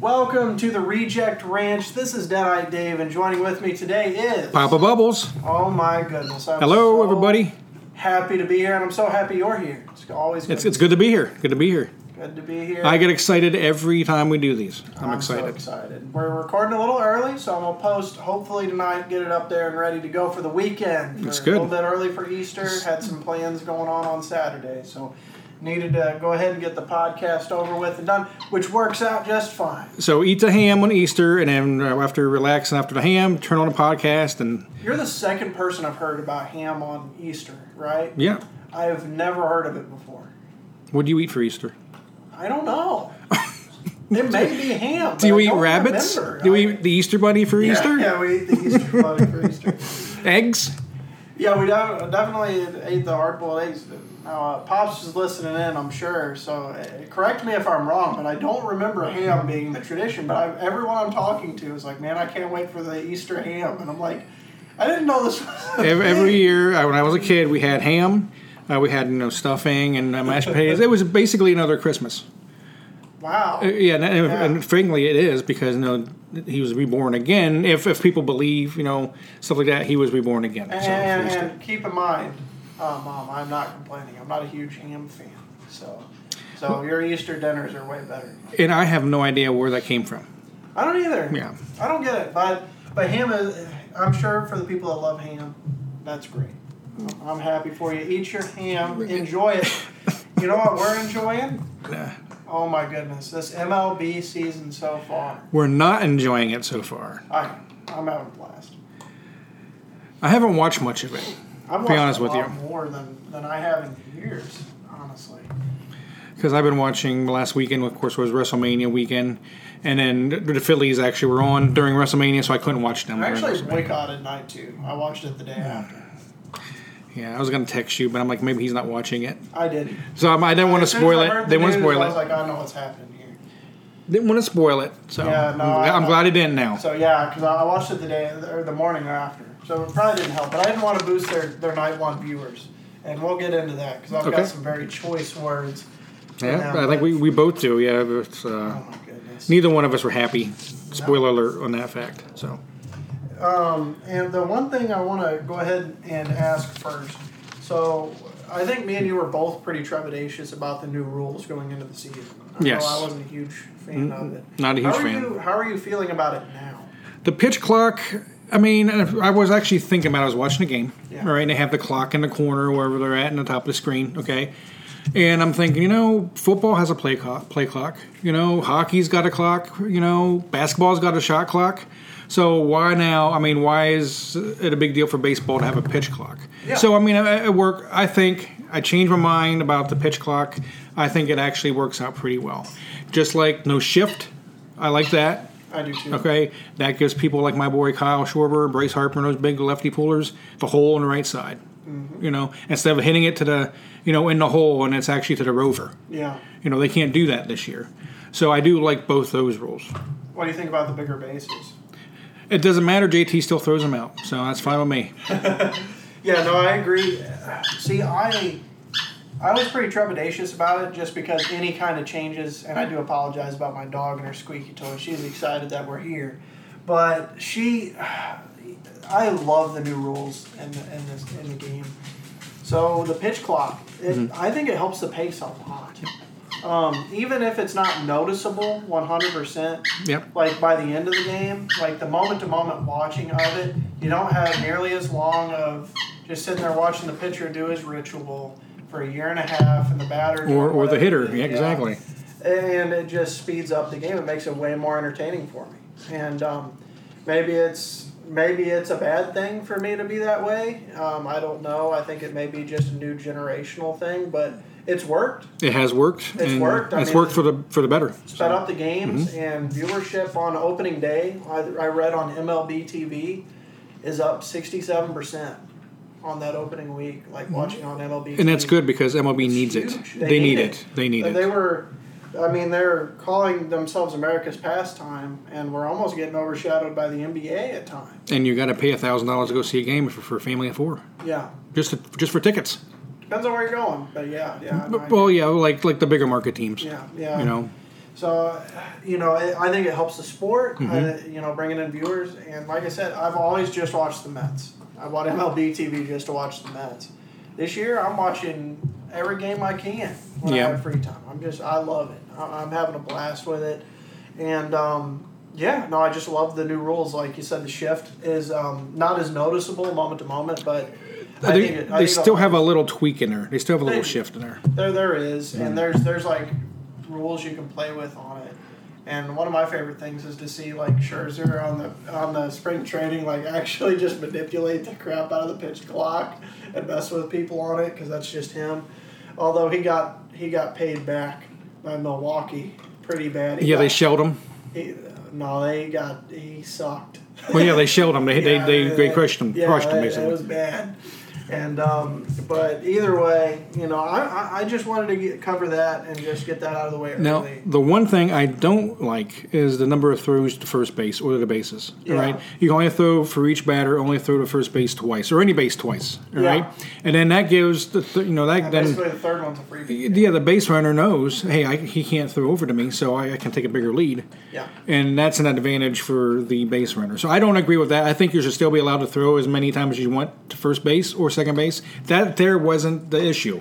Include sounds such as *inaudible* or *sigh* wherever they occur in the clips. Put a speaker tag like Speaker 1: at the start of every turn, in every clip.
Speaker 1: Welcome to the Reject Ranch. This is Deadeye Dave, and joining with me today is
Speaker 2: Papa Bubbles.
Speaker 1: Oh my goodness! I'm
Speaker 2: Hello,
Speaker 1: so
Speaker 2: everybody.
Speaker 1: Happy to be here, and I'm so happy you're here. It's always good,
Speaker 2: It's, it's good to be here. Good to be here.
Speaker 1: good to be here.
Speaker 2: I get excited every time we do these. I'm
Speaker 1: so
Speaker 2: excited.
Speaker 1: excited. We're recording a little early, so I'm gonna post hopefully tonight, get it up there and ready to go for the weekend.
Speaker 2: That's
Speaker 1: We're
Speaker 2: good.
Speaker 1: A little bit early for Easter. Had some plans going on on Saturday, so needed to go ahead and get the podcast over with and done, which works out just fine.
Speaker 2: So eat the ham on Easter, and then uh, after relaxing after the ham, turn on a podcast, and
Speaker 1: You're the second person I've heard about ham on Easter, right?
Speaker 2: yeah.
Speaker 1: I have never heard of it before.
Speaker 2: What do you eat for Easter?
Speaker 1: I don't
Speaker 2: *laughs*
Speaker 1: know. it may be ham.
Speaker 2: Do
Speaker 1: but
Speaker 2: you
Speaker 1: I
Speaker 2: eat
Speaker 1: don't
Speaker 2: rabbits?
Speaker 1: remember.
Speaker 2: Do
Speaker 1: I-
Speaker 2: we eat the Easter bunny for
Speaker 1: yeah,
Speaker 2: Easter?
Speaker 1: Yeah, we eat the Easter bunny for Easter.
Speaker 2: Eggs?
Speaker 1: *laughs* Yeah, we de- definitely ate the hard boiled eggs. Now, uh, Pops is listening in, I'm sure. So uh, correct me if I'm wrong, but I don't remember ham being the tradition. But I, everyone I'm talking to is like, "Man, I can't wait for the Easter ham," and I'm like, "I didn't know this was." a
Speaker 2: Every, every
Speaker 1: thing."
Speaker 2: year, uh, when I was a kid, we had ham. Uh, we had you know stuffing and uh, mashed potatoes. It was basically another Christmas.
Speaker 1: Wow.
Speaker 2: Uh, Yeah, and, and,
Speaker 1: Yeah.
Speaker 2: and frankly, it is because you know he was reborn again. If if people believe you know stuff like that, he was reborn again.
Speaker 1: And,
Speaker 2: So,
Speaker 1: and, and keep in mind, uh, Mom, I'm not complaining. I'm not a huge ham fan, so so your Easter dinners are way better.
Speaker 2: and I have no idea where that came from.
Speaker 1: I don't either.
Speaker 2: Yeah.
Speaker 1: I don't get it. But but ham is. I'm sure for the people that love ham, that's great.
Speaker 2: Mm-hmm.
Speaker 1: I'm happy for you. Eat your ham. Enjoy it. You know what we're enjoying?
Speaker 2: Nah.
Speaker 1: Oh my goodness, this MLB season so far.
Speaker 2: We're not enjoying it so far.
Speaker 1: I I'm having a blast.
Speaker 2: I haven't watched much of it
Speaker 1: I've
Speaker 2: Be
Speaker 1: watched
Speaker 2: honest
Speaker 1: a
Speaker 2: with
Speaker 1: lot
Speaker 2: you.
Speaker 1: more than than I have in years, honestly.
Speaker 2: because I've been watching last weekend. Of course, was WrestleMania weekend, and then the- the Phillies actually were on during WrestleMania, so I couldn't watch them.
Speaker 1: I
Speaker 2: during
Speaker 1: actually
Speaker 2: WrestleMania.
Speaker 1: boycotted night two. I watched it the
Speaker 2: Hmm.
Speaker 1: day after.
Speaker 2: yeah, I was gonna text you, but I'm like, maybe he's not watching it,
Speaker 1: I did.
Speaker 2: so I'm, I didn't want to
Speaker 1: As soon as
Speaker 2: spoil
Speaker 1: I
Speaker 2: it.
Speaker 1: heard
Speaker 2: They
Speaker 1: the
Speaker 2: want to
Speaker 1: news,
Speaker 2: spoil
Speaker 1: I was
Speaker 2: it.
Speaker 1: like, I know what's happening here.
Speaker 2: Didn't want to spoil it, so
Speaker 1: Yeah, no,
Speaker 2: I'm,
Speaker 1: I-
Speaker 2: I'm glad it didn't. Now,
Speaker 1: So yeah, because I I watched it the day or the morning after, so it probably didn't help. But I didn't want to boost their, their night one viewers, and we'll get into that because I've
Speaker 2: Okay.
Speaker 1: got some very choice words.
Speaker 2: Yeah,
Speaker 1: Yeah,
Speaker 2: I think we, we both do. Yeah, but it's,
Speaker 1: Oh
Speaker 2: uh,
Speaker 1: my goodness.
Speaker 2: neither one of us were happy. Spoiler alert on that fact. So
Speaker 1: Um, and the one thing I want to go ahead and ask first. So I think me and you were both pretty trepidatious about the new rules going into the season. I know
Speaker 2: Yes.
Speaker 1: I wasn't a huge fan of it.
Speaker 2: not a huge
Speaker 1: how are
Speaker 2: fan.
Speaker 1: You, how are you feeling about it now?
Speaker 2: The pitch clock. I mean, I was actually thinking about. it. I was watching the game,
Speaker 1: Yeah.
Speaker 2: all right, and they have the clock in the corner wherever they're at, in the top of the screen. Okay, and I'm thinking, you know, football has a play clock. Play clock. You know, hockey's got a clock. You know, basketball's got a shot clock. So why now? I mean, why is it a big deal for baseball to have a pitch clock?
Speaker 1: Yeah.
Speaker 2: So I mean, I- at work, I think I changed my mind about the pitch clock. I think it actually works out pretty well. Just like no shift, I like that.
Speaker 1: I do too.
Speaker 2: Okay, that gives people like my boy Kyle Schwarber, Bryce Harper, and those big lefty pullers the hole on the right side.
Speaker 1: Mm-hmm.
Speaker 2: You know, instead of hitting it to the you know in the hole and it's actually to the rover.
Speaker 1: Yeah.
Speaker 2: You know, they can't do that this year. So I do like both those rules.
Speaker 1: What do you think about the bigger bases?
Speaker 2: It doesn't matter. JT still throws them out, so that's fine with me.
Speaker 1: Yeah, no, I agree. See, I I was pretty trepidatious about it just because any kind of changes, and I do apologize about my dog and her squeaky toy. She's excited that we're here, but she, I love the new rules in the, in this in the game. So the pitch clock, it, I think it helps the pace a lot. Um, even if it's not noticeable, one hundred percent
Speaker 2: Yep.
Speaker 1: like by the end of the game, like the moment to moment watching of it, you don't have nearly as long of just sitting there watching the pitcher do his ritual for a year and a half and the batter doing
Speaker 2: Or or the
Speaker 1: whatever
Speaker 2: hitter.
Speaker 1: it is,
Speaker 2: Yeah, exactly.
Speaker 1: And it just speeds up the game. It makes it way more entertaining for me. And um, maybe it's maybe it's a bad thing for me to be that way. Um, I don't know. I think it may be just a new generational thing, but it's worked.
Speaker 2: It has worked.
Speaker 1: It's
Speaker 2: and
Speaker 1: worked. I
Speaker 2: it's
Speaker 1: mean-
Speaker 2: worked for the for the better.
Speaker 1: set up the games
Speaker 2: Mm-hmm.
Speaker 1: and viewership on opening day I, I read on mlb tv is up 67% on that opening week like watching on mlb
Speaker 2: Mm-hmm. And that's
Speaker 1: TV.
Speaker 2: good because MLB needs
Speaker 1: huge.
Speaker 2: it. They, need it. They need
Speaker 1: Uh, they
Speaker 2: it.
Speaker 1: were i mean they're calling themselves america's pastime and we're almost getting overshadowed by the nba at times
Speaker 2: And you got to pay a thousand dollars to go see a game for, for a family of four,
Speaker 1: yeah
Speaker 2: just to, just for tickets.
Speaker 1: depends on where you're going but yeah yeah I-
Speaker 2: But, well, yeah, like like the bigger market teams.
Speaker 1: yeah yeah
Speaker 2: You know,
Speaker 1: So, you know, it, I think it helps the sport.
Speaker 2: Mm-hmm.
Speaker 1: uh, you know, bringing in viewers, and like I said, I've always just watched the Mets. I bought MLB TV just to watch the Mets. This year, I'm watching every game I can when
Speaker 2: Yeah.
Speaker 1: I have free time. I'm just, I love it. I- I'm having a blast with it, and um, yeah, no, I just love the new rules. Like you said, the shift is um, not as noticeable moment to moment, but I
Speaker 2: they
Speaker 1: think it- I
Speaker 2: they
Speaker 1: think it'll
Speaker 2: still have a little tweak in there. They still have a little
Speaker 1: They-
Speaker 2: shift in there.
Speaker 1: There, there is,
Speaker 2: Hmm.
Speaker 1: and there's there's like rules you can play with on it. And one of my favorite things is to see like Scherzer on the on the spring training like *laughs* actually just manipulate the crap out of the pitch clock and mess with people on it because that's just him. Although he got he got paid back by Milwaukee pretty bad. He
Speaker 2: Yeah,
Speaker 1: got,
Speaker 2: they shelled them.
Speaker 1: he, no, they got he sucked. *laughs*
Speaker 2: Well, yeah, they shelled them. They
Speaker 1: Yeah,
Speaker 2: they, they, they
Speaker 1: that-
Speaker 2: crushed them.
Speaker 1: yeah,
Speaker 2: crushed them
Speaker 1: that- That
Speaker 2: basically.
Speaker 1: was bad. And um, but either way, you know, I, I, I just wanted to get, cover that and just get that out of the way early.
Speaker 2: Now, the one thing I don't like is the number of throws to first base or to the bases. all
Speaker 1: Yeah.
Speaker 2: Right? You can only throw for each batter, only throw to first base twice or any base twice. all
Speaker 1: Yeah.
Speaker 2: right? And then that gives the th- you know that
Speaker 1: And
Speaker 2: then
Speaker 1: basically, the third one's a freebie.
Speaker 2: yeah the base runner knows hey I, he can't throw over to me so I, I can take a bigger lead.
Speaker 1: Yeah.
Speaker 2: And that's an advantage for the base runner. So I don't agree with that. I think you should still be allowed to throw as many times as you want to first base or second base. That there wasn't the issue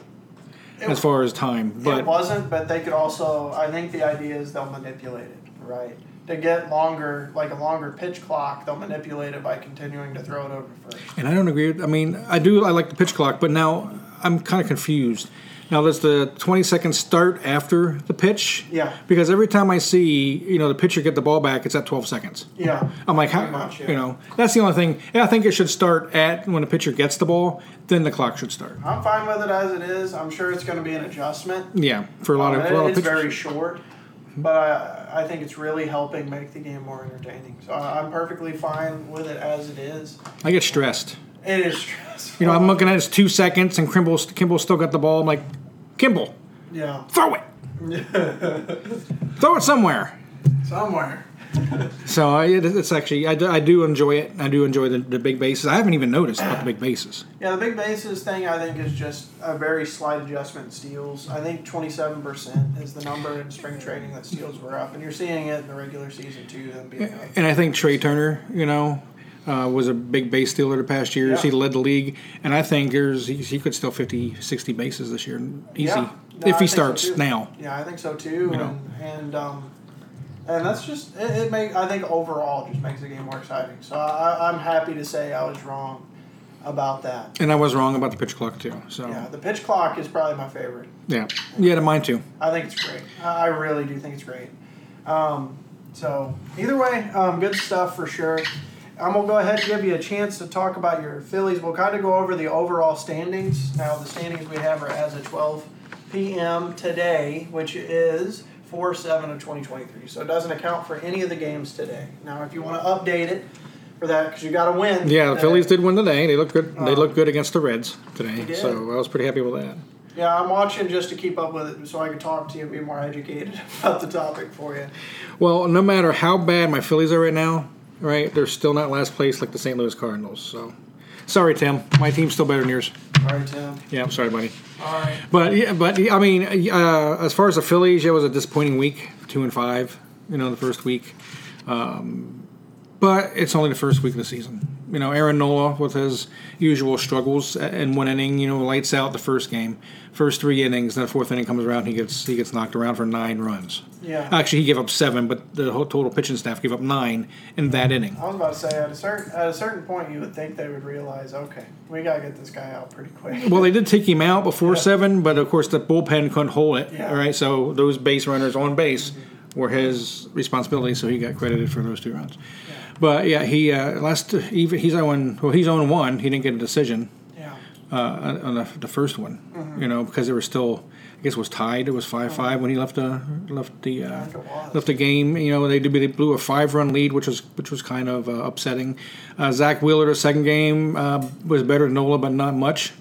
Speaker 2: as far as time,
Speaker 1: it
Speaker 2: but
Speaker 1: wasn't, but they could also. I think the idea is they'll manipulate it, right? To get longer, like a longer pitch clock, they'll manipulate it by continuing to throw it over first.
Speaker 2: And I don't agree. with- I mean, I do. I like the pitch clock, but now I'm kind of confused. Now does the 20 seconds start after the pitch?
Speaker 1: Yeah.
Speaker 2: Because every time I see you know the pitcher get the ball back, it's at 12 seconds.
Speaker 1: Yeah.
Speaker 2: I'm like, how,
Speaker 1: Pretty much, yeah.
Speaker 2: you know, that's the only thing. And I think it should start at when the pitcher gets the ball, then the clock should start.
Speaker 1: I'm fine with it as it is. I'm sure it's going to be an adjustment.
Speaker 2: Yeah, for a lot of,
Speaker 1: Um,
Speaker 2: for a lot of
Speaker 1: it's
Speaker 2: pitchers.
Speaker 1: very short, but I, I think it's really helping make the game more entertaining. So I, I'm perfectly fine with it as it is.
Speaker 2: I get stressed.
Speaker 1: It is *laughs* stressful.
Speaker 2: You know, I'm looking at it's two seconds, and Kimball's Kimball still got the ball. I'm like, Kimball,
Speaker 1: Yeah, *laughs*
Speaker 2: throw it, throw it somewhere.
Speaker 1: somewhere.
Speaker 2: So I, it, it's actually I, do- I do enjoy it. I do enjoy the, the big bases. I haven't even noticed about the big bases.
Speaker 1: Yeah, the big bases thing I think is just a very slight adjustment in steals. I think 27% is the number in spring training that steals were up, and you're seeing it in the regular season too. Them being up.
Speaker 2: And I think Trey Turner, you know, uh, was a big base stealer the past years.
Speaker 1: Yeah.
Speaker 2: He led the league, and I think there's he, he could steal 50, 60 bases this year, easy
Speaker 1: Yeah. No, I
Speaker 2: if he
Speaker 1: think so,
Speaker 2: starts
Speaker 1: too.
Speaker 2: now.
Speaker 1: Yeah, I think so too.
Speaker 2: You know.
Speaker 1: And, and um, and that's just it. it make, I think overall just makes the game more exciting. So I, I'm happy to say I was wrong about that.
Speaker 2: And I was wrong about the pitch clock too. So
Speaker 1: Yeah,
Speaker 2: yeah,
Speaker 1: the pitch clock is probably my favorite.
Speaker 2: yeah, to mine too.
Speaker 1: I think it's great. I I really do think it's great. Um, so either way, um, good stuff for sure. I'm gonna go ahead and give you a chance to talk about your Phillies. We'll kind of go over the overall standings. Now the standings we have are as of 12 p.m. today, which is 4/7 of 2023. So it doesn't account for any of the games today. Now if you want to update it for that, because you got to win.
Speaker 2: Yeah, the
Speaker 1: today.
Speaker 2: Phillies did win today. They looked good. They
Speaker 1: Um,
Speaker 2: looked good against the Reds
Speaker 1: Uh, They
Speaker 2: today.
Speaker 1: did.
Speaker 2: So I was pretty happy with that.
Speaker 1: Yeah, I'm watching just to keep up with it, so I can talk to you and be more educated *laughs* about the topic for you.
Speaker 2: Well, no matter how bad my Phillies are right now, right, they're still not last place like the St. Louis Cardinals. So, sorry, Tim. My team's still better than yours.
Speaker 1: All right, Tim.
Speaker 2: Yeah, I'm sorry, buddy.
Speaker 1: All right.
Speaker 2: But yeah, but yeah, I mean, uh, as far as the Phillies, yeah, it was a disappointing week, two and five. You know, the first week. Um, but it's only the first week of the season. You know, Aaron Nola with his usual struggles in one inning. You know, lights out the first game, first three innings. Then the fourth inning comes around, he gets he gets knocked around for nine runs.
Speaker 1: Yeah.
Speaker 2: Actually, he gave up seven, but the whole total pitching staff gave up nine in that inning.
Speaker 1: I was about to say at a certain at a certain point you would think they would realize okay we gotta get this guy out pretty quick.
Speaker 2: Well, they did take him out before seven, but of course the bullpen couldn't hold it.
Speaker 1: Yeah.
Speaker 2: All right, so those base runners on base were his responsibility, so he got credited for those two runs. But yeah, he uh, last even he's on well he's on one. He didn't get a decision
Speaker 1: *laughs* Yeah,
Speaker 2: uh, on on the, the first one,
Speaker 1: Mm-hmm.
Speaker 2: you know, because they were still I guess it was tied. It was five five when he left the left the
Speaker 1: I
Speaker 2: uh,
Speaker 1: think Mm-hmm. it was.
Speaker 2: left the game. You know, they did, they blew a five run lead, which was which was kind of uh, upsetting. Uh, Zach Wheeler, the second game uh, was better than Nola, but not much.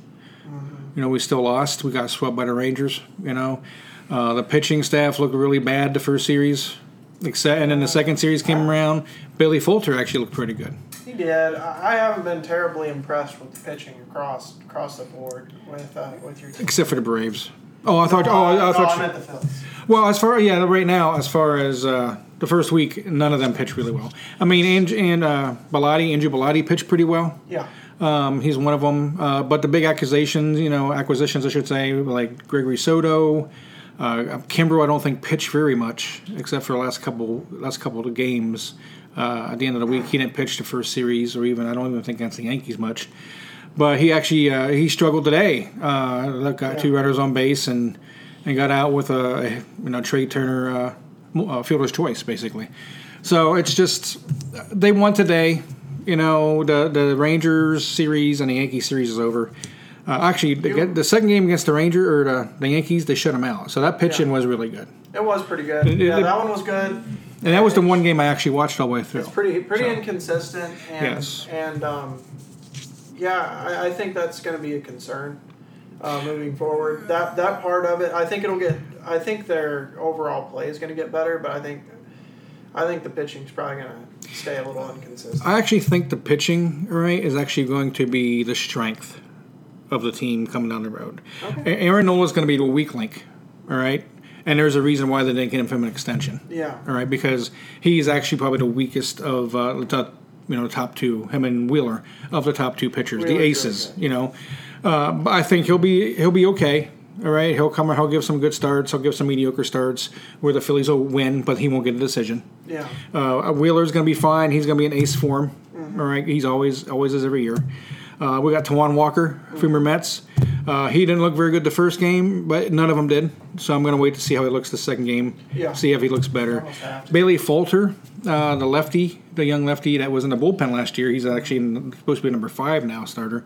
Speaker 1: Mm-hmm.
Speaker 2: You know, we still lost. We got swept by the Rangers. You know, uh, the pitching staff looked really bad the first series, except and then the second series came around. Billy Fulter actually looked pretty good.
Speaker 1: he did. I I haven't been terribly impressed with the pitching across across the board with uh, with your team.
Speaker 2: except for the Braves. Oh, I thought.
Speaker 1: No,
Speaker 2: Oh, I, I
Speaker 1: no,
Speaker 2: thought.
Speaker 1: I meant the Phillies.
Speaker 2: Well, as far yeah, right now, as far as uh, the first week, none of them pitched really well. I mean, and and uh, Bellotti, Andrew Bellotti pitched pretty well.
Speaker 1: Yeah.
Speaker 2: Um, he's one of them. Uh, but the big accusations, you know, acquisitions, I should say, like Gregory Soto, uh, Kimbrel, I don't think pitched very much except for the last couple last couple of games. Uh, at the end of the week, he didn't pitch the first series, or even I don't even think against the Yankees much. But he actually uh, he struggled today. Uh, that got two runners on base and and got out with a you know Trey Turner uh, mo- uh, fielder's choice basically. So it's just they won today. You know the the Rangers series and the Yankees series is over. Uh, actually, the, the second game against the Ranger or the, the Yankees, they shut them out. So that pitching
Speaker 1: Yeah.
Speaker 2: was really good,
Speaker 1: It was pretty good.
Speaker 2: It- it-
Speaker 1: yeah,
Speaker 2: it-
Speaker 1: that one was good.
Speaker 2: and that was the one game I actually watched all the way through.
Speaker 1: It's pretty pretty
Speaker 2: So-
Speaker 1: inconsistent, and
Speaker 2: Yes.
Speaker 1: and um, yeah, I, I think that's going to be a concern uh, moving forward. That that part of it, I think it'll get. I think their overall play is going to get better, but I think I think the pitching's probably going to stay a little inconsistent.
Speaker 2: I actually think the pitching right is actually going to be the strength of the team coming down the road. A- Aaron Nola is going to be the weak link, all right. And there's a reason why they didn't give him an extension,
Speaker 1: Yeah,
Speaker 2: all right, because he's actually probably the weakest of uh, the top, you know the top two, him and Wheeler of the top two pitchers,
Speaker 1: Wheeler's
Speaker 2: the
Speaker 1: really
Speaker 2: aces,
Speaker 1: good.
Speaker 2: you know. Uh, but I think he'll be he'll be okay. All right, he'll come. He'll give some good starts. He'll give some mediocre starts where the Phillies will win, but he won't get a decision.
Speaker 1: yeah,
Speaker 2: Uh, Wheeler's going to be fine. He's going to be an ace form. All right, he's always always is every year. Uh, we got Tawan Walker from your Mets. Uh, he didn't look very good the first game, but none of them did. So I'm going to wait to see how he looks the second game.
Speaker 1: Yeah.
Speaker 2: See if he looks better.
Speaker 1: Almost have to.
Speaker 2: Bailey Falter, uh, the lefty, the young lefty that was in the bullpen last year. He's actually in, supposed to be number five now, starter.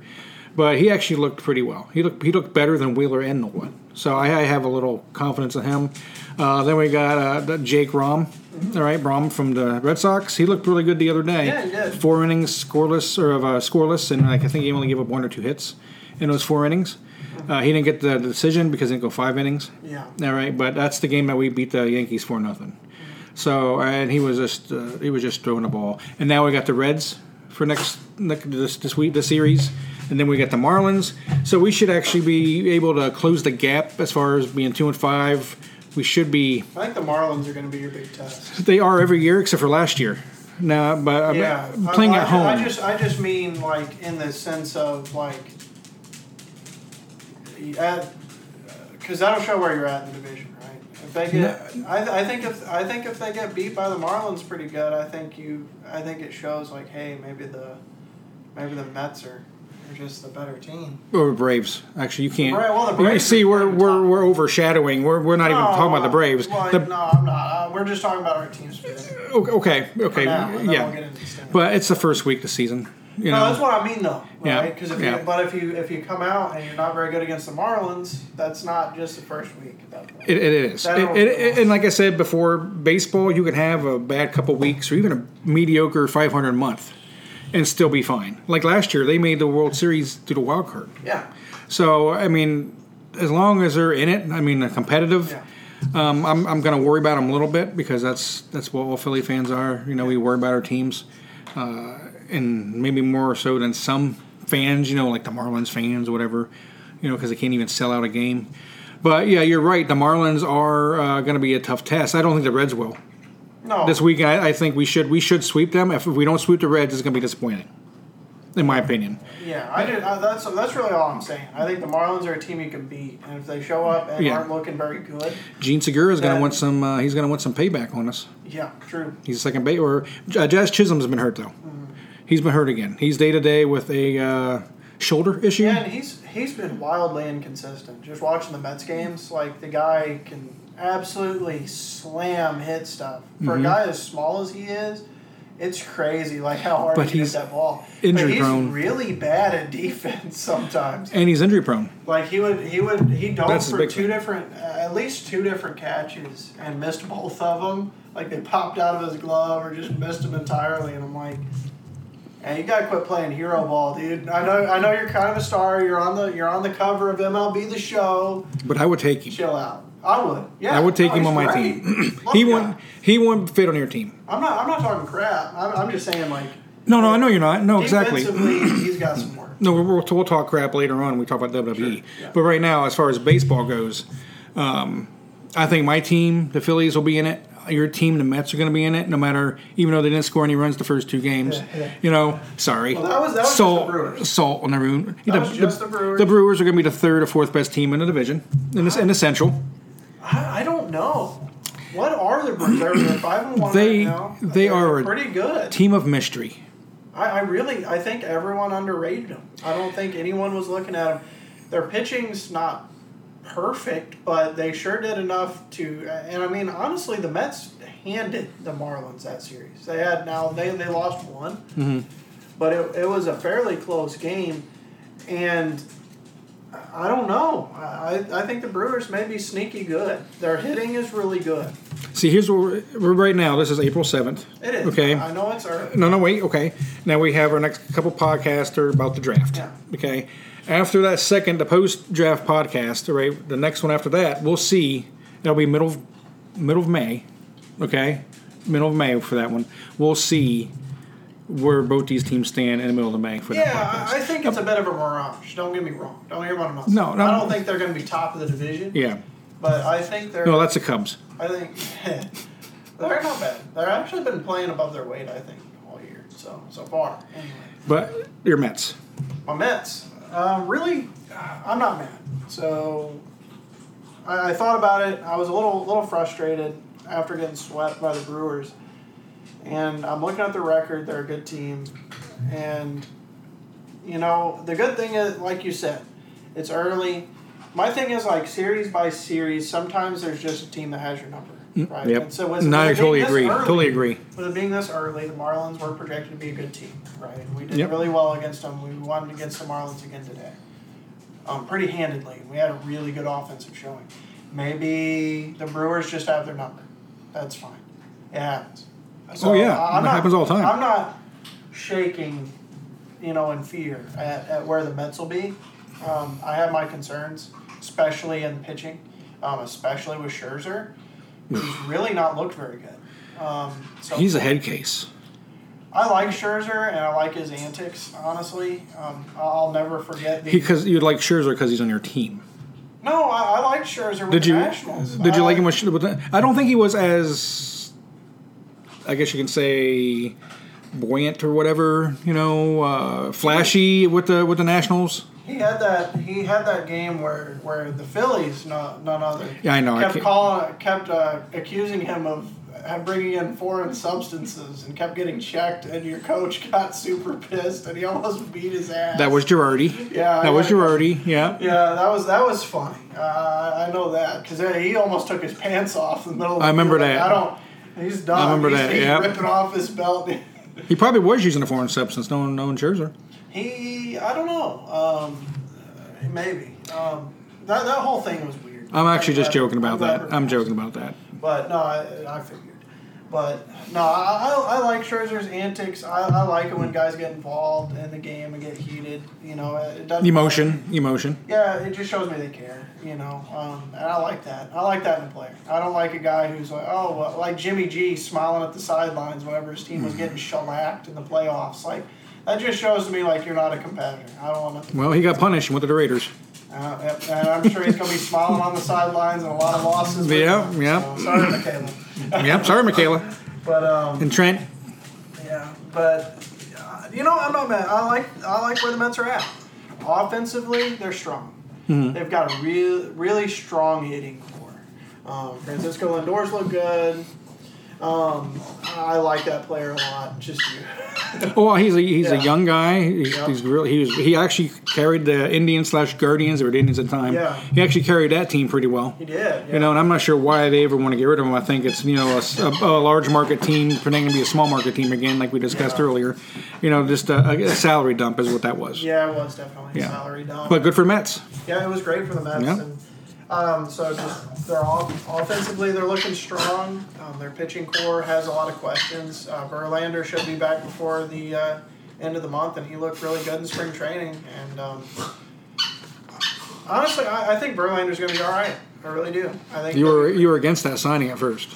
Speaker 2: But he actually looked pretty well. He looked he looked better than Wheeler and Nola. So I, I have a little confidence in him. Uh, then we got uh, the Jake Rom, all right, Rom from the Red Sox. He looked really good the other day.
Speaker 1: Yeah, he did.
Speaker 2: Four innings scoreless or of uh, scoreless, and like, I think he only gave up one or two hits in those four innings. Uh, he didn't get the decision because he didn't go five innings.
Speaker 1: yeah.
Speaker 2: All right, but that's the game that we beat the Yankees for nothing. So and he was just uh, he was just throwing the ball, and now we got the Reds for next, next this this week the series, and then we got the Marlins. So we should actually be able to close the gap as far as being two and five. We should be
Speaker 1: I think the Marlins are going to be your big test.
Speaker 2: they are every year except for last year. Now, but uh,
Speaker 1: Yeah, I-
Speaker 2: playing
Speaker 1: I,
Speaker 2: at home.
Speaker 1: I just I just mean like in the sense of like, because that'll show where you're at in the division, right? If they get, I, I think if I think if they get beat by the Marlins pretty good, I think you I think it shows like hey maybe the maybe the Mets are, are just the better team.
Speaker 2: Or Braves. Actually, you can't.
Speaker 1: Bra- well, the
Speaker 2: You
Speaker 1: Braves
Speaker 2: see,
Speaker 1: are
Speaker 2: we're
Speaker 1: top.
Speaker 2: we're, we're overshadowing. We're, we're not even
Speaker 1: No,
Speaker 2: talking about the Braves.
Speaker 1: well,
Speaker 2: The-
Speaker 1: no, I'm not. Uh, we're just talking about our teams. For now,
Speaker 2: okay, okay,
Speaker 1: and then
Speaker 2: yeah.
Speaker 1: we'll get into the standings.
Speaker 2: But it's the first week of the season. You
Speaker 1: no,
Speaker 2: know,
Speaker 1: that's what I mean though,
Speaker 2: Yeah,
Speaker 1: right? Because if
Speaker 2: yeah.
Speaker 1: you, but if you if you come out and you're not very good against the Marlins, that's not just the first week. At that point.
Speaker 2: it, it is.
Speaker 1: That
Speaker 2: It-
Speaker 1: don't-
Speaker 2: it- it- and like I said before, baseball, you can have a bad couple weeks or even a mediocre 500 month and still be fine. Like last year, they made the World Series through the wild card.
Speaker 1: Yeah,
Speaker 2: So, I mean, as long as they're in it, I mean, they're competitive.
Speaker 1: yeah,
Speaker 2: Um, I'm, I'm going to worry about them a little bit because that's that's what all Philly fans are. You know, we worry about our teams, uh, and maybe more so than some fans. You know, like the Marlins fans, or whatever. You know, because they can't even sell out a game. But yeah, you're right. The Marlins are uh, going to be a tough test. I don't think the Reds will
Speaker 1: no.
Speaker 2: this week. I, I think we should we should sweep them. If we don't sweep the Reds, it's going to be disappointing, in my opinion.
Speaker 1: yeah, I did. I, that's that's really all I'm saying. I think the Marlins are a team you can beat, and if they show up and
Speaker 2: Yeah.
Speaker 1: aren't looking very good,
Speaker 2: Gene Segura is going to
Speaker 1: Then-
Speaker 2: want some. Uh, he's going to want some payback on us.
Speaker 1: yeah, true.
Speaker 2: He's a second base. Or uh, Jazz Chisholm's been hurt though.
Speaker 1: Mm-hmm.
Speaker 2: He's been hurt again. He's day to day with a uh, shoulder issue.
Speaker 1: Yeah, and he's he's been wildly inconsistent. Just watching the Mets games, like the guy can absolutely slam hit stuff. For
Speaker 2: Mm-hmm.
Speaker 1: a guy as small as he is, it's crazy like how hard
Speaker 2: But
Speaker 1: he hits
Speaker 2: he's
Speaker 1: that ball.
Speaker 2: injury
Speaker 1: but he's
Speaker 2: prone.
Speaker 1: really bad at defense *laughs* sometimes.
Speaker 2: And he's injury prone.
Speaker 1: Like he would he would he dove
Speaker 2: That's the
Speaker 1: for
Speaker 2: big
Speaker 1: two
Speaker 2: thing.
Speaker 1: different uh, at least two different catches and missed both of them. Like they popped out of his glove or just missed him entirely. And I'm like, and you gotta quit playing hero ball, dude. I know I know you're kind of a star. You're on the you're on the cover of MLB The Show.
Speaker 2: But I would take him.
Speaker 1: Chill out. I would. Yeah,
Speaker 2: I would take
Speaker 1: No,
Speaker 2: him
Speaker 1: Oh, he's
Speaker 2: on my
Speaker 1: great.
Speaker 2: team. *clears throat*
Speaker 1: Love
Speaker 2: he
Speaker 1: the
Speaker 2: won't.
Speaker 1: guy.
Speaker 2: He won't fit on your team.
Speaker 1: I'm not. I'm not talking crap. I'm, I'm just saying like.
Speaker 2: No, no, I know you're not. No, Oh, exactly.
Speaker 1: Defensively, he's got some work.
Speaker 2: E. No, we'll, we'll, we'll talk crap later on. when We talk about WWE.
Speaker 1: yeah.
Speaker 2: But right now, as far as baseball goes, um, I think my team, the Phillies, will be in it. Your team, the Mets, are going to be in it. No matter, even though they didn't score any runs the first two games,
Speaker 1: Yeah, *laughs* yeah.
Speaker 2: you know. Sorry,
Speaker 1: Well, that was- that was just the
Speaker 2: salt,
Speaker 1: Brewers.
Speaker 2: salt on the ruin.
Speaker 1: That was just the Brewers.
Speaker 2: the Brewers are going to be the third or fourth best team in the division in the, in the Central.
Speaker 1: I, I don't know. What are the Brewers? They're five and one
Speaker 2: They-
Speaker 1: right now. I
Speaker 2: they
Speaker 1: think
Speaker 2: are
Speaker 1: they're
Speaker 2: a
Speaker 1: pretty good.
Speaker 2: Team of mystery.
Speaker 1: I, I really, I think everyone underrated them. I don't think anyone was looking at them. Their pitching's not perfect, but they sure did enough to. And I mean, honestly, the Mets handed the Marlins that series. They had now they they lost one, but it it was a fairly close game, and. I- I don't know. I, I I think the Brewers may be sneaky good. Their hitting is really good.
Speaker 2: See, here's where we're, we're right now. This is April seventh.
Speaker 1: It is.
Speaker 2: Okay.
Speaker 1: I know it's early.
Speaker 2: No, no, wait. Okay. Now we have our next couple podcasts are about the draft.
Speaker 1: Yeah.
Speaker 2: Okay. After that second, the post draft podcast, all right, the next one after that, we'll see. That'll be middle of, middle of May. Okay. Middle of May for that one. We'll see where both these teams stand in the middle of May for
Speaker 1: Yeah,
Speaker 2: that podcast.
Speaker 1: I I think it's a bit of a mirage. Don't get me wrong. Don't hear what I'm saying.
Speaker 2: No, no.
Speaker 1: I don't think they're going to be top of the division.
Speaker 2: yeah.
Speaker 1: But I think they're.
Speaker 2: No, that's the Cubs.
Speaker 1: I think *laughs* they're not bad. They've actually been playing above their weight. I think all year. So so far, anyway.
Speaker 2: But your Mets.
Speaker 1: My Mets. Um, really, I'm not mad. So I, I thought about it. I was a little little frustrated after getting swept by the Brewers, and I'm looking at the record. They're a good team, and you know the good thing is, like you said, it's early. My thing is like series by series. Sometimes there's just a team that has your number, right?
Speaker 2: Mm, Yep.
Speaker 1: And so was,
Speaker 2: no,
Speaker 1: was
Speaker 2: I
Speaker 1: it being
Speaker 2: totally
Speaker 1: this
Speaker 2: agree.
Speaker 1: early-
Speaker 2: Totally agree.
Speaker 1: with it being this early, the Marlins were projected to be a good team, right? We did
Speaker 2: Yep.
Speaker 1: really well against them. We won against the Marlins again today, um, pretty handedly. We had a really good offensive showing. Maybe the Brewers just have their number. That's fine. It happens. So
Speaker 2: Oh, yeah.
Speaker 1: I- I'm
Speaker 2: That
Speaker 1: not-
Speaker 2: happens all the time.
Speaker 1: I'm not shaking, you know, in fear at, at where the Mets will be. Um, I have my concerns, especially in pitching, um, especially with Scherzer, who's really not looked very good. Um, so
Speaker 2: Hmm. He's a head case.
Speaker 1: I like Scherzer and I like his antics. Honestly, um, I'll- I'll never forget the.
Speaker 2: Because you like Scherzer because he's on your team.
Speaker 1: no, I, I like Scherzer with
Speaker 2: Did
Speaker 1: the
Speaker 2: you
Speaker 1: Nationals. Uh,
Speaker 2: did you
Speaker 1: I
Speaker 2: like him? With, with the- I don't think he was as, I guess you can say, buoyant or whatever. You know, uh, flashy with the with the Nationals.
Speaker 1: He had that. He had that game where where the Phillies, no, none other.
Speaker 2: Yeah, I know, I
Speaker 1: Kept
Speaker 2: can't-
Speaker 1: calling, kept uh, accusing him of uh, bringing in foreign substances and kept getting checked. And your coach *laughs* got super pissed and he almost beat his ass.
Speaker 2: That was Girardi.
Speaker 1: Yeah, I
Speaker 2: that was
Speaker 1: got it.
Speaker 2: Girardi. Yeah.
Speaker 1: Yeah, that was that was funny. Uh, I know that because he almost took his pants off in the middle. Of the
Speaker 2: I remember
Speaker 1: field.
Speaker 2: that.
Speaker 1: I don't. He's done.
Speaker 2: I remember
Speaker 1: he's,
Speaker 2: that,
Speaker 1: He's
Speaker 2: yeah.
Speaker 1: ripping off his belt. *laughs*
Speaker 2: he probably was using a foreign substance. No one, no one Scherzer.
Speaker 1: he, I don't know. Um, maybe. Um, that that whole thing was weird.
Speaker 2: I'm actually just
Speaker 1: glad-
Speaker 2: joking about
Speaker 1: glad
Speaker 2: that.
Speaker 1: we're-
Speaker 2: I'm joking about that.
Speaker 1: But no, I, I figured. But no, I, I, I like Scherzer's antics. I, I like it when guys get involved in the game and get heated. You know, it doesn't
Speaker 2: Emotion, emotion.
Speaker 1: Yeah, it just shows me they care, you know, um, and I like that. I like that in a player. I don't like a guy who's like, oh, well, like Jimmy G smiling at the sidelines whenever his team was
Speaker 2: Mm-hmm.
Speaker 1: getting shellacked in the playoffs. Like that just shows to me like you're not a competitor. I don't want to.
Speaker 2: Well, he got punished and went to the Raiders.
Speaker 1: Uh, and I'm sure he's gonna be smiling on the sidelines and a lot of losses. with
Speaker 2: Yeah,
Speaker 1: him.
Speaker 2: yeah.
Speaker 1: So, sorry, Michaela.
Speaker 2: Yep. Sorry, Michaela
Speaker 1: But um,
Speaker 2: and Trent.
Speaker 1: yeah, but uh, you know, I'm not mad. I like I like where the Mets are at. Offensively, they're strong.
Speaker 2: Mm-hmm.
Speaker 1: They've got a real, really strong hitting core. Um, Francisco Lindor's look good. Um, I like that player a lot. Just you. *laughs*
Speaker 2: Oh, well, he's a he's
Speaker 1: Yeah.
Speaker 2: a young guy. He's,
Speaker 1: Yeah.
Speaker 2: he's really he was he actually carried the Indians slash Guardians or the Indians at the time.
Speaker 1: Yeah.
Speaker 2: He actually carried that team pretty well.
Speaker 1: he did. Yeah.
Speaker 2: You know, and I'm not sure why they ever want to get rid of him. I think it's you know a, s- a- a large market team pretending to be a small market team again, like we discussed
Speaker 1: Yeah.
Speaker 2: earlier. You know, just a, a salary dump is what that was.
Speaker 1: yeah, it was definitely
Speaker 2: Yeah.
Speaker 1: a salary dump.
Speaker 2: But good for Mets.
Speaker 1: Yeah, it was great for the Mets.
Speaker 2: Yeah.
Speaker 1: And, um, so just they're all, offensively they're looking strong. Um, their pitching core has a lot of questions. Uh, Verlander should be back before the uh, end of the month, and he looked really good in spring training. And um, honestly, I, I think Verlander's going to be all right. I really do. I think
Speaker 2: You were you were against that signing at first.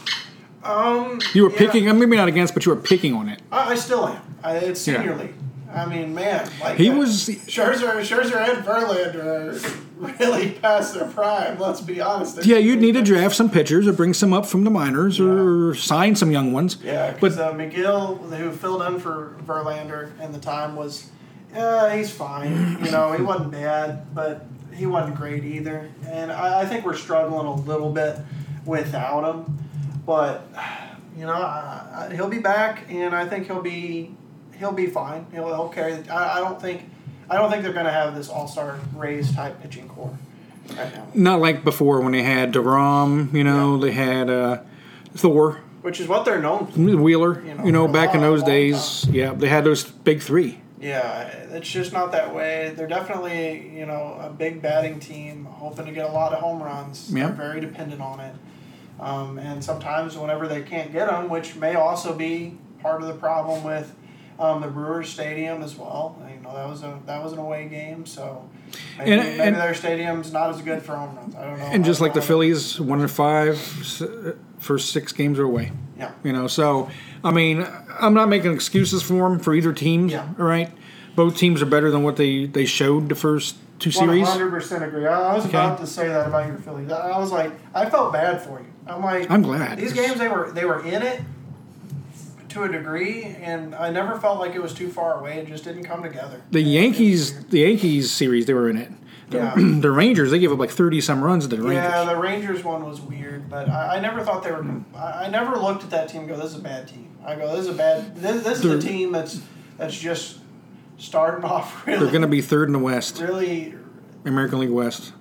Speaker 1: um
Speaker 2: You were
Speaker 1: yeah.
Speaker 2: picking, maybe not against, but you were picking on it.
Speaker 1: I, I still am. I, it's
Speaker 2: Yeah.
Speaker 1: senior league. I mean, man, like
Speaker 2: He
Speaker 1: uh,
Speaker 2: was
Speaker 1: Scherzer, Scherzer, and Verlander are really past their prime. Let's be honest. They're-
Speaker 2: Yeah, you'd need to draft some pitchers or bring some up from the minors or sign some young ones.
Speaker 1: Yeah,
Speaker 2: but
Speaker 1: because uh, McGill, who filled in for Verlander in the time, was uh, he's fine. You know, he wasn't bad, but he wasn't great either. And I, I think we're struggling a little bit without him. But you know, I, I, he'll be back, and I think he'll be he'll be fine. He'll, he'll carry. I, I don't think I don't think they're going to have this All Star Rays type pitching core right now,
Speaker 2: not like before when they had DeGrom, you know, they had uh, Thor,
Speaker 1: which is what they're known for.
Speaker 2: Wheeler, you
Speaker 1: You know,
Speaker 2: know,
Speaker 1: for a
Speaker 2: back in
Speaker 1: long,
Speaker 2: those
Speaker 1: long
Speaker 2: days. Yeah, they had those big three.
Speaker 1: Yeah, it's just not that way. They're definitely, you know, a big batting team, hoping to get a lot of home runs.
Speaker 2: Yeah.
Speaker 1: They're very dependent on it. Um, and sometimes, whenever they can't get them, which may also be part of the problem with um, the Brewers Stadium as well. You know, that was a that was an away game, so maybe,
Speaker 2: And-
Speaker 1: maybe
Speaker 2: and-
Speaker 1: their stadium's not as good for home runs. I don't know.
Speaker 2: And just
Speaker 1: I-
Speaker 2: like the
Speaker 1: I-
Speaker 2: Phillies, one and five, s- uh, for six games are away.
Speaker 1: Yeah.
Speaker 2: You know, so I mean, I'm not making excuses for them for either team.
Speaker 1: Yeah.
Speaker 2: All right, both teams are better than what they they showed the first two series.
Speaker 1: One hundred percent agree. I, I was
Speaker 2: Okay.
Speaker 1: about to say that about your Phillies. I, I was like, I felt bad for you. I'm like,
Speaker 2: I'm glad.
Speaker 1: these games they were they were in it to a degree, and I never felt like it was too far away. It just didn't come together.
Speaker 2: The Yankees, the Yankees series, they were in it. The,
Speaker 1: Yeah.
Speaker 2: *clears throat* the Rangers, they gave up like 30 some runs to the Rangers.
Speaker 1: Yeah, the Rangers one was weird, but I, I never thought they were. I, I never looked at that team and go, "This is a bad team." I go, "This is a bad. This, this is
Speaker 2: They're-
Speaker 1: a team that's that's just starting *laughs* off really,
Speaker 2: They're going to be third in the West,
Speaker 1: really
Speaker 2: American League West.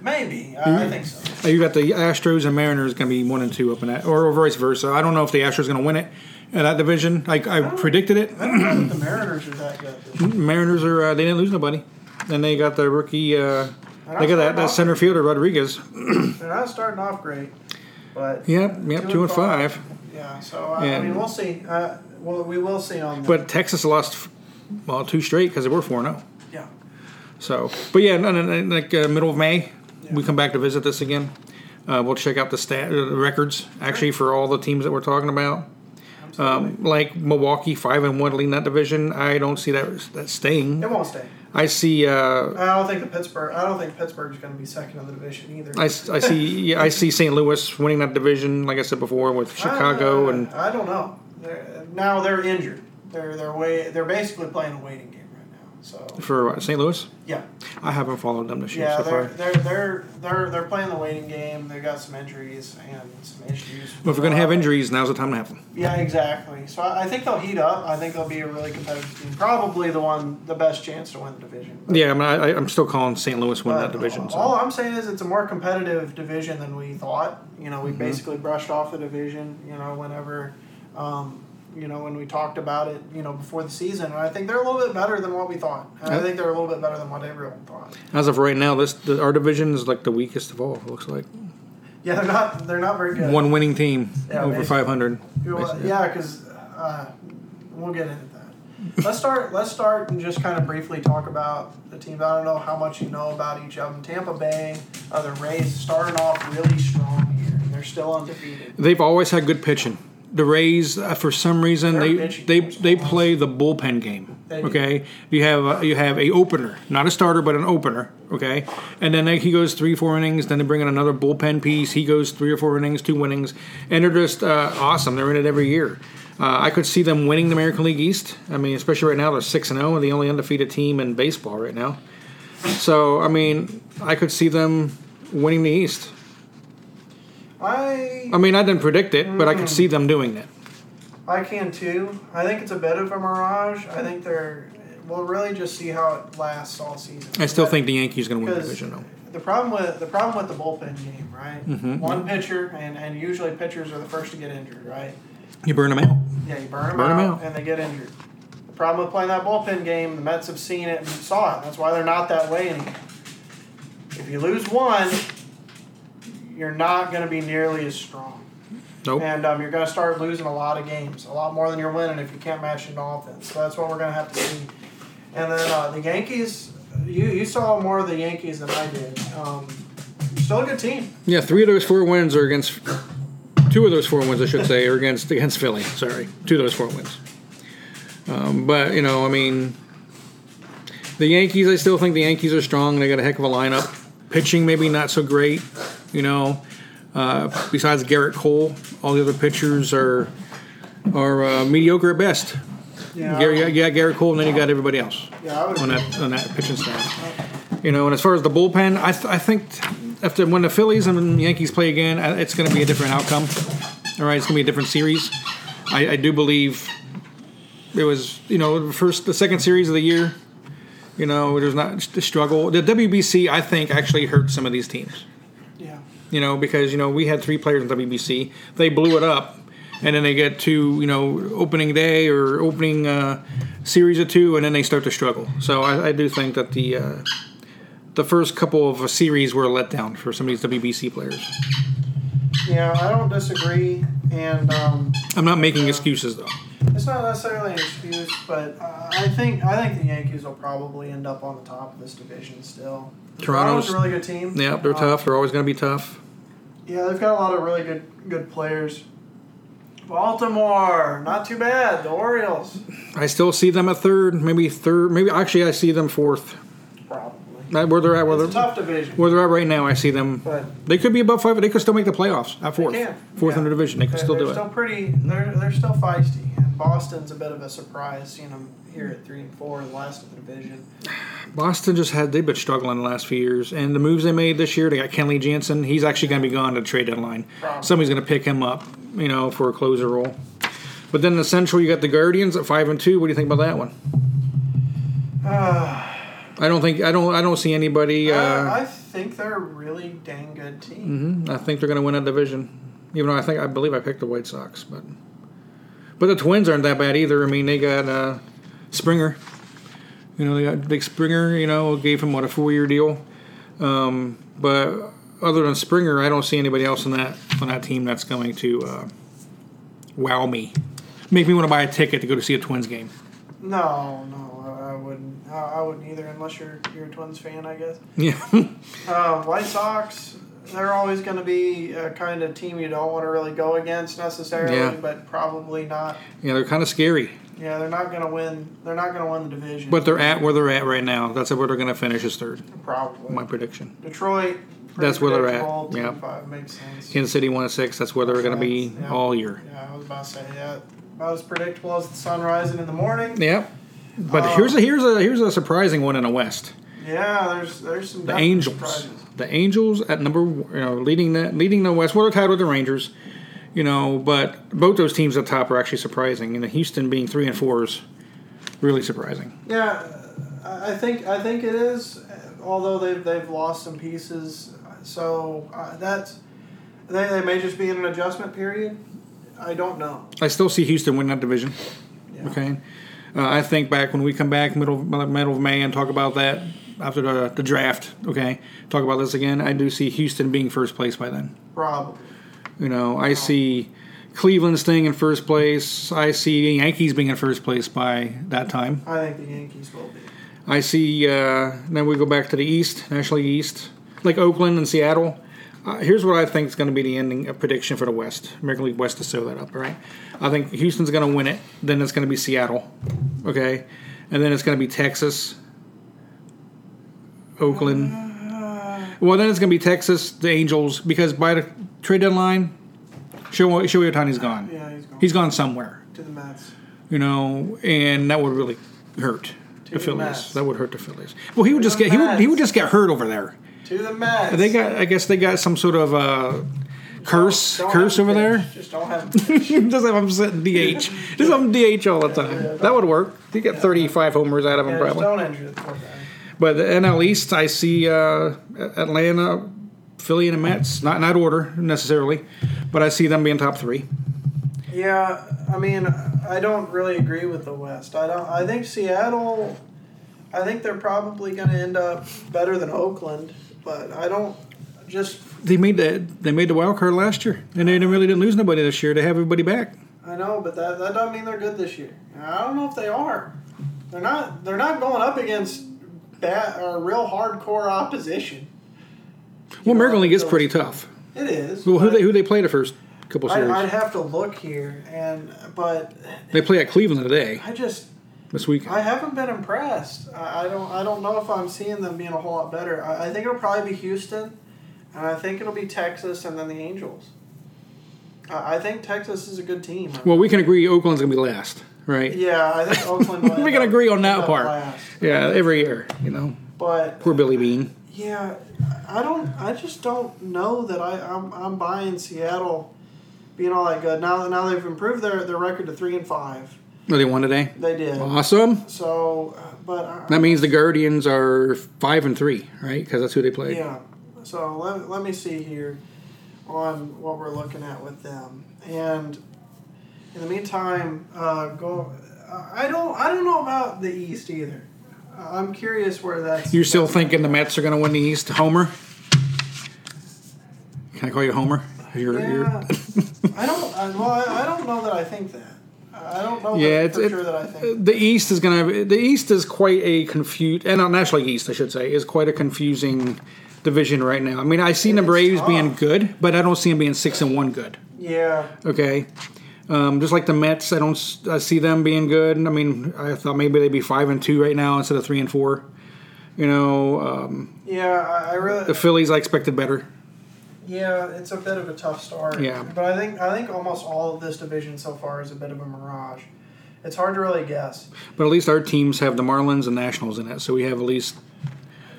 Speaker 1: maybe. I, I think so."
Speaker 2: Uh, You got the Astros and Mariners going to be one and two up in that, or vice versa. I don't know if the Astros going to win it in that division. I, I predicted it.
Speaker 1: I don't know that the Mariners are that good.
Speaker 2: Mm-hmm.
Speaker 1: this year.
Speaker 2: Mariners are uh, they didn't lose nobody, and they got the rookie. Uh, they got that, that center fielder Rodriguez.
Speaker 1: They're not starting off great, but
Speaker 2: Yep, yep, two and five.
Speaker 1: Yeah, so I,
Speaker 2: Yeah.
Speaker 1: I mean, we'll see. Uh, well, we will see on. The,
Speaker 2: But Texas lost well two straight because they were four zero.
Speaker 1: yeah.
Speaker 2: So, but yeah, no, no, no, like uh, middle of May, we come back to visit this again. Uh, we'll check out the stat uh, the records actually for all the teams that we're talking about. Um, like Milwaukee, five and one, leading that division. I don't see that that staying.
Speaker 1: It won't stay.
Speaker 2: I see. Uh,
Speaker 1: I don't think the Pittsburgh. I don't think Pittsburgh's going to be second in the division either.
Speaker 2: I, s- I see. Yeah, I see St. Louis winning that division. Like I said before, with Chicago
Speaker 1: Uh,
Speaker 2: and
Speaker 1: I don't know. They're, now they're injured. They're they're way. They're basically playing a waiting game right now. So
Speaker 2: for what, St. Louis.
Speaker 1: yeah,
Speaker 2: I haven't followed them this year
Speaker 1: yeah.
Speaker 2: so
Speaker 1: They're
Speaker 2: far.
Speaker 1: they're they're they're they're playing the waiting game. They got some injuries and some issues.
Speaker 2: But if we're gonna have injuries, now's the time to have them.
Speaker 1: Yeah, exactly. So I, I think they'll heat up. I think they'll be a really competitive team. Probably the one, the best chance to win the division.
Speaker 2: Yeah, I mean, I, I- I'm still calling St. Louis win
Speaker 1: But
Speaker 2: that division. So.
Speaker 1: All I'm saying is it's a more competitive division than we thought. You know, we
Speaker 2: Mm-hmm.
Speaker 1: basically brushed off the division. You know, whenever, um, you know, when we talked about it, you know, before the season, and I think they're a little bit better than what we thought. And I
Speaker 2: Yep.
Speaker 1: think they're a little bit better than what everyone thought.
Speaker 2: As of right now, this the, our division is like the weakest of all. It looks like
Speaker 1: Yeah, they're not. They're not very good.
Speaker 2: one winning team
Speaker 1: Yeah,
Speaker 2: over
Speaker 1: basically.
Speaker 2: 500.
Speaker 1: You know,
Speaker 2: basically.
Speaker 1: yeah, because uh, we'll get into that. let's start. Let's start and just kind of briefly talk about the teams. I don't know how much you know about each of them. Tampa Bay, uh, the Rays, starting off really strong here. They're still undefeated.
Speaker 2: They've always had good pitching. The Rays, uh, for some reason,
Speaker 1: Their
Speaker 2: they
Speaker 1: pitching
Speaker 2: they
Speaker 1: was
Speaker 2: they
Speaker 1: awesome.
Speaker 2: play the bullpen game.
Speaker 1: They do.
Speaker 2: Okay, you have a, you have a opener, not a starter, but an opener. Okay, and then they, he goes three four innings. Then they bring in another bullpen piece. He goes three or four innings, two innings, and they're just uh, awesome. They're in it every year. Uh, I could see them winning the American League East. I mean, especially right now, they're six and zero, the only undefeated team in baseball right now. So I mean, I could see them winning the East.
Speaker 1: I
Speaker 2: I mean, I didn't predict it, but I could see them doing it.
Speaker 1: I can too. I think it's a bit of a mirage. I think they're. We'll really just see how it lasts all season.
Speaker 2: I still think the Yankees going to win the
Speaker 1: because
Speaker 2: division though. Mm-hmm.
Speaker 1: the problem with the problem with the bullpen game, right? One pitcher, and and usually pitchers are the first to get injured, right?
Speaker 2: You burn them out.
Speaker 1: Yeah, you burn them,
Speaker 2: Burn 'em
Speaker 1: out,
Speaker 2: out.
Speaker 1: and they get injured. The problem with playing that bullpen game, the Mets have seen it and saw it. That's why they're not that way anymore. If you lose one, you're not going to be nearly as strong.
Speaker 2: Nope.
Speaker 1: And um, you're going to start losing a lot of games, a lot more than you're winning if you can't match it in offense. So that's what we're going to have to see. And then uh, the Yankees, you, you saw more of the Yankees than I did. Um, still a good team.
Speaker 2: Yeah, three of those four wins are against. Two of those four wins, I should say, are against against Philly. Sorry, two of those four wins. Um, but you know, I mean, The Yankees, I still think the Yankees are strong. They got a heck of a lineup. Pitching, maybe not so great. You know, uh, besides Garrett Cole, all the other pitchers are are uh, mediocre at best.
Speaker 1: Yeah,
Speaker 2: Gary, yeah, yeah, Garrett Cole, and then you got everybody else
Speaker 1: yeah, I would
Speaker 2: on that on that pitching staff. You know, and as far as the bullpen, I, th- I think after when the Phillies and Yankees play again, I- it's going to be a different outcome. All right, it's going to be a different series. I, I do believe it was you know the first the second series of the year. You know, there's not the struggle. The WBC, I think, actually hurt some of these teams
Speaker 1: yeah.
Speaker 2: you know, because you know we had three players in WBC. They blew it up, and then they get to you know opening day or opening uh, series of two, and then they start to struggle. So I, I do think that the uh, the first couple of series were a letdown for some of these WBC players.
Speaker 1: Yeah, I don't disagree, and um,
Speaker 2: I'm not making excuses though.
Speaker 1: it's not necessarily an excuse, but uh, I think I think the Yankees will probably end up on the top of this division still.
Speaker 2: Toronto's-
Speaker 1: a really good team.
Speaker 2: Yeah, they're
Speaker 1: Um,
Speaker 2: tough. They're always going to be tough.
Speaker 1: Yeah, they've got a lot of really good good players. Baltimore, not too bad. The Orioles,
Speaker 2: I still see them at third, maybe third, maybe actually I see them fourth.
Speaker 1: probably.
Speaker 2: Not Where they're at, where
Speaker 1: It's a
Speaker 2: they're,
Speaker 1: tough division,
Speaker 2: where they're at right now, I see them.
Speaker 1: but
Speaker 2: They could be above five. but They could still make the playoffs at fourth,
Speaker 1: can,
Speaker 2: fourth
Speaker 1: yeah.
Speaker 2: in the division. They could
Speaker 1: they're,
Speaker 2: still
Speaker 1: they're
Speaker 2: do it.
Speaker 1: still pretty. They're they're still feisty, and Boston's a bit of a surprise seeing them here at three and four, the last of the division. *sighs*
Speaker 2: Boston just had they've been struggling the last few years, and the moves they made this year, they got Kenley Jansen. He's actually going to be gone to the trade deadline.
Speaker 1: Probably.
Speaker 2: Somebody's going to pick him up, you know, for a closer role. But then in the Central, you got the Guardians at five and two. What do you think about that one?
Speaker 1: Uh,
Speaker 2: I don't think I don't I don't see anybody. Uh,
Speaker 1: I, I think they're a really dang good team.
Speaker 2: mhm, I think they're going to win that division, even though I think I believe I picked the White Sox, but but the Twins aren't that bad either. I mean, they got uh, Springer. You know, they got Big Springer. You know, gave him what a four-year deal. Um, but other than Springer, I don't see anybody else on that on that team that's going to uh, wow me, make me want to buy a ticket to go to see a Twins game. *laughs* Mm-hmm.
Speaker 1: No, no, I- I wouldn't. I, I wouldn't either, unless you're you're a Twins fan, I guess.
Speaker 2: Yeah.
Speaker 1: Uh, White Sox, they're always going to be a kind of team you don't want to really go against necessarily,
Speaker 2: Yeah.
Speaker 1: but probably not.
Speaker 2: Yeah, they're kind of scary,
Speaker 1: Yeah, they're not going to win. They're not going to win the division.
Speaker 2: but they're at where they're at right now. That's where they're going to finish is third.
Speaker 1: probably
Speaker 2: My prediction.
Speaker 1: Detroit. pretty
Speaker 2: That's where they're at,
Speaker 1: predictable, two
Speaker 2: yeah.
Speaker 1: and five, makes sense.
Speaker 2: Kansas City one and six. That's where they're going to be
Speaker 1: Yeah.
Speaker 2: all year.
Speaker 1: Yeah, I was about to say that. About as predictable as the sun rising in the morning.
Speaker 2: Yep. But
Speaker 1: Uh,
Speaker 2: here's a here's a here's a surprising one in the West.
Speaker 1: Yeah, there's there's some
Speaker 2: The
Speaker 1: definite
Speaker 2: Angels.
Speaker 1: surprises.
Speaker 2: The Angels at number you know, leading the leading the West. Well, they're tied with the Rangers. You know, but both those teams up top are actually surprising, and the Houston being three and four is really surprising.
Speaker 1: Yeah, I I think I think it is. Although they've they've lost some pieces, so uh, that's they, they may just be in an adjustment period. I don't know.
Speaker 2: I still see Houston winning that division.
Speaker 1: Yeah.
Speaker 2: Okay, uh, I think back when we come back middle middle of May and talk about that after the, the draft. Okay, talk about this again. I do see Houston being first place by then.
Speaker 1: Probably.
Speaker 2: You know, I see Cleveland staying in first place. I see the Yankees being in first place by that time.
Speaker 1: I think the Yankees will be.
Speaker 2: I see. Uh, then we go back to the East, National League East, like Oakland and Seattle. Uh, here's what I think is going to be the ending uh, prediction for the West, American League West, to sew that up. All right, I think Houston's going to win it. Then it's going to be Seattle, okay, and then it's going to be Texas, Oakland. Well, then it's going to be Texas, the Angels, because by the trade deadline, Shohei Shohei Otani's gone.
Speaker 1: Yeah, he's going
Speaker 2: He's gone somewhere
Speaker 1: to the Mets.
Speaker 2: you know, and that would really hurt
Speaker 1: To
Speaker 2: the
Speaker 1: the
Speaker 2: Phillies.
Speaker 1: Mets.
Speaker 2: That would hurt the Phillies. Well, he would just
Speaker 1: the
Speaker 2: get he would he
Speaker 1: Mets.
Speaker 2: would just get hurt over there.
Speaker 1: To the Mets.
Speaker 2: They got I guess they got some sort of uh, curse
Speaker 1: Don't
Speaker 2: curse
Speaker 1: have
Speaker 2: over
Speaker 1: him
Speaker 2: there.
Speaker 1: pitch. Just don't have. him pitch.
Speaker 2: just have him sitting DH. Just have him DH all the time. That would work. You get 35 homers out of
Speaker 1: Yeah,
Speaker 2: him
Speaker 1: just
Speaker 2: *laughs* probably.
Speaker 1: don't injure the poor guy.
Speaker 2: But the NL East, I see uh, Atlanta, Philly, and the Mets. Not not order necessarily, but I see them being top three.
Speaker 1: Yeah, I mean, I don't really agree with the West. I don't. I think Seattle. I think they're probably going to end up better than Oakland, but I don't. Just
Speaker 2: They made the they made the wild card last year, and they didn't really didn't lose nobody this year. They have everybody back.
Speaker 1: I know, but that, that doesn't mean they're good this year. I don't know if they are. They're not. They're not going up against bad or real hardcore opposition.
Speaker 2: Well, American
Speaker 1: know,
Speaker 2: League is
Speaker 1: so-
Speaker 2: pretty tough.
Speaker 1: It is.
Speaker 2: Well, who
Speaker 1: but
Speaker 2: they who they play the first couple
Speaker 1: I,
Speaker 2: series?
Speaker 1: I'd have to look here, and but
Speaker 2: they play at Cleveland today.
Speaker 1: I just
Speaker 2: this week.
Speaker 1: I haven't been impressed. I, I don't. I don't know if I'm seeing them being a whole lot better. I, I think it'll probably be Houston, and I think it'll be Texas, and then the Angels. I, I think Texas is a good team.
Speaker 2: Well, we can agree Oakland's gonna be last, right?
Speaker 1: yeah, I
Speaker 2: *laughs*
Speaker 1: think Oakland. will
Speaker 2: we
Speaker 1: end
Speaker 2: can
Speaker 1: up-
Speaker 2: agree on that
Speaker 1: end up
Speaker 2: part.
Speaker 1: last.
Speaker 2: Yeah, every year, you know.
Speaker 1: But
Speaker 2: Poor Billy Bean.
Speaker 1: yeah, I don't. I just don't know that I. I'm, I'm buying Seattle being all that good. Now now they've improved their, their record to three and five.
Speaker 2: Oh, they won today.
Speaker 1: They did.
Speaker 2: Awesome.
Speaker 1: So, uh, but I,
Speaker 2: That means the Guardians are five and three, right? Because that's who they played.
Speaker 1: Yeah. So let, let me see here on what we're looking at with them. And in the meantime, uh, go. I don't. I don't know about the East either. I'm curious where that's.
Speaker 2: You're still thinking the Mets are going to win the East, Homer? Can I call you Homer? You're,
Speaker 1: Yeah.
Speaker 2: *laughs*
Speaker 1: I don't. I, well, I, I don't know that I think that. I don't know
Speaker 2: Yeah,
Speaker 1: that
Speaker 2: it's-
Speaker 1: for
Speaker 2: it-
Speaker 1: sure that I think.
Speaker 2: you're, the East is going to. The East is quite a confused, and on National League East, I should say, is quite a confusing division right now. I mean, I see the
Speaker 1: It's
Speaker 2: Braves
Speaker 1: tough.
Speaker 2: being good, but I don't see them being six and one good.
Speaker 1: yeah.
Speaker 2: Okay. Um, just like the Mets, I don't s- I see them being good. I mean, I thought maybe they'd be five and two right now instead of three and four. You know, um,
Speaker 1: Yeah. I, I really.
Speaker 2: the Phillies I expected better.
Speaker 1: Yeah, it's a bit of a tough start.
Speaker 2: Yeah.
Speaker 1: But I think I think almost all of this division so far is a bit of a mirage. It's hard to really guess.
Speaker 2: But at least our teams have the Marlins and Nationals in it, so we have at least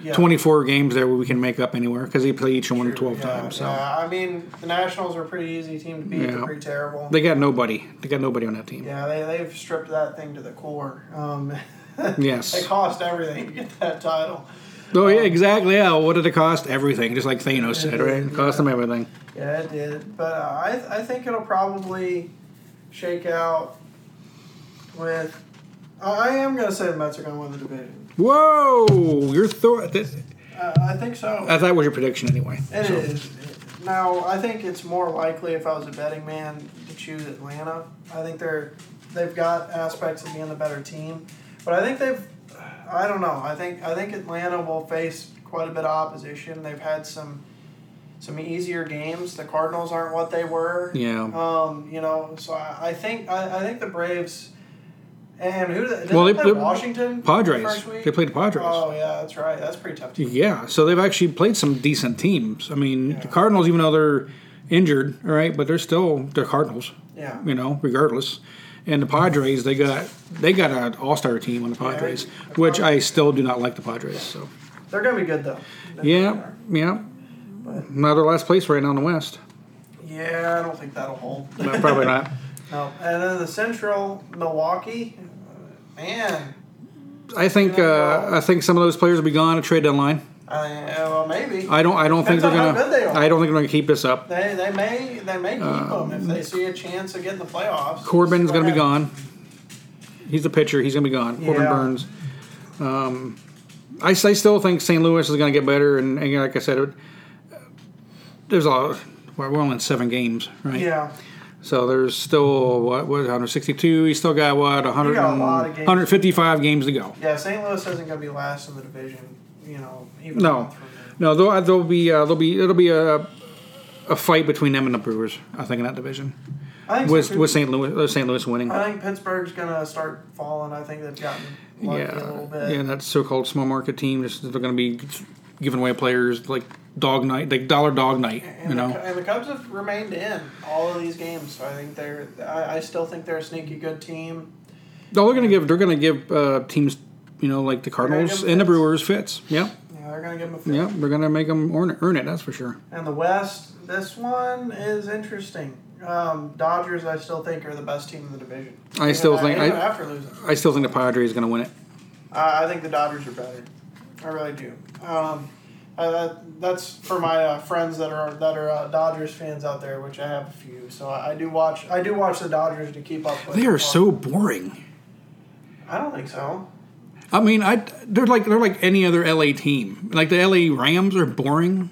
Speaker 1: Yeah.
Speaker 2: 24 games there where we can make up anywhere because they play each one 12
Speaker 1: yeah,
Speaker 2: times. So
Speaker 1: yeah. I mean, the Nationals are a pretty easy team to beat.
Speaker 2: Yeah.
Speaker 1: They're pretty terrible.
Speaker 2: they got nobody. They got nobody on that team.
Speaker 1: yeah, they, they've stripped that thing to the core. Um, *laughs* they
Speaker 2: Yes.
Speaker 1: cost everything to get that title.
Speaker 2: Oh yeah, exactly. Yeah. What did it cost? Everything, just like Thanos said, right? It
Speaker 1: Mm-hmm.
Speaker 2: cost them everything.
Speaker 1: Yeah, it did. But uh, I, I think it'll probably shake out with. I I am going to say the Mets are going to win the division.
Speaker 2: Whoa! Your thought. That,
Speaker 1: Uh, I think so.
Speaker 2: I thought was your prediction anyway.
Speaker 1: It
Speaker 2: So-
Speaker 1: is. Now, I think it's more likely if I was a betting man to choose Atlanta. I think they're they've got aspects of being the better team, but I think they've I don't know. I think I think Atlanta will face quite a bit of opposition. They've had some some easier games. The Cardinals aren't what they were.
Speaker 2: Yeah.
Speaker 1: Um, you know, so I, I think I, I think the Braves and who did
Speaker 2: Well,
Speaker 1: they,
Speaker 2: they-
Speaker 1: play
Speaker 2: they-
Speaker 1: Washington
Speaker 2: Padres.
Speaker 1: first week?
Speaker 2: They played the Padres.
Speaker 1: Oh yeah, that's right. That's a pretty tough. Team.
Speaker 2: Yeah, so they've actually played some decent teams. I mean,
Speaker 1: Yeah.
Speaker 2: the Cardinals, even though they're injured, all right, but they're still they're Cardinals,
Speaker 1: Yeah.
Speaker 2: you know, regardless. And the Padres, they got they got an all star team on the Padres,
Speaker 1: they-
Speaker 2: which I still do not like the Padres. So
Speaker 1: They're gonna be good though. They really
Speaker 2: yeah,
Speaker 1: are.
Speaker 2: yeah, now they're last place right now in the West.
Speaker 1: Yeah, I don't think that'll hold.
Speaker 2: *laughs* No, probably not.
Speaker 1: No. And then the Central Milwaukee, uh, man.
Speaker 2: I think uh, I think some of those players will be gone at trade deadline.
Speaker 1: I, uh, well, maybe
Speaker 2: I don't I don't
Speaker 1: Depends
Speaker 2: think they're
Speaker 1: on how
Speaker 2: gonna
Speaker 1: good they are.
Speaker 2: I don't think they're gonna keep this up.
Speaker 1: they they may they may keep them if they see a chance of getting the playoffs.
Speaker 2: Uh, Corbin's going to be
Speaker 1: Perhaps.
Speaker 2: gone. He's the pitcher. He's going to be gone. Corbin
Speaker 1: Yeah.
Speaker 2: Burns. Um, I, I still think St. Louis is going to get better, and, and like I said, it, there's a lot. We're we're only in seven games, right?
Speaker 1: Yeah,
Speaker 2: So there's still what what 162. He's still got what 100
Speaker 1: got a
Speaker 2: and-
Speaker 1: lot of games.
Speaker 2: 155 games to go.
Speaker 1: yeah. St. Louis isn't going to be last in the division. You know, even a
Speaker 2: No,
Speaker 1: month from now.
Speaker 2: no. There'll, there'll be uh, there'll be it'll be a a fight between them and the Brewers. I think in that division
Speaker 1: I think
Speaker 2: with
Speaker 1: St.
Speaker 2: with St. Louis uh, St. Louis winning.
Speaker 1: I think Pittsburgh's going to start falling. I think they've gotten lucky
Speaker 2: yeah,
Speaker 1: a little bit.
Speaker 2: yeah. That so-called small market team just they're going to be giving away players like dog night, like dollar dog night.
Speaker 1: And,
Speaker 2: You
Speaker 1: the,
Speaker 2: know,
Speaker 1: and the Cubs have remained in all of these games. So I think they're. I, I still think they're a sneaky good team.
Speaker 2: no, they're going to give they're going to give uh, teams, you know, like the
Speaker 1: gonna
Speaker 2: Cardinals
Speaker 1: give 'em
Speaker 2: and the
Speaker 1: fits.
Speaker 2: Brewers fits. Yeah,
Speaker 1: Yeah, they're going to give them a. fit.
Speaker 2: yeah. They're going to make them earn it, earn it. That's for sure.
Speaker 1: And the West, this one is interesting. Um, Dodgers, I still think, are the best team in the division.
Speaker 2: I still
Speaker 1: Even-
Speaker 2: think-
Speaker 1: even
Speaker 2: I-
Speaker 1: after losing,
Speaker 2: I still think the Padres going to win it.
Speaker 1: I I think the Dodgers are better. I really do. Um, I, that, that's for my uh, friends that are that are uh, Dodgers fans out there, which I have a few. So I, I do watch. I do watch the Dodgers to keep up with.
Speaker 2: They are
Speaker 1: them.
Speaker 2: so boring.
Speaker 1: I don't think so.
Speaker 2: I mean, I they're like they're like any other LA team. Like the LA Rams are boring.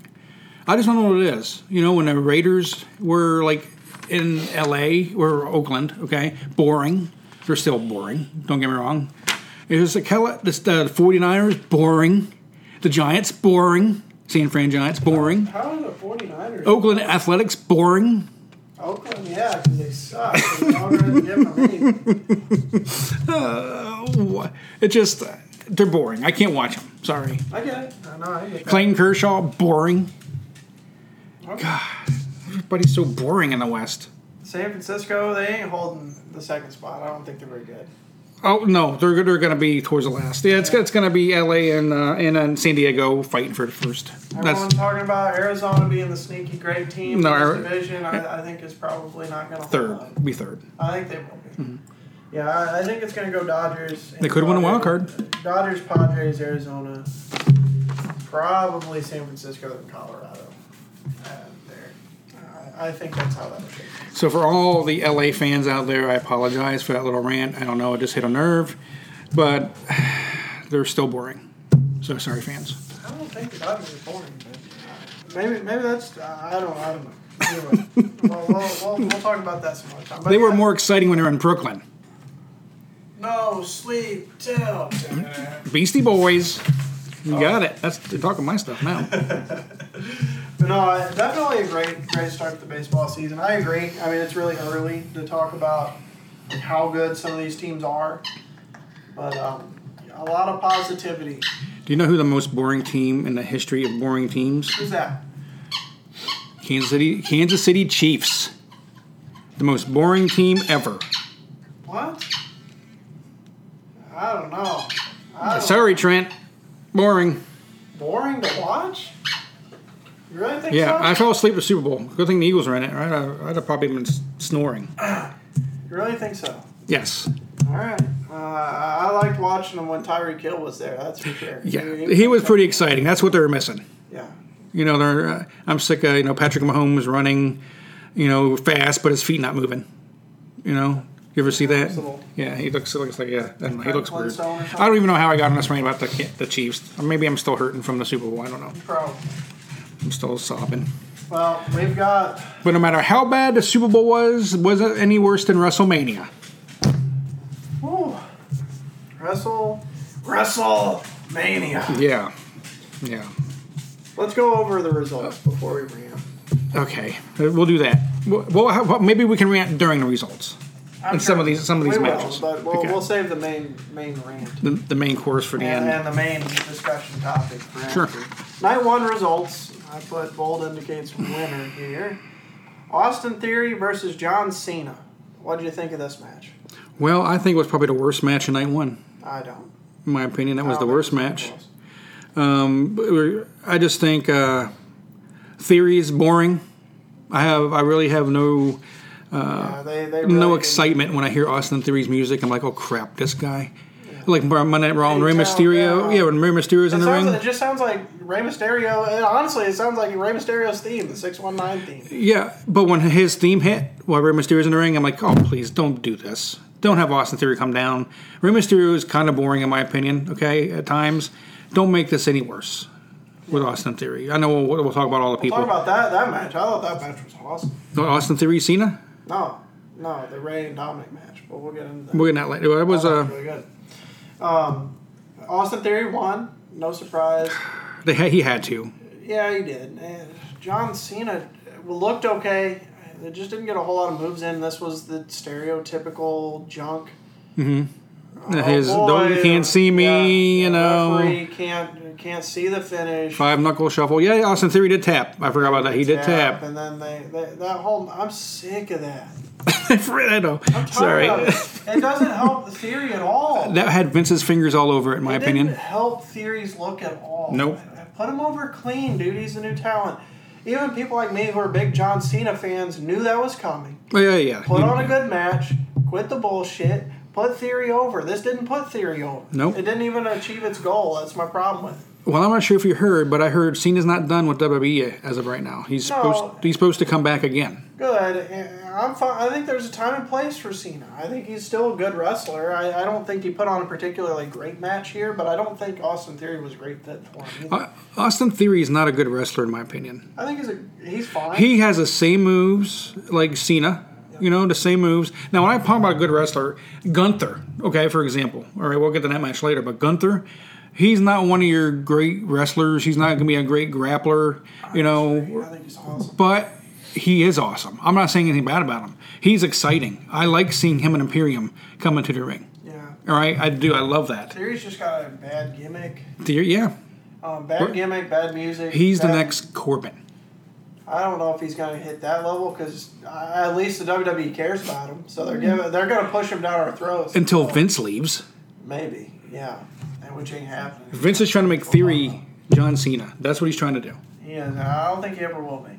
Speaker 2: I just don't know what it is. You know, when the Raiders were like in LA or Oakland, okay, boring. They're still boring. Don't get me wrong. It was the Cal- the the 49ers boring. The Giants boring. San Fran Giants boring.
Speaker 1: How are the 49ers?
Speaker 2: Oakland Athletics boring.
Speaker 1: Oakland, yeah. Yeah, because they suck. They're all in a different league.
Speaker 2: Uh, wha- it just they're boring. I can't watch them. Sorry,
Speaker 1: I get it. I know. I get that.
Speaker 2: Clayton Kershaw boring.
Speaker 1: Okay.
Speaker 2: Everybody's so boring in the West.
Speaker 1: San Francisco, they ain't holding the second spot. I don't think they're very good.
Speaker 2: Oh no, they're they're going to be towards the last. Yeah, it's it's going to be L.A. and uh, and, uh, San Diego fighting for the first.
Speaker 1: Everyone
Speaker 2: That's
Speaker 1: talking about Arizona being the sneaky great team
Speaker 2: No,
Speaker 1: in
Speaker 2: Ari-
Speaker 1: this division. I, I think is probably not going to
Speaker 2: third.
Speaker 1: Hold up.
Speaker 2: Be third.
Speaker 1: I think they will be. Yeah, I, I think it's going to go Dodgers. and
Speaker 2: They could win a wild
Speaker 1: Padres. Dodgers, Padres, Arizona, probably San Francisco and Colorado. Uh, there, I I think that's how that would be.
Speaker 2: So for all the LA fans out there, I apologize for that little rant. I don't know, it just hit a nerve, but *sighs* they're still boring. So sorry, fans.
Speaker 1: I don't think the Dodgers are boring. But maybe maybe that's I don't I don't know.
Speaker 2: *laughs*
Speaker 1: Anyway, well, we'll, we'll, we'll talk about that some other time. But
Speaker 2: They were
Speaker 1: yeah.
Speaker 2: more exciting when they were in Brooklyn.
Speaker 1: no sleep till.
Speaker 2: Beastie Boys.
Speaker 1: Oh.
Speaker 2: You got it. That's they're talking my stuff now.
Speaker 1: But no, I- definitely a great, great start to the baseball season. I agree. I mean, it's really early to talk about how good some of these teams are, but um, a lot of positivity.
Speaker 2: Do you know who the most boring team in the history of boring teams?
Speaker 1: Who's that?
Speaker 2: Kansas City Kansas City Chiefs. The most boring team ever.
Speaker 1: What? I don't know. I don't,
Speaker 2: Sorry, Trent. Boring.
Speaker 1: boring to watch. You really think
Speaker 2: Yeah,
Speaker 1: so?
Speaker 2: I fell asleep at the Super Bowl. Good thing the Eagles were in it, right? I- I'd have probably been s- snoring.
Speaker 1: you really think so?
Speaker 2: Yes.
Speaker 1: All right. Uh, I I liked watching them when Tyreek Hill was there. That's for sure.
Speaker 2: Yeah, he was pretty exciting. That's what they were missing.
Speaker 1: Yeah.
Speaker 2: You know, they're uh, I'm sick of you know Patrick Mahomes running, you know, fast but his feet not moving. You know, you ever see that?
Speaker 1: Absolutely.
Speaker 2: Yeah, he looks looks like yeah, I don't know, he
Speaker 1: Fred
Speaker 2: looks weird.
Speaker 1: Flintstone or something?
Speaker 2: I don't even know how I got on this rant about the the Chiefs. Or maybe I'm still hurting from the Super Bowl. I don't know.
Speaker 1: Pro.
Speaker 2: I'm still sobbing.
Speaker 1: Well, we've got.
Speaker 2: But no matter how bad the Super Bowl was, was it any worse than WrestleMania?
Speaker 1: Ooh. Wrestle. WrestleMania.
Speaker 2: Yeah, yeah.
Speaker 1: Let's go over the results before we rant.
Speaker 2: Okay, Uh, we'll do that. Well, we'll have- maybe we can rant during the results.
Speaker 1: I'm
Speaker 2: And some of these- some of these
Speaker 1: we
Speaker 2: matches.
Speaker 1: Will, but we'll,
Speaker 2: Okay.
Speaker 1: we'll save the main main rant
Speaker 2: The, the main course for the
Speaker 1: and,
Speaker 2: end.
Speaker 1: and the main discussion topic. For
Speaker 2: Sure.
Speaker 1: after. Night one results. I put bold indicates winner here. Austin Theory versus John Cena. What did you think of this match?
Speaker 2: Well, I think it was probably the worst match of night one.
Speaker 1: I don't.
Speaker 2: In my opinion, that was
Speaker 1: I
Speaker 2: the
Speaker 1: don't
Speaker 2: worst
Speaker 1: think it
Speaker 2: match.
Speaker 1: was.
Speaker 2: Um, but we're- I just think uh, theory is boring. I have, I really have no
Speaker 1: Yeah, they, they really
Speaker 2: Uh, no
Speaker 1: didn't-
Speaker 2: excitement when I hear Austin Theory's music. I'm like, oh crap, this guy. Like Monday Night Raw and
Speaker 1: You
Speaker 2: Rey
Speaker 1: tell,
Speaker 2: Mysterio.
Speaker 1: yeah.
Speaker 2: Yeah, when Rey Mysterio's
Speaker 1: It,
Speaker 2: in the
Speaker 1: sounds,
Speaker 2: ring.
Speaker 1: it just sounds like Rey Mysterio. It, honestly, it sounds like Rey Mysterio's theme, the 619 theme.
Speaker 2: Yeah, but when his theme hit while Rey Mysterio's in the ring, I'm like, oh please, don't do this. Don't have Austin Theory come down. Rey Mysterio is kind of boring in my opinion. Okay, at times, don't make this any worse with Austin Theory. I know we'll, we'll talk about all the people.
Speaker 1: Talk about that that match. I thought that match was awesome.
Speaker 2: Austin Theory, Cena.
Speaker 1: No, no, the Ray and Dominic match, but we'll get into that.
Speaker 2: We're not later. It was
Speaker 1: That
Speaker 2: uh,
Speaker 1: was really Oh, good. Um, Austin Theory won. No surprise.
Speaker 2: they had, he had to.
Speaker 1: Yeah, he did. And John Cena looked okay. It just didn't get a whole lot of moves in. This was the stereotypical junk.
Speaker 2: His
Speaker 1: Oh, boy.
Speaker 2: though you can't see me,
Speaker 1: Yeah,
Speaker 2: you know.
Speaker 1: Referee can't can't see the finish.
Speaker 2: Five knuckle shuffle. Yeah, Austin Theory did tap. I forgot about that. He did tap.
Speaker 1: And then they, they that whole I'm sick of that.
Speaker 2: *laughs* I know.
Speaker 1: I'm tired
Speaker 2: Sorry,
Speaker 1: Of it. it doesn't help the theory at all.
Speaker 2: *laughs* that had Vince's fingers all over it, in my
Speaker 1: It
Speaker 2: opinion.
Speaker 1: Didn't help theories look at all.
Speaker 2: Nope.
Speaker 1: Put him over clean, dude. He's a new talent. Even people like me who are big John Cena fans knew that was coming.
Speaker 2: Oh, yeah, yeah.
Speaker 1: Put on a good match. Quit the bullshit. Put theory over. This didn't put theory over.
Speaker 2: Nope.
Speaker 1: It didn't even achieve its goal. That's my problem with it.
Speaker 2: Well, I'm not sure if you heard, but I heard Cena's not done with WWE as of right now. He's
Speaker 1: No.
Speaker 2: supposed he's supposed to come back again.
Speaker 1: Good. And Eh, I'm fine. I think there's a time and place for Cena. I think he's still a good wrestler. I, I don't think he put on a particularly great match here, but I don't think Austin Theory was a great fit for him. either.
Speaker 2: Uh, Austin Theory is not a good wrestler, in my opinion.
Speaker 1: I think he's a, he's fine.
Speaker 2: He has the same moves like Cena. You know, the same moves. Now, when I talk about a good wrestler, Gunther, okay, for example. All right, we'll get to that match later, but Gunther, he's not one of your great wrestlers. He's not going to be a great grappler, you know,
Speaker 1: I think he's awesome.
Speaker 2: but he is awesome. I'm not saying anything bad about him. He's exciting. I like seeing him and Imperium come into the ring.
Speaker 1: Yeah.
Speaker 2: All right, I do. I love that.
Speaker 1: Theory's just got a bad gimmick.
Speaker 2: Dear- Yeah,
Speaker 1: Um, bad
Speaker 2: What-
Speaker 1: gimmick, bad music.
Speaker 2: he's the
Speaker 1: bad-
Speaker 2: next Corbin.
Speaker 1: I don't know if he's going to hit that level because at least the WWE cares about him, so they're giving, they're going to push him down our throats
Speaker 2: Until Vince leaves,
Speaker 1: Maybe, yeah, and which ain't happening.
Speaker 2: Vince is trying to make Theory John Cena. That's what he's trying to do.
Speaker 1: He is. I don't think he ever will be.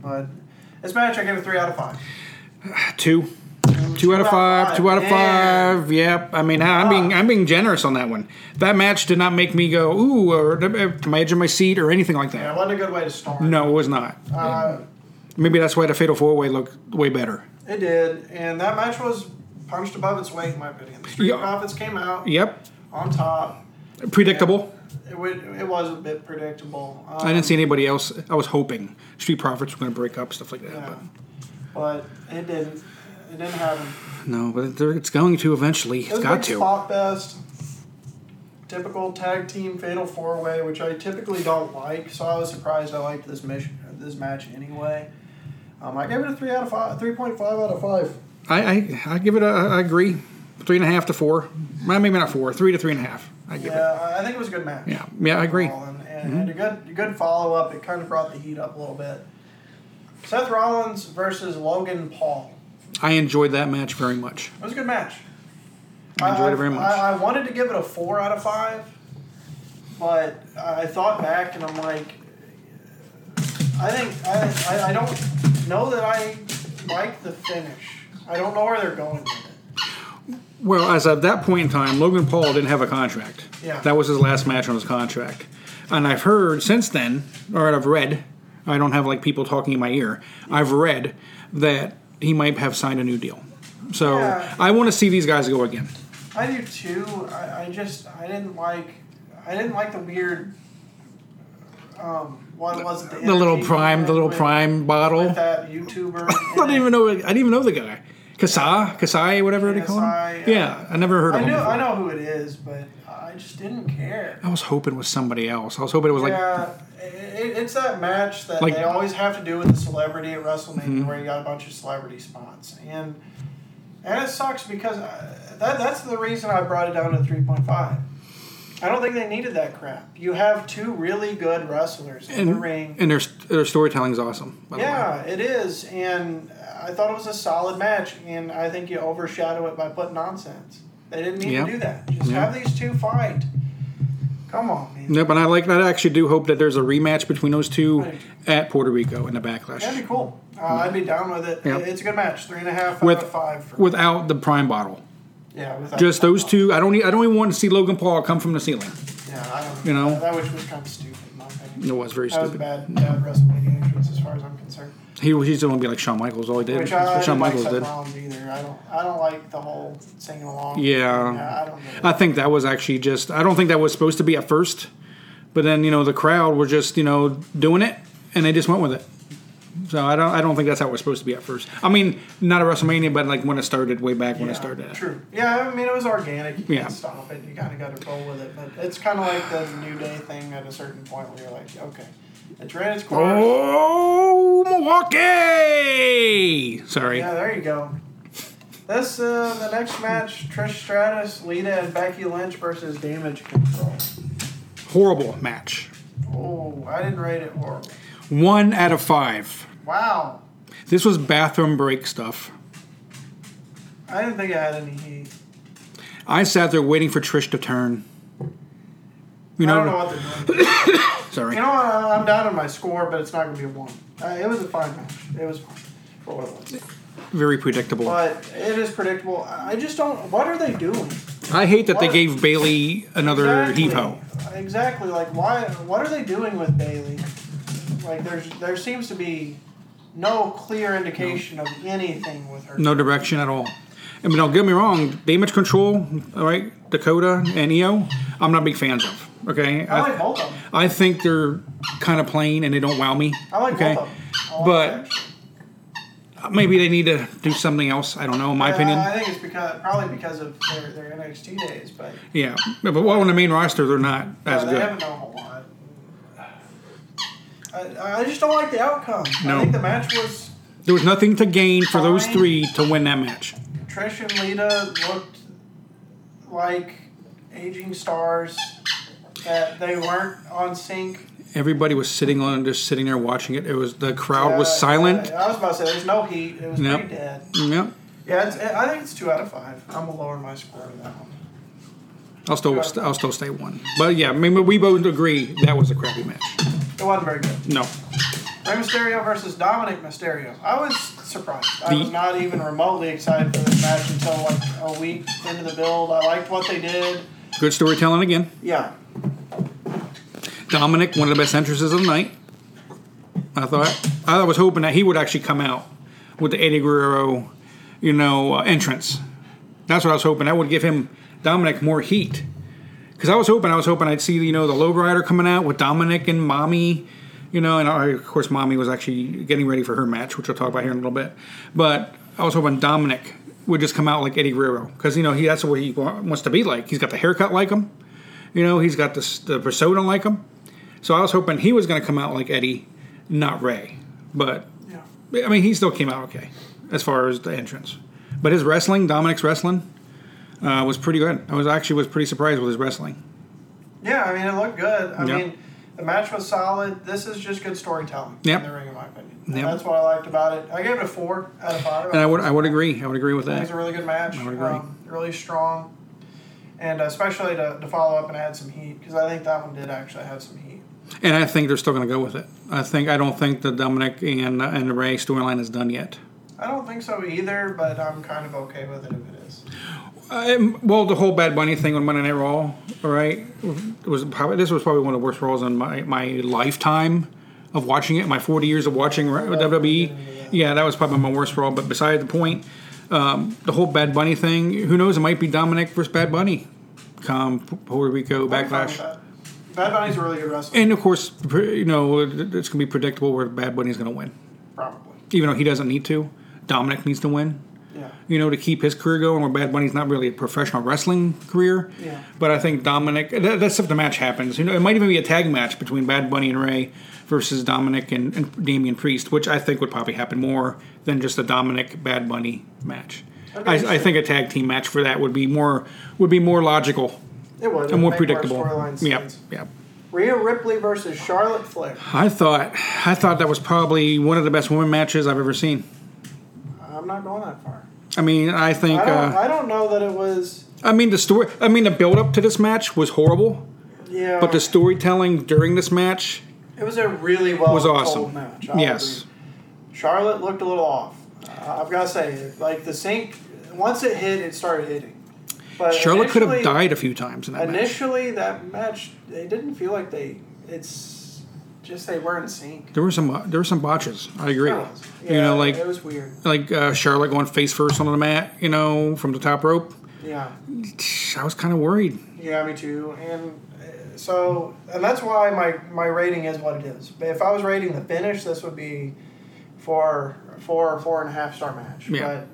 Speaker 1: But this match, I give it three out of five.
Speaker 2: Two, two out of five, two out of
Speaker 1: Man.
Speaker 2: five. Yep. I mean, I'm being I'm being generous on that one. That match did not make me go ooh or uh, to my edge of my seat or anything like
Speaker 1: Yeah,
Speaker 2: that.
Speaker 1: wasn't a good way to start.
Speaker 2: No, it was not.
Speaker 1: Uh,
Speaker 2: Maybe that's why the Fatal Four Way looked way better.
Speaker 1: it did, and that match was punched above its weight in my opinion. The Street
Speaker 2: Yeah.
Speaker 1: Profits came out
Speaker 2: Yep.
Speaker 1: on top.
Speaker 2: Predictable.
Speaker 1: It, wa- it was a bit predictable. Um,
Speaker 2: I didn't see anybody else. I was hoping Street Profits were going to break up stuff like that,
Speaker 1: um, Yeah, but it didn't. It didn't happen.
Speaker 2: but no. But they're- it's going to eventually.
Speaker 1: It
Speaker 2: It's
Speaker 1: was a
Speaker 2: got
Speaker 1: big
Speaker 2: to.
Speaker 1: Spot best. Typical tag team fatal four way, which I typically don't like, so I was surprised I liked this mission, this match anyway. Um, I gave it a three out of five, three point five out of five.
Speaker 2: I, I I give it a I agree, three and a half to four. Well, Maybe not four. Three to three and a half. I give it.
Speaker 1: Yeah, I- I think it was a good match.
Speaker 2: Yeah. Yeah. I agree. Mm-hmm.
Speaker 1: Overall, And, and, and a good, a good follow up. It kind of brought the heat up a little bit. Seth Rollins versus Logan Paul.
Speaker 2: I enjoyed that match very much.
Speaker 1: It was a good match.
Speaker 2: I enjoyed it very much.
Speaker 1: I, I wanted to give it a four out of five, but I thought back and I'm like, I think I, I, I don't know that I like the finish. I don't know where they're going with it.
Speaker 2: Well, as at that point in time, Logan Paul didn't have a contract.
Speaker 1: Yeah.
Speaker 2: That was his last match on his contract. And I've heard since then, or I've read, I don't have like people talking in my ear, I've read that he might have signed a new deal. So
Speaker 1: Yeah.
Speaker 2: I want to see these guys go again.
Speaker 1: I do too. I, I just I didn't like I didn't like the weird. Um, what was it? The,
Speaker 2: The little
Speaker 1: energy
Speaker 2: prime, the little
Speaker 1: with-
Speaker 2: prime bottle.
Speaker 1: With that YouTuber.
Speaker 2: *laughs* I don't even know. I didn't even know the guy. Kasai, Kasai, whatever they call him.
Speaker 1: Kasai,
Speaker 2: Yeah, I never heard of
Speaker 1: I
Speaker 2: him.
Speaker 1: know
Speaker 2: before.
Speaker 1: I know who it is, but I just didn't care.
Speaker 2: I was hoping it was somebody else. I was hoping it was like
Speaker 1: yeah, it, it's that match that
Speaker 2: Like- Mm-hmm.
Speaker 1: they always have to do with the celebrity at WrestleMania, where you got a bunch of celebrity spots, and and it sucks because I, that that's the reason I brought it down to three point five. I don't think they needed that crap. You have two really good wrestlers in the ring.
Speaker 2: and their their storytelling's awesome. By the way.
Speaker 1: Yeah, it is, and I thought it was a solid match, and I think you overshadow it by putting nonsense. They didn't need
Speaker 2: Yeah.
Speaker 1: to do that. Just
Speaker 2: Yeah.
Speaker 1: have these two fight. Come on, man.
Speaker 2: Nope, and I like that. I actually do hope that there's a rematch between those two
Speaker 1: Right.
Speaker 2: at Puerto Rico in the backlash
Speaker 1: That'd be cool. Uh, I'd be down with it.
Speaker 2: Yeah.
Speaker 1: It's a good match. Three and a half
Speaker 2: With-
Speaker 1: out of five. For,
Speaker 2: without the prime bottle.
Speaker 1: yeah, without
Speaker 2: Just those two. I don't. e- I don't even want to see Logan Paul come from the ceiling.
Speaker 1: Yeah, I don't
Speaker 2: you know?
Speaker 1: that which was kind of stupid. In my opinion.
Speaker 2: It was very
Speaker 1: that was a
Speaker 2: stupid.
Speaker 1: bad, bad WrestleMania entrance, as far as I'm concerned.
Speaker 2: He was. He's going to be like Shawn Michaels. All he did.
Speaker 1: Which
Speaker 2: That's
Speaker 1: I, I
Speaker 2: what Shawn
Speaker 1: didn't like
Speaker 2: Michaels
Speaker 1: Seth
Speaker 2: did.
Speaker 1: Rollins either. I don't. I don't like the whole singing along.
Speaker 2: Yeah.
Speaker 1: yeah I don't. Know.
Speaker 2: I think that was actually just. I don't think that was supposed to be at first, but then you know the crowd were just you know doing it, and they just went with it. So I don't. I don't think that's how it was supposed to be at first. I mean, not at WrestleMania, but like when it started way back when
Speaker 1: yeah,
Speaker 2: it started.
Speaker 1: True. Yeah, I mean it was organic. You
Speaker 2: Yeah.
Speaker 1: can't stop it. You kind of got to roll with it. But it's kind of like the New Day thing at a certain point where you're like, okay, it's ran its course.
Speaker 2: Oh, Milwaukee! Sorry.
Speaker 1: Yeah, there you go. This uh, the next match: Trish Stratus, Lita, and Becky Lynch versus Damage Control.
Speaker 2: Horrible match.
Speaker 1: Oh, I didn't rate it horrible.
Speaker 2: One out of five.
Speaker 1: Wow,
Speaker 2: This was bathroom break stuff.
Speaker 1: I didn't think it had any heat.
Speaker 2: I sat there waiting for Trish to turn. You know,
Speaker 1: I don't know what they're doing. *coughs*
Speaker 2: sorry.
Speaker 1: you know what? I- I'm down on my score, but it's not gonna be a one. Uh, it was a fine match. It was fine for what it was.
Speaker 2: Very predictable.
Speaker 1: But it is predictable. I I just don't. What are they doing?
Speaker 2: I hate that they
Speaker 1: What?
Speaker 2: gave Bailey another
Speaker 1: exactly.
Speaker 2: heave ho.
Speaker 1: Exactly. Like, why? What are they doing with Bailey? Like, there's there seems to be no clear indication of anything with her.
Speaker 2: No direction at all. I mean, don't get me wrong. Damage control, all right, Dakota and EO, I'm not big fans of. Okay,
Speaker 1: I like both of them.
Speaker 2: I think they're kind of plain and they don't wow me.
Speaker 1: I like
Speaker 2: okay?
Speaker 1: both of them. I like
Speaker 2: But
Speaker 1: them.
Speaker 2: Maybe they need to do something else. I don't know. In my
Speaker 1: I-
Speaker 2: opinion,
Speaker 1: Uh, I, think it's because probably because of their, their NXT days, but
Speaker 2: yeah. But well, on the main roster, they're not as
Speaker 1: uh, they haven't
Speaker 2: good.
Speaker 1: done a whole lot. I, I just don't like the outcome.
Speaker 2: No.
Speaker 1: I think the match was
Speaker 2: There was nothing to gain for those
Speaker 1: Fine.
Speaker 2: three to win that match.
Speaker 1: Trish and Lita looked like aging stars that they weren't on sync.
Speaker 2: Everybody was sitting on, just sitting there watching it. It was the crowd was
Speaker 1: Yeah,
Speaker 2: silent.
Speaker 1: yeah, Uh, I was about to say there's no heat. It was
Speaker 2: Nope.
Speaker 1: pretty dead.
Speaker 2: Yep.
Speaker 1: Yeah, it's, I think it's two out of five. I'm gonna lower my score on that one.
Speaker 2: I'll still, I'll still stay one. But yeah, I mean, we both agree that was a crappy match.
Speaker 1: It wasn't very good.
Speaker 2: No,
Speaker 1: Rey Mysterio versus Dominic Mysterio. I was surprised. I
Speaker 2: The-
Speaker 1: was not even remotely excited for this match until like a week into the build. I liked what they did.
Speaker 2: good storytelling again.
Speaker 1: Yeah,
Speaker 2: Dominic, one of the best entrances of the night. I thought I was hoping that he would actually come out with the Eddie Guerrero, you know, uh, entrance. That's what I was hoping. That would give him Dominic more heat. Because I was hoping, I was hoping I'd see you know the lowrider coming out with Dominic and Mommy, you know, and I, of course Mommy was actually getting ready for her match, which we'll talk about here in a little bit. But I was hoping Dominic would just come out like Eddie Guerrero because you know he that's what he wa- wants to be like. He's got the haircut like him, you know, he's got the, s- the persona like him. So I was hoping he was going to come out like Eddie, not Ray. But
Speaker 1: yeah.
Speaker 2: I mean, he still came out okay as far as the entrance. But his wrestling, Dominic's wrestling, uh, was pretty good. I was actually was pretty surprised with his wrestling.
Speaker 1: Yeah, I mean, it looked good. I
Speaker 2: Yeah.
Speaker 1: mean, the match was solid. This is just good storytelling
Speaker 2: Yep.
Speaker 1: in the ring, in my opinion. And
Speaker 2: Yep.
Speaker 1: That's what I liked about it. I gave it a four out of five.
Speaker 2: And I would I would agree. I would agree with
Speaker 1: It was a
Speaker 2: that.
Speaker 1: really good match.
Speaker 2: I would agree.
Speaker 1: Um, really strong. And uh, especially to, to follow up and add some heat, because I think that one did actually have some heat.
Speaker 2: And I think they're still going to go with it. I think I don't think the Dominic and uh, and the Ray storyline is done yet.
Speaker 1: I don't think so either, but I'm kind of okay with it if it is.
Speaker 2: Um, well, the whole Bad Bunny thing on Monday Night Raw, all right, was probably this was probably one of the worst Raws in my, my lifetime of watching it. My forty years of watching Ra- WWE, yeah, that was probably my worst Raw. But beside the point, um, the whole Bad Bunny thing. Who knows? It might be Dominic versus Bad Bunny, come P- Puerto Rico
Speaker 1: I'm fine with
Speaker 2: backlash, Eh.
Speaker 1: that. Bad Bunny's a really good wrestler,
Speaker 2: and of course, pre- you know, it- it's going to be predictable where Bad Bunny's going to win,
Speaker 1: probably.
Speaker 2: even though he doesn't need to. Dominic needs to win
Speaker 1: Yeah.
Speaker 2: you know, to keep his career going. Where Bad Bunny's not really a professional wrestling career,
Speaker 1: Yeah.
Speaker 2: but I think Dominic. That, that's if the match happens. You know, it might even be a tag match between Bad Bunny and Ray versus Dominic and, and Damian Priest, which I think would probably happen more than just a Dominic Bad Bunny match.
Speaker 1: That'd be
Speaker 2: I, I
Speaker 1: interesting.
Speaker 2: think a tag team match for that would be more would be more logical
Speaker 1: It would.
Speaker 2: and more
Speaker 1: Make
Speaker 2: predictable.
Speaker 1: storyline
Speaker 2: yeah,
Speaker 1: sense.
Speaker 2: yeah.
Speaker 1: Rhea Ripley versus Charlotte Flair.
Speaker 2: I thought I thought that was probably one of the best women matches I've ever seen.
Speaker 1: I'm not going that far.
Speaker 2: I mean, I think
Speaker 1: I don't,
Speaker 2: uh,
Speaker 1: I don't know that it was.
Speaker 2: I mean the story. I mean the build up to this match was horrible.
Speaker 1: Yeah.
Speaker 2: But the storytelling during this match
Speaker 1: It was a really well
Speaker 2: was awesome.
Speaker 1: told match. I
Speaker 2: yes.
Speaker 1: agree. Charlotte looked a little off. Uh, I've got to say, like the sink, once it hit, it started hitting. But
Speaker 2: Charlotte could have
Speaker 1: initially-
Speaker 2: died a few times in that match.
Speaker 1: Initially, that match, they didn't feel like they. It's just they were in sync.
Speaker 2: There were some there were some botches. I agree.
Speaker 1: Yeah,
Speaker 2: you know, like
Speaker 1: it was weird.
Speaker 2: like uh, Charlotte going face first on the mat, you know, from the top rope.
Speaker 1: Yeah.
Speaker 2: I was kind of worried.
Speaker 1: Yeah, me too. And uh, so, and that's why my my rating is what it is. But if I was rating the finish, this would be four, four, four and a half star match.
Speaker 2: Yeah.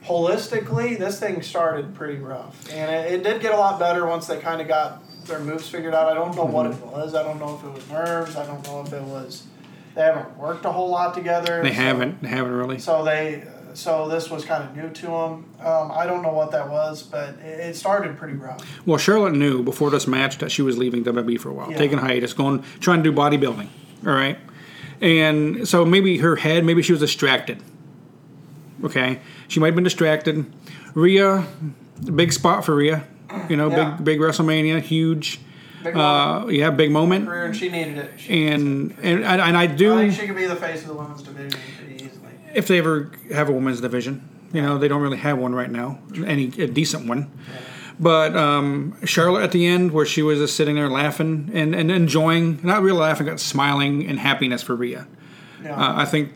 Speaker 1: But holistically, this thing started pretty rough, and it, it did get a lot better once they kind of got their moves figured out. I don't know what it
Speaker 2: Mm-hmm.
Speaker 1: was. I don't know if it was nerves. I don't know if it was they haven't worked a whole lot together.
Speaker 2: They
Speaker 1: so-
Speaker 2: haven't they haven't really.
Speaker 1: so they, so this was kind of new to them. Um, I don't know what that was, but it, it started pretty rough.
Speaker 2: Well, Charlotte knew before this match that she was leaving WWE for a while,
Speaker 1: Yeah.
Speaker 2: taking a hiatus, going trying to do bodybuilding. All right, and so maybe her head, maybe she was distracted. Okay, she might have been distracted. Rhea, big spot for Rhea. You know,
Speaker 1: Yeah.
Speaker 2: big big WrestleMania, huge.
Speaker 1: Big
Speaker 2: Uh, yeah, big moment.
Speaker 1: career, and she needed it. She,
Speaker 2: And and and I
Speaker 1: I
Speaker 2: do
Speaker 1: think she could be the face of the women's division pretty easily.
Speaker 2: if they ever have a women's division. You know, they don't really have one right now, any a decent one. But um, Charlotte at the end, where she was just sitting there laughing and, and enjoying, not really laughing, but smiling and happiness for Rhea.
Speaker 1: Yeah,
Speaker 2: Uh, I think,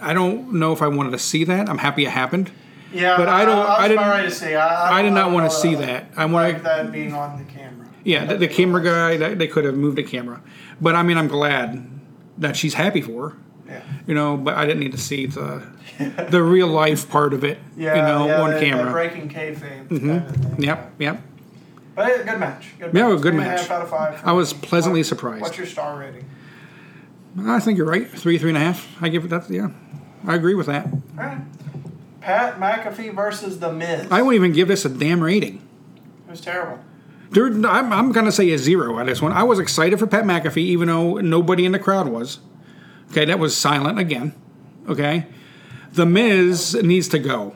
Speaker 2: I don't know if I wanted to see that. I'm happy it happened.
Speaker 1: yeah.
Speaker 2: but I don't-
Speaker 1: I, was
Speaker 2: I didn't-
Speaker 1: sorry to see. I,
Speaker 2: I did not
Speaker 1: don't
Speaker 2: want
Speaker 1: know
Speaker 2: to see that. I
Speaker 1: I like
Speaker 2: want to,
Speaker 1: that being on the camera.
Speaker 2: yeah, the, the camera guy, that, they could have moved the camera. But I mean, I'm glad that she's happy for her.
Speaker 1: Yeah,
Speaker 2: You know, but I didn't need to see the the real life part of it.
Speaker 1: yeah.
Speaker 2: you know,
Speaker 1: yeah,
Speaker 2: on
Speaker 1: the- the
Speaker 2: camera.
Speaker 1: breaking kayfabe. Kind of thing.
Speaker 2: Yep, yep.
Speaker 1: But it, good match. Good
Speaker 2: Yeah,
Speaker 1: match.
Speaker 2: a good
Speaker 1: Three and
Speaker 2: match.
Speaker 1: half out of five. for
Speaker 2: I was
Speaker 1: me.
Speaker 2: pleasantly
Speaker 1: What-
Speaker 2: surprised.
Speaker 1: What's your star rating?
Speaker 2: I think you're right. Three, three and a half. I give it that. Yeah, I agree with that.
Speaker 1: All right. Pat McAfee versus The Miz.
Speaker 2: I won't even give this a damn rating.
Speaker 1: it was terrible.
Speaker 2: Dude, I'm, I'm gonna say a zero on this one. I was excited for Pat McAfee, even though nobody in the crowd was. Okay, that was silent again. Okay, The Miz needs to go.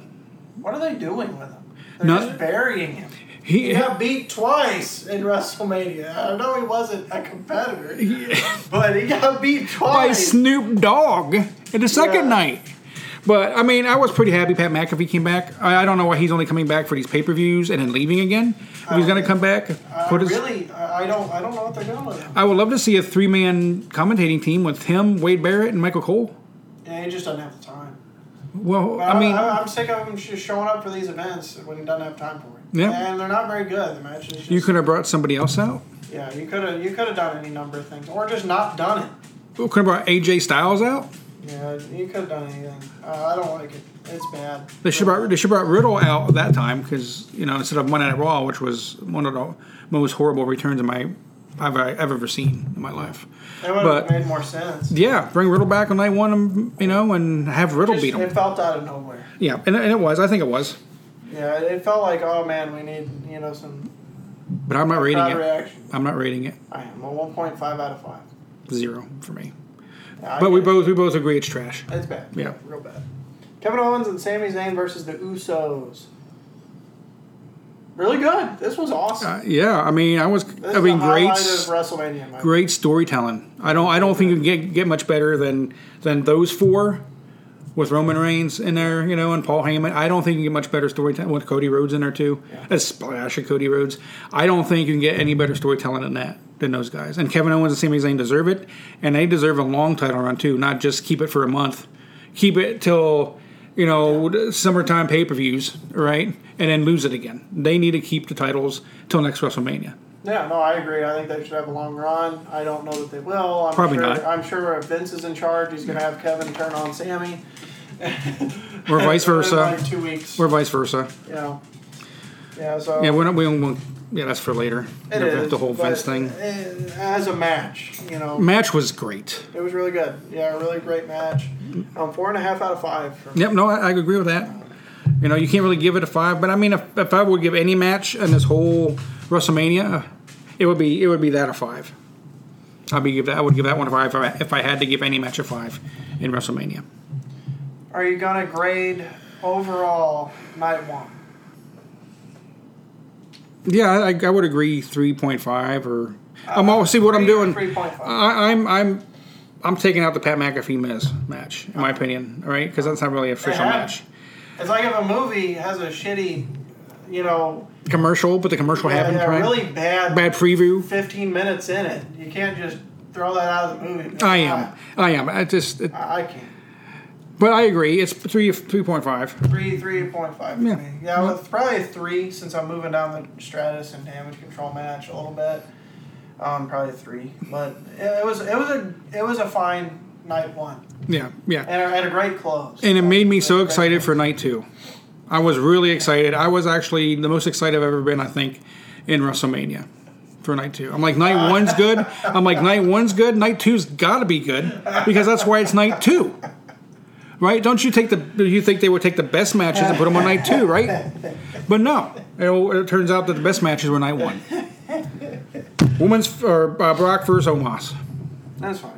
Speaker 1: What are they doing with him? They're
Speaker 2: No-
Speaker 1: just burying him.
Speaker 2: He
Speaker 1: He got beat twice in WrestleMania. I know he wasn't a competitor, but he got beat
Speaker 2: by
Speaker 1: twice.
Speaker 2: Snoop Dogg in the second
Speaker 1: Yeah.
Speaker 2: night. But I mean, I was pretty happy Pat McAfee came back. I, I don't know why he's only coming back for these pay per views and then leaving again. If he's gonna come back,
Speaker 1: I
Speaker 2: put his.
Speaker 1: Uh, really, I I don't, I don't know what they're doing with him.
Speaker 2: I would love to see a three man commentating team with him, Wade Barrett, and Michael Cole.
Speaker 1: Yeah, he just doesn't have the time.
Speaker 2: Well,
Speaker 1: I,
Speaker 2: I mean,
Speaker 1: I, am sick of him just showing up for these events when he doesn't have time for it.
Speaker 2: Yeah.
Speaker 1: and they're not very good. The matches. Just,
Speaker 2: you could have brought somebody else out.
Speaker 1: Yeah, you could have, you could have done any number of things, or just not done it.
Speaker 2: Could have brought AJ Styles out.
Speaker 1: Yeah, you could have done anything. Uh, I don't like it. It's bad.
Speaker 2: They should brought they should brought Riddle out that time because you know instead of Monday Night Raw, which was one of the most horrible returns in my I've, I've ever seen in my life.
Speaker 1: It would
Speaker 2: but-
Speaker 1: have made more sense.
Speaker 2: Yeah, bring Riddle back on night one, um, you know, and have Riddle
Speaker 1: Just-
Speaker 2: beat him.
Speaker 1: It felt out of nowhere.
Speaker 2: Yeah, and, and it was. I think it was,
Speaker 1: Yeah, it it felt like, oh man, we need you know some
Speaker 2: but I'm not rating
Speaker 1: crowd
Speaker 2: it.
Speaker 1: reaction.
Speaker 2: I'm not rating it
Speaker 1: I am a 1.5 out of five.
Speaker 2: zero for me.
Speaker 1: Yeah, I
Speaker 2: But we
Speaker 1: get it.
Speaker 2: both we both agree it's trash.
Speaker 1: It's bad.
Speaker 2: Yeah.
Speaker 1: real bad. Kevin Owens and Sami Zayn versus the Usos. Really good. This was awesome.
Speaker 2: Uh, yeah, I mean, I was.
Speaker 1: This
Speaker 2: I
Speaker 1: is
Speaker 2: mean,
Speaker 1: the
Speaker 2: great,
Speaker 1: highlight of WrestleMania. in my
Speaker 2: great storytelling. I don't. I don't think you can get get much better than than those four. With Roman Reigns in there, you know, and Paul Heyman, I don't think you can get much better storytelling with Cody Rhodes in there too. A splash of Cody Rhodes. I don't think you can get any better storytelling than that than those guys. And Kevin Owens and Sami Zayn deserve it, and they deserve a long title run too, not just keep it for a month, keep it till you know summertime pay per views, right, and then lose it again. They need to keep the titles till next WrestleMania.
Speaker 1: Yeah, no, I agree. I think they should have a long run. I don't know that they will. I'm
Speaker 2: Probably
Speaker 1: sure,
Speaker 2: not.
Speaker 1: I'm sure if Vince is in charge, he's going to have Kevin turn on Sammy.
Speaker 2: Or vice
Speaker 1: In
Speaker 2: versa.
Speaker 1: like two weeks.
Speaker 2: Or vice versa.
Speaker 1: you know. Yeah, so.
Speaker 2: Yeah, we're not, we won't. Yeah, that's for later.
Speaker 1: It
Speaker 2: the,
Speaker 1: is,
Speaker 2: the whole
Speaker 1: but,
Speaker 2: Vince thing.
Speaker 1: uh, As a match, you know,
Speaker 2: Match was great.
Speaker 1: it was really good. Yeah, a really great match. Um, four and a half out of five. For,
Speaker 2: Yep, no, I, I agree with that. You know, you can't really give it a five, but I mean, if, if I would give any match in this whole WrestleMania, it would be it would be that a five. I'd be give that. I would give that one a five if I, if I had to give any match a five in WrestleMania.
Speaker 1: Are you gonna grade overall night one?
Speaker 2: Yeah, I, I would agree three point five or I'm all see what I'm doing.
Speaker 1: Three point five.
Speaker 2: I, I'm I'm I'm taking out the Pat McAfee Miz match in my opinion. All right, because that's not really an official
Speaker 1: have.
Speaker 2: match.
Speaker 1: It's like if a movie has a shitty, you know,
Speaker 2: commercial, but the commercial
Speaker 1: yeah,
Speaker 2: happened
Speaker 1: yeah,
Speaker 2: right.
Speaker 1: really bad,
Speaker 2: Bad preview.
Speaker 1: fifteen minutes in it. You can't just throw that out of the movie.
Speaker 2: I
Speaker 1: Um,
Speaker 2: am. I am. I just. It,
Speaker 1: I, I can't.
Speaker 2: but I agree. It's three three point five.
Speaker 1: Three, three point five.
Speaker 2: Yeah.
Speaker 1: Yeah, me. yeah, well, it's probably a three since I'm moving down the Stratus and damage control match a little bit. Um, probably a three, but it it was it was a it was a fine night one
Speaker 2: Yeah, yeah.
Speaker 1: and a, and a great close.
Speaker 2: And it made me so
Speaker 1: Great
Speaker 2: excited for night two. I was really excited. I was actually the most excited I've ever been. I think in WrestleMania for night two. I'm like night one's good. I'm like night one's good. Night two's got to be good because that's why it's night two. Right? Don't you take the? You think they would take the best matches and put them on night two, right? But no, it, it turns out that the best matches were night one. Women's or uh, Brock versus Omos.
Speaker 1: That's fine.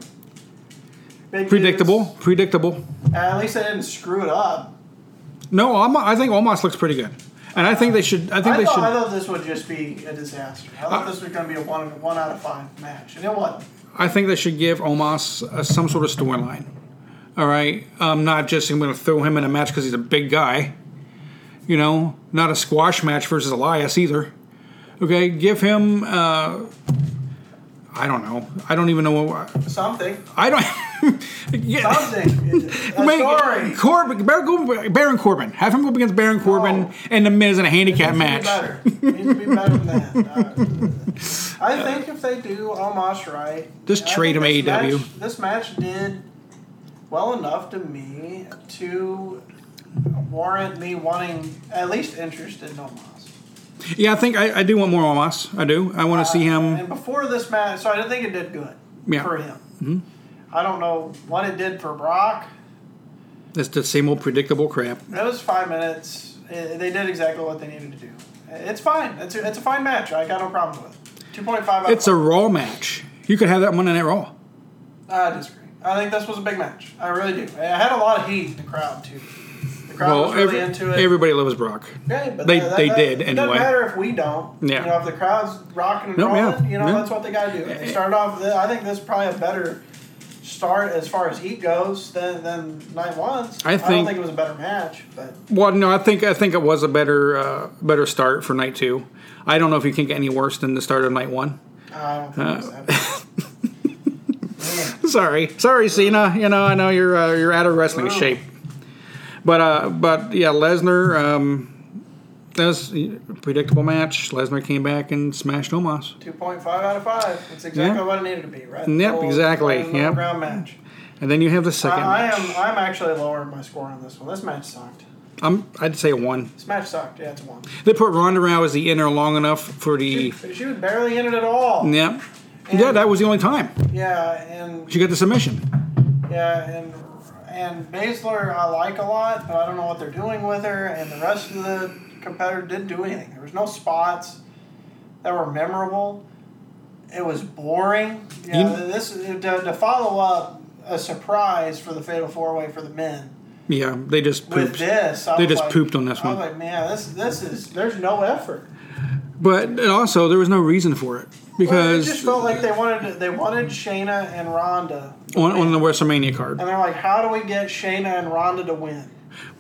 Speaker 1: Big
Speaker 2: Predictable, predictable.
Speaker 1: news. At least I didn't screw it up.
Speaker 2: No, Om- I think Omos looks pretty good, and I think they should. I think
Speaker 1: I
Speaker 2: they
Speaker 1: thought,
Speaker 2: should.
Speaker 1: I thought this would just be a disaster. I thought this was going to be a one one out of five match, and it wasn't.
Speaker 2: I think they should give Omos uh, some sort of storyline. All right, um, not just I'm going to throw him in a match because he's a big guy. You know, not a squash match versus Elias either. Okay, give him. Uh, I don't know. I don't even know what. *laughs*
Speaker 1: Something,
Speaker 2: I don't. yeah.
Speaker 1: something.
Speaker 2: Make- *laughs*
Speaker 1: Sorry.
Speaker 2: Corbin, Baron, Corbin- Baron Corbin. Have him go up against Baron Corbin
Speaker 1: No.
Speaker 2: and the Miz in a handicap match.
Speaker 1: Needs to be better. Needs to be better than
Speaker 2: *laughs*
Speaker 1: that. Uh, I think if they do Omos right,
Speaker 2: Just
Speaker 1: I think
Speaker 2: trade E
Speaker 1: this
Speaker 2: him AEW.
Speaker 1: match- This match did well enough to me to warrant me wanting at least interested in Omos.
Speaker 2: Yeah, I think I, I do want more Omos. I do. I want to see him.
Speaker 1: And before this match, so I didn't think it did good
Speaker 2: Yeah. Mm-hmm.
Speaker 1: for him. I don't know what it did for Brock.
Speaker 2: It's the same old predictable crap.
Speaker 1: That was five minutes. Eh, They did exactly what they needed to do. It's fine. It's a, it's a fine match. I got no problem with it. 2.5 out of
Speaker 2: It's a Raw match. You could have that Monday Night Raw.
Speaker 1: I disagree. I think this was a big match. I really do. I had a lot of heat in the crowd too. The crowd
Speaker 2: Well,
Speaker 1: was really
Speaker 2: every-
Speaker 1: into it.
Speaker 2: everybody loves Brock.
Speaker 1: Yeah, but
Speaker 2: they-
Speaker 1: that- that-
Speaker 2: they
Speaker 1: that-
Speaker 2: did
Speaker 1: It
Speaker 2: anyway.
Speaker 1: doesn't matter if we don't.
Speaker 2: Yeah.
Speaker 1: You know, if the crowd's rocking and
Speaker 2: Nope,
Speaker 1: rolling,
Speaker 2: yeah, Eh,
Speaker 1: you know,
Speaker 2: yeah.
Speaker 1: that's what they got to do. They started off. With, I think this is probably a better start as far as heat goes than than night one's.
Speaker 2: I
Speaker 1: I don't
Speaker 2: think-
Speaker 1: think it was a better match, but
Speaker 2: Well, no, I think I think it was a better uh, better start for night two. I don't know if you can get any worse than the start of night one. *laughs*
Speaker 1: I don't think it
Speaker 2: Uh,
Speaker 1: was that. bad.
Speaker 2: Sorry, sorry, Cena. You know, I know you're uh, you're out of wrestling
Speaker 1: Wow.
Speaker 2: shape. But uh, but yeah, Lesnar. Um, that was a predictable match. Lesnar came back and smashed Omos.
Speaker 1: Two point five out of five. It's exactly
Speaker 2: Yeah.
Speaker 1: what it needed to be, right?
Speaker 2: Yep,
Speaker 1: The whole-
Speaker 2: exactly,
Speaker 1: the whole
Speaker 2: yep.
Speaker 1: Ground match.
Speaker 2: And then you have the second.
Speaker 1: I, I
Speaker 2: match.
Speaker 1: am. I'm actually lowering my score on this one. This match sucked.
Speaker 2: I'm, I'd say a one.
Speaker 1: This match sucked. Yeah, it's a one.
Speaker 2: They put Ronda Rousey as the inner long enough for the.
Speaker 1: She, she was barely in it at all.
Speaker 2: Yeah. Yeah, that was the only time
Speaker 1: Yeah, and
Speaker 2: she got the submission.
Speaker 1: Yeah, and and Baszler I like a lot, but I don't know what they're doing with her. And the rest of the competitor didn't do anything. There was no spots that were memorable. It was boring. Yeah,
Speaker 2: You-
Speaker 1: this to, to follow up a surprise for the Fatal Four Way for the men.
Speaker 2: Yeah, they just
Speaker 1: With
Speaker 2: pooped.
Speaker 1: this, I
Speaker 2: They
Speaker 1: was
Speaker 2: just
Speaker 1: like-
Speaker 2: pooped on this
Speaker 1: I
Speaker 2: one.
Speaker 1: was like, man, this this is there's no effort.
Speaker 2: But also, there was no reason for it
Speaker 1: Well, it
Speaker 2: because
Speaker 1: just felt like they wanted to, they wanted Shayna and Ronda,
Speaker 2: on, on the WrestleMania card.
Speaker 1: and they're like, how do we get Shayna and Ronda to win?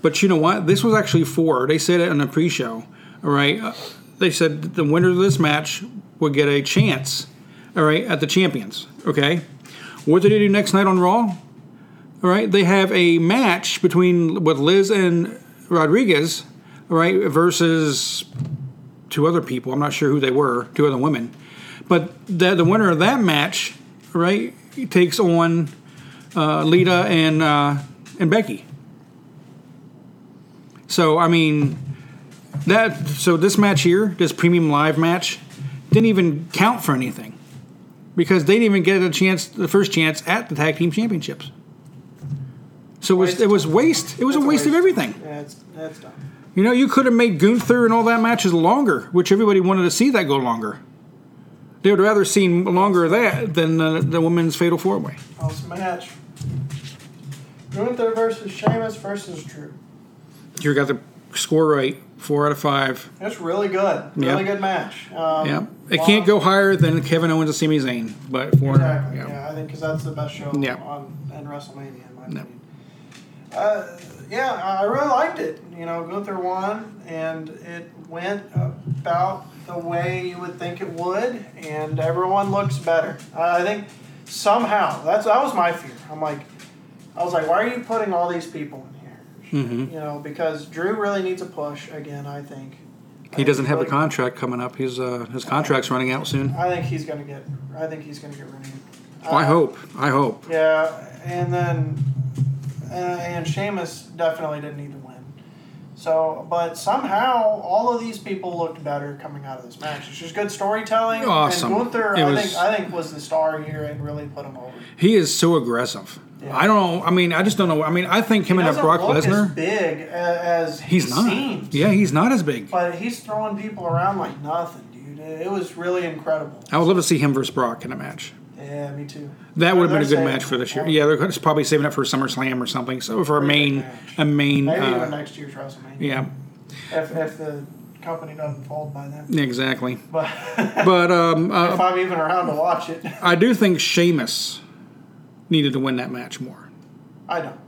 Speaker 2: But you know what? This was actually for. They said it on the pre-show. All right, Uh, they said that the winner of this match would get a chance. All right, at the champions. Okay, what did they do next night on Raw? All right, they have a match between with Liz and Rodriguez. All right, versus two other people. I'm not sure who they were. Two other women, but the, the winner of that match, all right, takes on uh, Lita and uh, and Becky. So I mean, that so this match here, this premium live match, didn't even count for anything because they didn't even get a chance, the first chance at the tag team championships. So it was, it was waste. It was a
Speaker 1: It's a
Speaker 2: waste of
Speaker 1: waste.
Speaker 2: everything.
Speaker 1: Yeah, it's that's dumb.
Speaker 2: You know, you could have made Gunther and all that matches longer, which everybody wanted to see that go longer. They would rather seen longer of that than the, the women's fatal four way.
Speaker 1: Awesome Oh, match. Gunther versus Sheamus versus Drew.
Speaker 2: You got the score right, four out of five.
Speaker 1: That's really good. Really
Speaker 2: Yeah.
Speaker 1: good match. Um,
Speaker 2: Yeah, it
Speaker 1: wow.
Speaker 2: can't go higher than Kevin Owens and Sami Zayn, but four.
Speaker 1: Exactly. Yeah,
Speaker 2: Yeah.
Speaker 1: I think because that's the best show
Speaker 2: Yeah.
Speaker 1: on in WrestleMania in my
Speaker 2: No.
Speaker 1: opinion. Uh, yeah, I I really liked it. You know, Gunther won, and it went about the way you would think it would, and everyone looks better. I I think somehow that's that was my fear. I'm like, I was like, why are you putting all these people in here?
Speaker 2: Mhm.
Speaker 1: You know, because Drew really needs a push again. I think
Speaker 2: He doesn't have a
Speaker 1: Like,
Speaker 2: contract coming up. His uh, his contract's running out soon.
Speaker 1: I think he's gonna get. I think he's gonna get renewed.
Speaker 2: I
Speaker 1: Uh,
Speaker 2: hope. I hope.
Speaker 1: Yeah, and then uh, and Sheamus definitely didn't need to win. So, but somehow all of these people looked better coming out of this match. It's just good storytelling.
Speaker 2: Awesome.
Speaker 1: And Gunther,
Speaker 2: It
Speaker 1: I
Speaker 2: was-
Speaker 1: think, I think was the star here and really put him over.
Speaker 2: He is so aggressive.
Speaker 1: Yeah.
Speaker 2: I don't know. I mean, I just don't know. I mean, I think him
Speaker 1: He
Speaker 2: and that
Speaker 1: doesn't
Speaker 2: Brock
Speaker 1: look as
Speaker 2: Lesnar.
Speaker 1: big a- as he
Speaker 2: He's not.
Speaker 1: seems,
Speaker 2: Yeah, he's not as big.
Speaker 1: but he's throwing people around like nothing, dude. It was really incredible.
Speaker 2: I would love to see him versus Brock in a match.
Speaker 1: Yeah, me too.
Speaker 2: That would have been
Speaker 1: They're
Speaker 2: a good
Speaker 1: saving
Speaker 2: match for this year.
Speaker 1: it.
Speaker 2: Yeah, they're just probably saving it for SummerSlam or something. So for a
Speaker 1: Pretty good
Speaker 2: main,
Speaker 1: match.
Speaker 2: a main.
Speaker 1: Maybe even
Speaker 2: Uh,
Speaker 1: next year's WrestleMania.
Speaker 2: yeah,
Speaker 1: If, if the company doesn't fold by then.
Speaker 2: exactly.
Speaker 1: But *laughs*
Speaker 2: But um,
Speaker 1: if
Speaker 2: uh,
Speaker 1: I'm even around to watch it,
Speaker 2: I do think Sheamus needed to win that match more.
Speaker 1: I don't.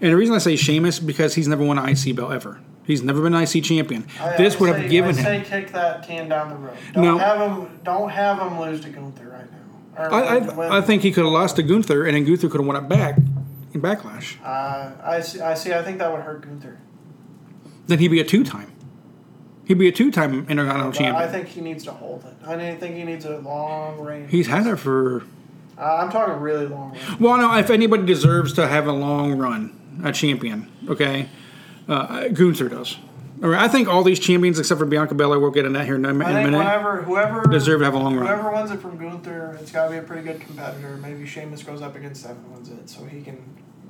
Speaker 2: And the reason I say Sheamus because he's never won an IC belt ever. He's never been IC champion.
Speaker 1: I,
Speaker 2: this
Speaker 1: I
Speaker 2: would
Speaker 1: say,
Speaker 2: have given
Speaker 1: I
Speaker 2: him.
Speaker 1: say kick that can down the road. Don't
Speaker 2: No.
Speaker 1: have him. Don't have him lose to Gunther right now. Or
Speaker 2: I,
Speaker 1: win.
Speaker 2: I, I think he could have lost to Gunther, and then Gunther could have won it back in Backlash.
Speaker 1: Uh, I see. I see. I think that would hurt Gunther.
Speaker 2: Then he'd be a two-time. He'd be a two-time Intercontinental
Speaker 1: But I
Speaker 2: champion.
Speaker 1: think he needs to hold it. I need- think he needs a long reign.
Speaker 2: He's had it for
Speaker 1: uh, I'm talking really long reign.
Speaker 2: Well, no, if anybody deserves to have a long run, a champion, okay, uh, Gunther does. All right, I think all these champions, except for Bianca Belair, we'll get in that here in a, in
Speaker 1: I
Speaker 2: a
Speaker 1: think
Speaker 2: minute,
Speaker 1: whenever whoever
Speaker 2: deserve to have a long run.
Speaker 1: whoever wins it from Gunther, it's got to be a pretty good competitor. Maybe Sheamus goes up against that and wins it, so he can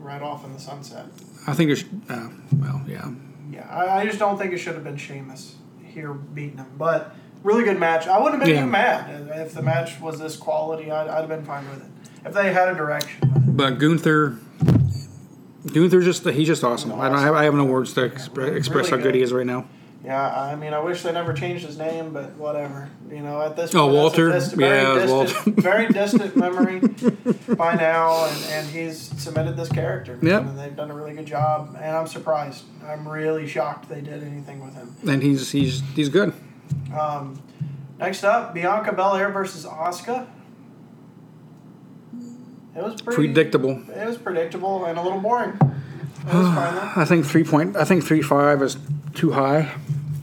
Speaker 1: right off in the sunset.
Speaker 2: I think there's. Uh, well, yeah.
Speaker 1: Yeah, I, I just don't think it should have been Sheamus here beating him. But really good match. I wouldn't have been
Speaker 2: Yeah.
Speaker 1: even mad if the match was this quality. I'd, I'd have been fine with it if they had a direction. with it.
Speaker 2: But Gunther. Gunther's just he's just awesome. I don't have I have no words to expre- express how
Speaker 1: really
Speaker 2: good he
Speaker 1: good.
Speaker 2: is right now.
Speaker 1: Yeah, I mean, I wish they never changed his name, but whatever. You know, at this point, that's a
Speaker 2: Oh, Walter?
Speaker 1: dist-
Speaker 2: Yeah, it
Speaker 1: very
Speaker 2: was
Speaker 1: distant,
Speaker 2: *laughs*
Speaker 1: very distant memory by now, and, and he's cemented this character.
Speaker 2: Yep.
Speaker 1: and they've done a really good job, and I'm surprised. I'm really shocked they did anything with him.
Speaker 2: And he's he's he's good.
Speaker 1: Um, next up, Bianca Belair versus Asuka. It was pretty,
Speaker 2: Predictable.
Speaker 1: It was predictable and a little boring. It was fine
Speaker 2: *sighs*
Speaker 1: though.
Speaker 2: I think three point. I think three five is too high.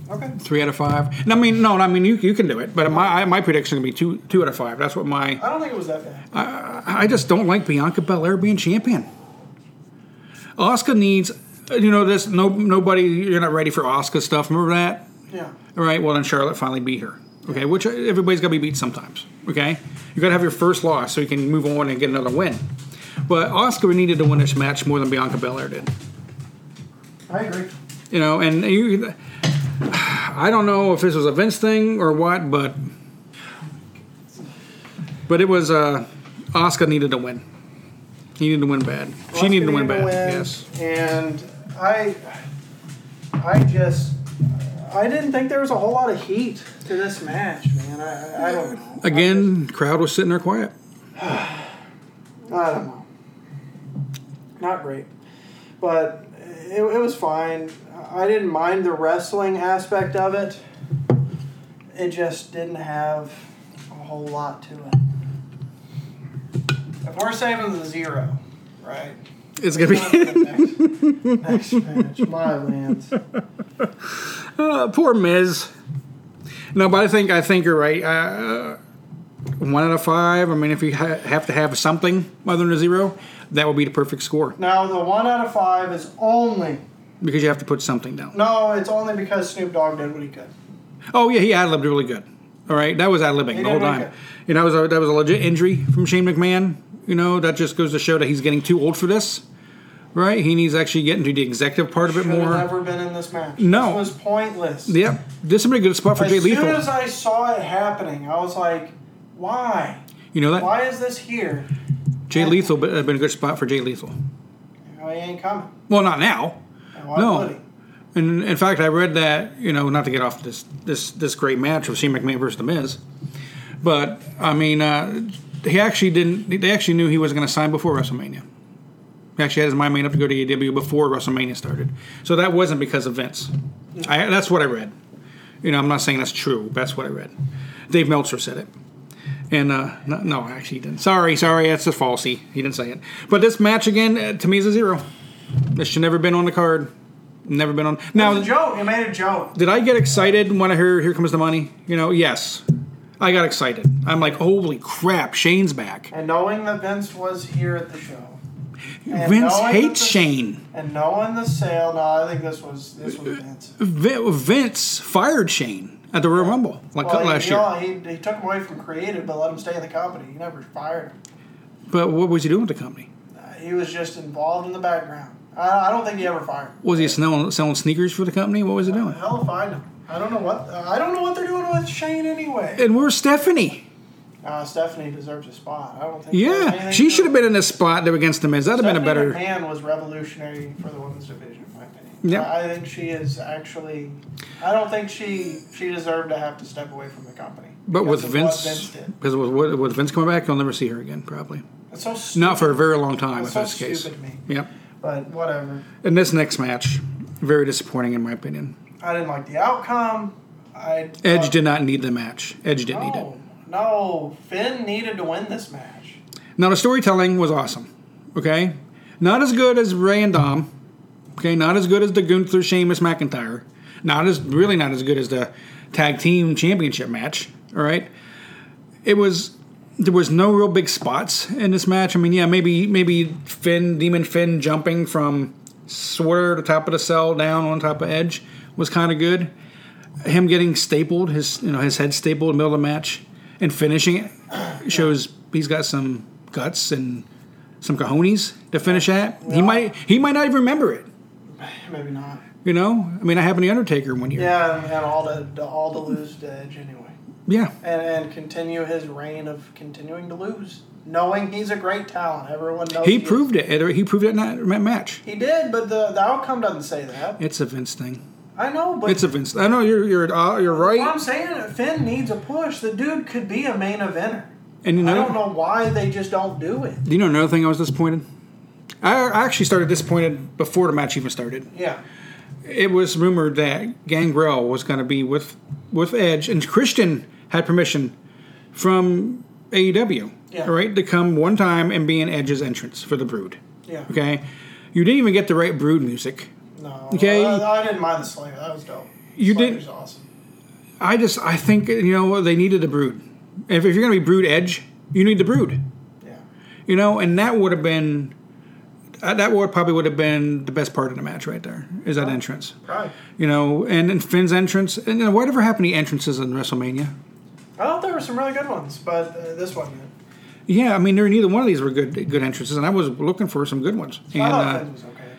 Speaker 1: Okay.
Speaker 2: Three out of five. And I mean, no, I mean you, you can do it. But my I- my prediction would be two two out of five. That's what my
Speaker 1: I don't think it was that bad.
Speaker 2: I, I just don't like Bianca Belair being champion. Oscar needs, you know, this no nobody. You're not ready for Oscar stuff. Remember that?
Speaker 1: Yeah.
Speaker 2: All right. Well, then Charlotte finally beat her. Okay, which everybody's got to be beat sometimes. Okay, you got to have your first loss so you can move on and get another win. But Oscar needed to win this match more than Bianca Belair did.
Speaker 1: I agree.
Speaker 2: You know, and you, I don't know if this was a Vince thing or what, but but it was uh, Oscar needed to win. He needed to win bad. she
Speaker 1: Asuka
Speaker 2: needed to win bad.
Speaker 1: needed
Speaker 2: Yes.
Speaker 1: And I, I just, I didn't think there was a whole lot of heat to this match, man. I, I don't know.
Speaker 2: Again, crowd was sitting there quiet.
Speaker 1: I don't know. Not great. But it, it was fine. I didn't mind the wrestling aspect of it. It just didn't have a whole lot to it. If we're saving the zero,
Speaker 2: *laughs*
Speaker 1: right?
Speaker 2: It's gonna be *laughs*
Speaker 1: next, next match, my lands.
Speaker 2: uh, poor Miz. No, but I think I think you're right. Uh, one out of five. I mean, if you ha- have to have something other than a zero, that would be the perfect score
Speaker 1: Now the one out of five is only
Speaker 2: because you have to put something down.
Speaker 1: no, it's only because Snoop Dogg did what he could.
Speaker 2: Oh yeah, he ad libbed really good. All right, that was ad libbing
Speaker 1: He
Speaker 2: the whole
Speaker 1: did really
Speaker 2: time.
Speaker 1: good.
Speaker 2: You know, that was a, that was a legit injury from Shane McMahon. You know, that just goes to show that he's getting too old for this. Right, he needs to actually get into the executive part of it
Speaker 1: Should have
Speaker 2: more.
Speaker 1: never been in this match.
Speaker 2: No.
Speaker 1: this was pointless.
Speaker 2: Yep, this would be a good spot for
Speaker 1: As
Speaker 2: Jay
Speaker 1: soon
Speaker 2: Lethal.
Speaker 1: as I saw it happening, I was like, why?
Speaker 2: you know that
Speaker 1: Why is this here?
Speaker 2: Jay Lethal would have been a good spot for Jay Lethal.
Speaker 1: Oh, he ain't coming.
Speaker 2: Well, not now.
Speaker 1: And why
Speaker 2: No.
Speaker 1: would he?
Speaker 2: And in fact, I read that you know not to get off this this this great match of Shane McMahon versus The Miz, but I mean uh, he actually didn't. They actually knew he was going to sign before WrestleMania. He actually had his mind made up to go to AEW before WrestleMania started. So that wasn't because of Vince. I, that's what I read. You know, I'm not saying that's true. That's what I read. Dave Meltzer said it. And uh, no, no, actually, he didn't. Sorry, sorry, that's a falsy. He didn't say it. But this match again, uh, to me, is a zero. This should never been on the card. Never been on.
Speaker 1: It
Speaker 2: Now,
Speaker 1: was a joke. He made a joke.
Speaker 2: did I get excited when I heard "Here Comes the Money"? You know, yes, I got excited. I'm like, holy crap, Shane's back.
Speaker 1: And knowing that Vince was here at the show, And
Speaker 2: Vince
Speaker 1: knowing that
Speaker 2: hates
Speaker 1: the-
Speaker 2: Shane.
Speaker 1: and knowing the sale, no, I think this was this was Vince.
Speaker 2: Vi- Vince fired Shane at the Royal Rumble like
Speaker 1: Well,
Speaker 2: last
Speaker 1: he,
Speaker 2: year.
Speaker 1: He, he took him away from creative, but let him stay in the company. He never fired him.
Speaker 2: But what was he doing with the company?
Speaker 1: Uh, he was just involved in the background. I, I don't think he ever fired. him.
Speaker 2: Was he selling, selling sneakers for the company? What was he doing?
Speaker 1: Hell if I know. I don't know what I don't know what they're doing with Shane anyway.
Speaker 2: And where's Stephanie?
Speaker 1: Uh, Stephanie deserves a spot. I don't think. there's
Speaker 2: Yeah,
Speaker 1: anything
Speaker 2: she
Speaker 1: to-
Speaker 2: should have been in this spot there against the Miz. That'd have been a
Speaker 1: Stephanie
Speaker 2: better.
Speaker 1: McMahon was revolutionary for the women's division, in my opinion.
Speaker 2: Yeah.
Speaker 1: I, I think she is actually. I don't think she she deserved to have to step away from the company.
Speaker 2: But with
Speaker 1: because of what
Speaker 2: Vince,
Speaker 1: Vince did.
Speaker 2: because with, with Vince coming back, you'll never see her again, probably.
Speaker 1: It's so stupid.
Speaker 2: Not for a very long time,
Speaker 1: It's
Speaker 2: if
Speaker 1: so
Speaker 2: that's the case.
Speaker 1: stupid to me.
Speaker 2: Yep.
Speaker 1: But whatever.
Speaker 2: In this next match, very disappointing in my opinion.
Speaker 1: I didn't like the outcome. I
Speaker 2: Edge
Speaker 1: thought-
Speaker 2: did not need the match. Edge didn't need it.
Speaker 1: No, no. Finn needed to win this
Speaker 2: *sighs*
Speaker 1: match.
Speaker 2: Now the storytelling was awesome. Okay, not as good as Ray and Dom. Okay, not as good as the Gunther Sheamus McIntyre. Not as really not as good as the tag team championship match. All right, it was there was no real big spots in this match. I mean, yeah, maybe maybe Finn Demon Finn jumping from Sweater to top of the cell down on top of Edge was kind of good. Him getting stapled, his you know his head stapled in the middle of the match and finishing it shows he's got some guts and some cojones to finish at. he might he might not even remember it.
Speaker 1: Maybe not.
Speaker 2: You know, I mean, I happened to Undertaker one year.
Speaker 1: Yeah, and all to, to all to lose to Edge anyway,
Speaker 2: yeah.
Speaker 1: and and continue his reign of continuing to lose, knowing he's a great talent. Everyone knows
Speaker 2: He
Speaker 1: is.
Speaker 2: proved it. Ed- He proved it in that ma- match.
Speaker 1: He did, but the, the outcome doesn't say that.
Speaker 2: It's a Vince thing.
Speaker 1: I know, but
Speaker 2: It's a Vince. I know you're you're uh, you're
Speaker 1: what I'm
Speaker 2: right.
Speaker 1: saying, Finn needs a push. The dude could be a main eventer.
Speaker 2: And you know,
Speaker 1: I don't know why they just don't do it.
Speaker 2: Do you know another thing I was disappointed? I I actually started disappointed before the match even started.
Speaker 1: Yeah,
Speaker 2: It was rumored that Gangrel was going to be with with Edge, and Christian had permission from AEW,
Speaker 1: Yeah.
Speaker 2: all right, to come one time and be in Edge's entrance for the Brood.
Speaker 1: yeah.
Speaker 2: Okay, you didn't even get the right Brood music.
Speaker 1: No,
Speaker 2: Okay.
Speaker 1: I, I didn't mind the Slayer. That was dope.
Speaker 2: You
Speaker 1: Slayer's
Speaker 2: didn't-
Speaker 1: awesome.
Speaker 2: I just I think you know they needed a Brood. If, if you're going to be Brood Edge, you need the Brood.
Speaker 1: Yeah,
Speaker 2: You know, and that would have been uh, that would probably would have been the best part of the match right there is that entrance.
Speaker 1: right.
Speaker 2: You know, and, and Finn's entrance and you know, whatever happened to entrances in WrestleMania.
Speaker 1: I thought there were some really good ones, but uh, this one.
Speaker 2: Yeah, I mean, there neither one of these were good good entrances, and I was looking for some good ones. And
Speaker 1: I thought
Speaker 2: uh,
Speaker 1: Finn's was okay,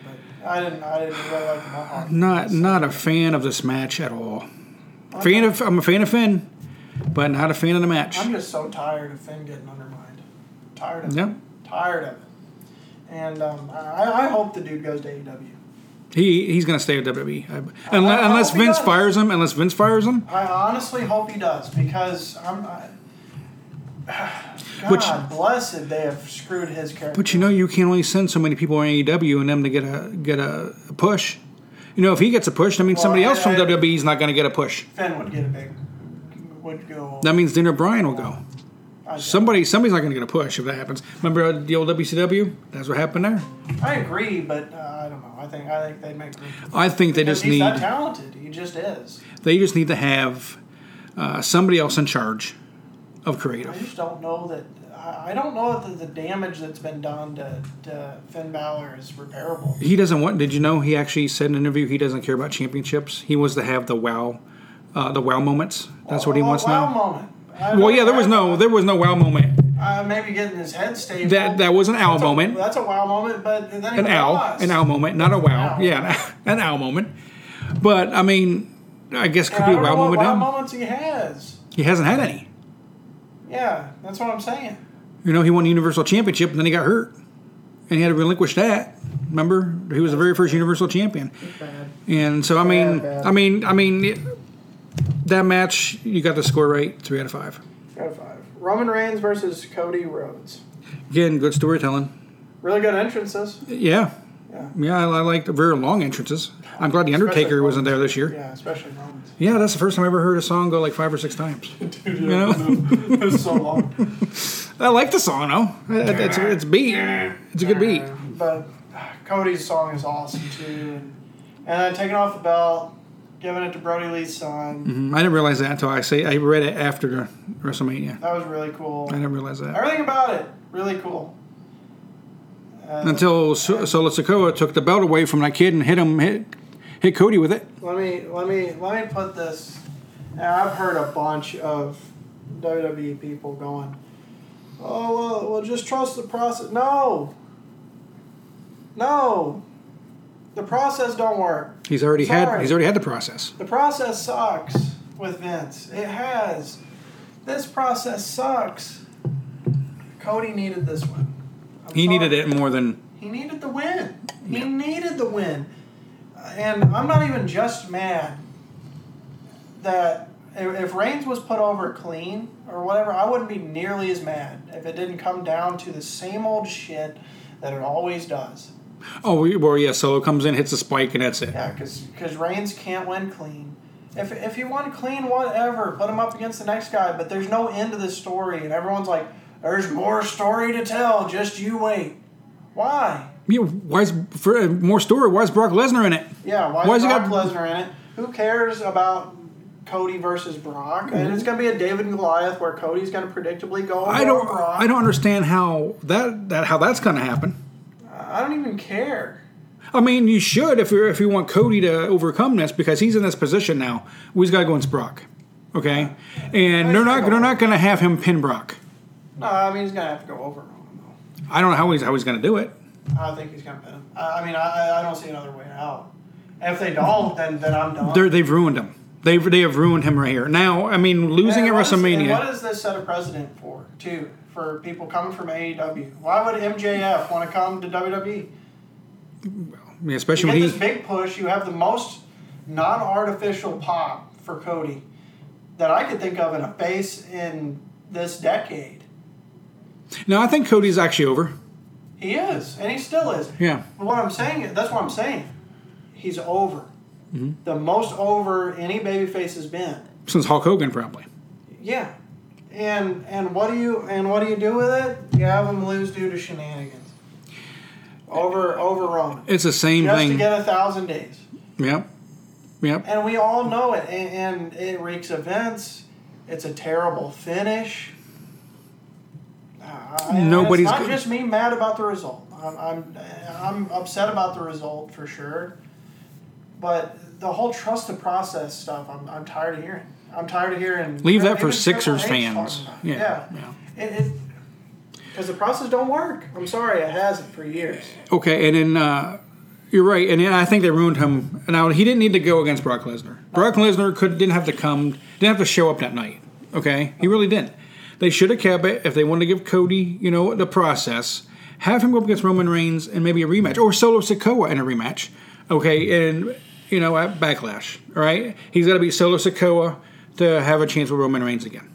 Speaker 1: but I didn't. I didn't really like the Mohawk.
Speaker 2: not not a fan of this match at all. Fan of I'm a fan of Finn, but not a fan of the match.
Speaker 1: I'm just so tired of Finn getting undermined. Tired of
Speaker 2: Yeah.
Speaker 1: it. Tired of it. And um, I, I hope the dude goes to E AEW.
Speaker 2: He he's gonna stay with WWE E. I- unless,
Speaker 1: I
Speaker 2: unless
Speaker 1: hope he
Speaker 2: Vince
Speaker 1: does.
Speaker 2: fires him. Unless Vince fires him,
Speaker 1: I honestly hope he does because I'm. I, *sighs* God
Speaker 2: Which-
Speaker 1: bless it, they have screwed his character.
Speaker 2: But you know, you can only send so many people in AEW and them to get a get a push. You know, if he gets a push, that means
Speaker 1: Well,
Speaker 2: somebody
Speaker 1: I-
Speaker 2: else from
Speaker 1: I-
Speaker 2: WWE is not going to get a push.
Speaker 1: Finn would get a big. Would go.
Speaker 2: That means Daniel Bryan will go.
Speaker 1: I,
Speaker 2: Somebody, somebody's not going to get a push if that happens. Remember uh, the old WCW? That's what happened there.
Speaker 1: I agree, but uh, I don't know. I think I think they make. room for-
Speaker 2: I think they
Speaker 1: because
Speaker 2: just
Speaker 1: he's
Speaker 2: need
Speaker 1: that talented. He just is.
Speaker 2: they just need to have uh, somebody else in charge of
Speaker 1: I
Speaker 2: creative.
Speaker 1: just don't know that. I I don't know that the damage that's been done to, to Finn Balor is reparable.
Speaker 2: He doesn't want. Did you know he actually said in an interview he doesn't care about championships. He wants to have the wow, uh, the wow moments. That's what he
Speaker 1: Oh,
Speaker 2: wants
Speaker 1: wow
Speaker 2: now.
Speaker 1: moment. I-
Speaker 2: Well, yeah, there was
Speaker 1: I-
Speaker 2: no there was no wow moment.
Speaker 1: I may be uh, getting his head stapled.
Speaker 2: That that was an owl
Speaker 1: That's a-
Speaker 2: moment.
Speaker 1: That's a wow moment, but then
Speaker 2: an owl, an owl moment, not a wow.
Speaker 1: Owl.
Speaker 2: Yeah, *laughs* an owl moment. But I mean, I guess could
Speaker 1: And I
Speaker 2: be a
Speaker 1: don't
Speaker 2: wow
Speaker 1: know what
Speaker 2: moment.
Speaker 1: wow
Speaker 2: Down.
Speaker 1: moments he has.
Speaker 2: He hasn't had any.
Speaker 1: Yeah, that's what I'm saying.
Speaker 2: You know, he won the Universal Championship and then he got hurt, and he had to relinquish that. Remember, he was the very first Universal Champion,
Speaker 1: Bad.
Speaker 2: and so I mean,
Speaker 1: bad.
Speaker 2: I mean, I mean, it- that match you got the score right, three out of five.
Speaker 1: Out of five. Roman Reigns versus Cody Rhodes.
Speaker 2: Again, good storytelling.
Speaker 1: Really good entrances.
Speaker 2: Yeah,
Speaker 1: Yeah.
Speaker 2: yeah, I, I liked the very long entrances. I'm glad the Undertaker wasn't there this year.
Speaker 1: Yeah, especially Roman's.
Speaker 2: Yeah, that's the first time I ever heard a song go like five or six times. you know,
Speaker 1: *laughs* it was so long.
Speaker 2: I like the song though. It- It's it's beat. It's a good beat.
Speaker 1: But ah, Cody's song is awesome too. And, and then taking off the belt, giving it to Brody Lee's son.
Speaker 2: Mhm, I didn't realize that until I say I read it after the WrestleMania.
Speaker 1: That was really cool.
Speaker 2: I didn't realize that
Speaker 1: Everything about it, really cool. Uh,
Speaker 2: until so- Solo Sokoa took the belt away from that kid and hit him hit hit Cody with it.
Speaker 1: let me let me let me put this. Now I've heard a bunch of WWE people going, "Oh well, well just trust the process." No, no, the process don't work.
Speaker 2: He's already had
Speaker 1: Sorry.
Speaker 2: he's already had the process.
Speaker 1: The process sucks with Vince. It has. This process sucks. Cody needed this one. I'm
Speaker 2: He
Speaker 1: sorry.
Speaker 2: needed it more than
Speaker 1: He needed the win. He needed the win. And I'm not even just mad that if if Reigns was put over clean or whatever, I wouldn't be nearly as mad if it didn't come down to the same old shit that it always does.
Speaker 2: oh we- well yeah Solo comes in hits a spike and that's it.
Speaker 1: Yeah, because Reigns can't win clean. If, if you won clean, whatever, put him up against the next guy, but there's no end to this story, and everyone's like, there's more story to tell, just you wait. Why?
Speaker 2: You know, why is for uh, more story? Why is Brock Lesnar in it?
Speaker 1: Yeah, why,
Speaker 2: Why's
Speaker 1: is
Speaker 2: he
Speaker 1: Brock
Speaker 2: got-
Speaker 1: Lesnar in it? Who cares about Cody versus Brock? And it's going to be a David and Goliath where Cody's going to predictably go over
Speaker 2: Mm-hmm. I don't
Speaker 1: Oh, Brock.
Speaker 2: I don't understand how that that how that's going to happen.
Speaker 1: I don't even care.
Speaker 2: I mean, you should if you if you want Cody to overcome this because he's in this position now. We just got to go against Brock, okay? And they're not they're not going to have him pin Brock.
Speaker 1: No, I mean he's going to have to go over on him though.
Speaker 2: I don't know how he's how he's going to do it.
Speaker 1: I think he's going to pin him. I, I mean, I, I don't see another way out. And if they don't, then then I'm done.
Speaker 2: They're, they've ruined him. They they have ruined him right here. Now, I mean, losing
Speaker 1: And
Speaker 2: at
Speaker 1: what is- and
Speaker 2: WrestleMania.
Speaker 1: what is this set a precedent for? Too for people coming from AEW. Why would MJF want to come to E? WWE?
Speaker 2: I mean,
Speaker 1: You
Speaker 2: especially
Speaker 1: get
Speaker 2: when he.
Speaker 1: this big push. You have the most non-artificial pop for Cody that I could think of in a face in this decade.
Speaker 2: No, I think Cody's actually over.
Speaker 1: He is, and he still is.
Speaker 2: Yeah.
Speaker 1: But what I'm saying is, that's what I'm saying. He's over.
Speaker 2: Mm-hmm.
Speaker 1: The most over any babyface has been.
Speaker 2: Since Hulk Hogan, probably.
Speaker 1: Yeah. And and what do you and what do you do with it? You have him lose due to shenanigans. Over over Roman.
Speaker 2: It's the same
Speaker 1: Just to
Speaker 2: thing.
Speaker 1: get a thousand days.
Speaker 2: Yep. Yep.
Speaker 1: And we all know it. And, and it wreaks events. It's a terrible finish. Uh, I-
Speaker 2: Nobody's
Speaker 1: It's not
Speaker 2: go-
Speaker 1: just me mad about the result. I'm, I'm I'm upset about the result for sure. But the whole trust the process stuff, I'm, I'm tired of hearing. I'm tired of hearing.
Speaker 2: Leave that for
Speaker 1: even
Speaker 2: Sixers
Speaker 1: Triple H
Speaker 2: fans.
Speaker 1: talking about it.
Speaker 2: Yeah,
Speaker 1: yeah. It because the process don't work. I'm sorry, it hasn't for years.
Speaker 2: Okay, and then uh, you're right, and then I think they ruined him. Now he didn't need to go against Brock Lesnar. Brock Lesnar could didn't have to come, didn't have to show up that night. Okay, he really didn't. They should have kept it if they wanted to give Cody, you know, the process. Have him go up against Roman Reigns and maybe a rematch, or Solo Sikoa in a rematch. Okay, and you know at Backlash. All right, he's got to beat Solo Sikoa to have a chance with Roman Reigns again.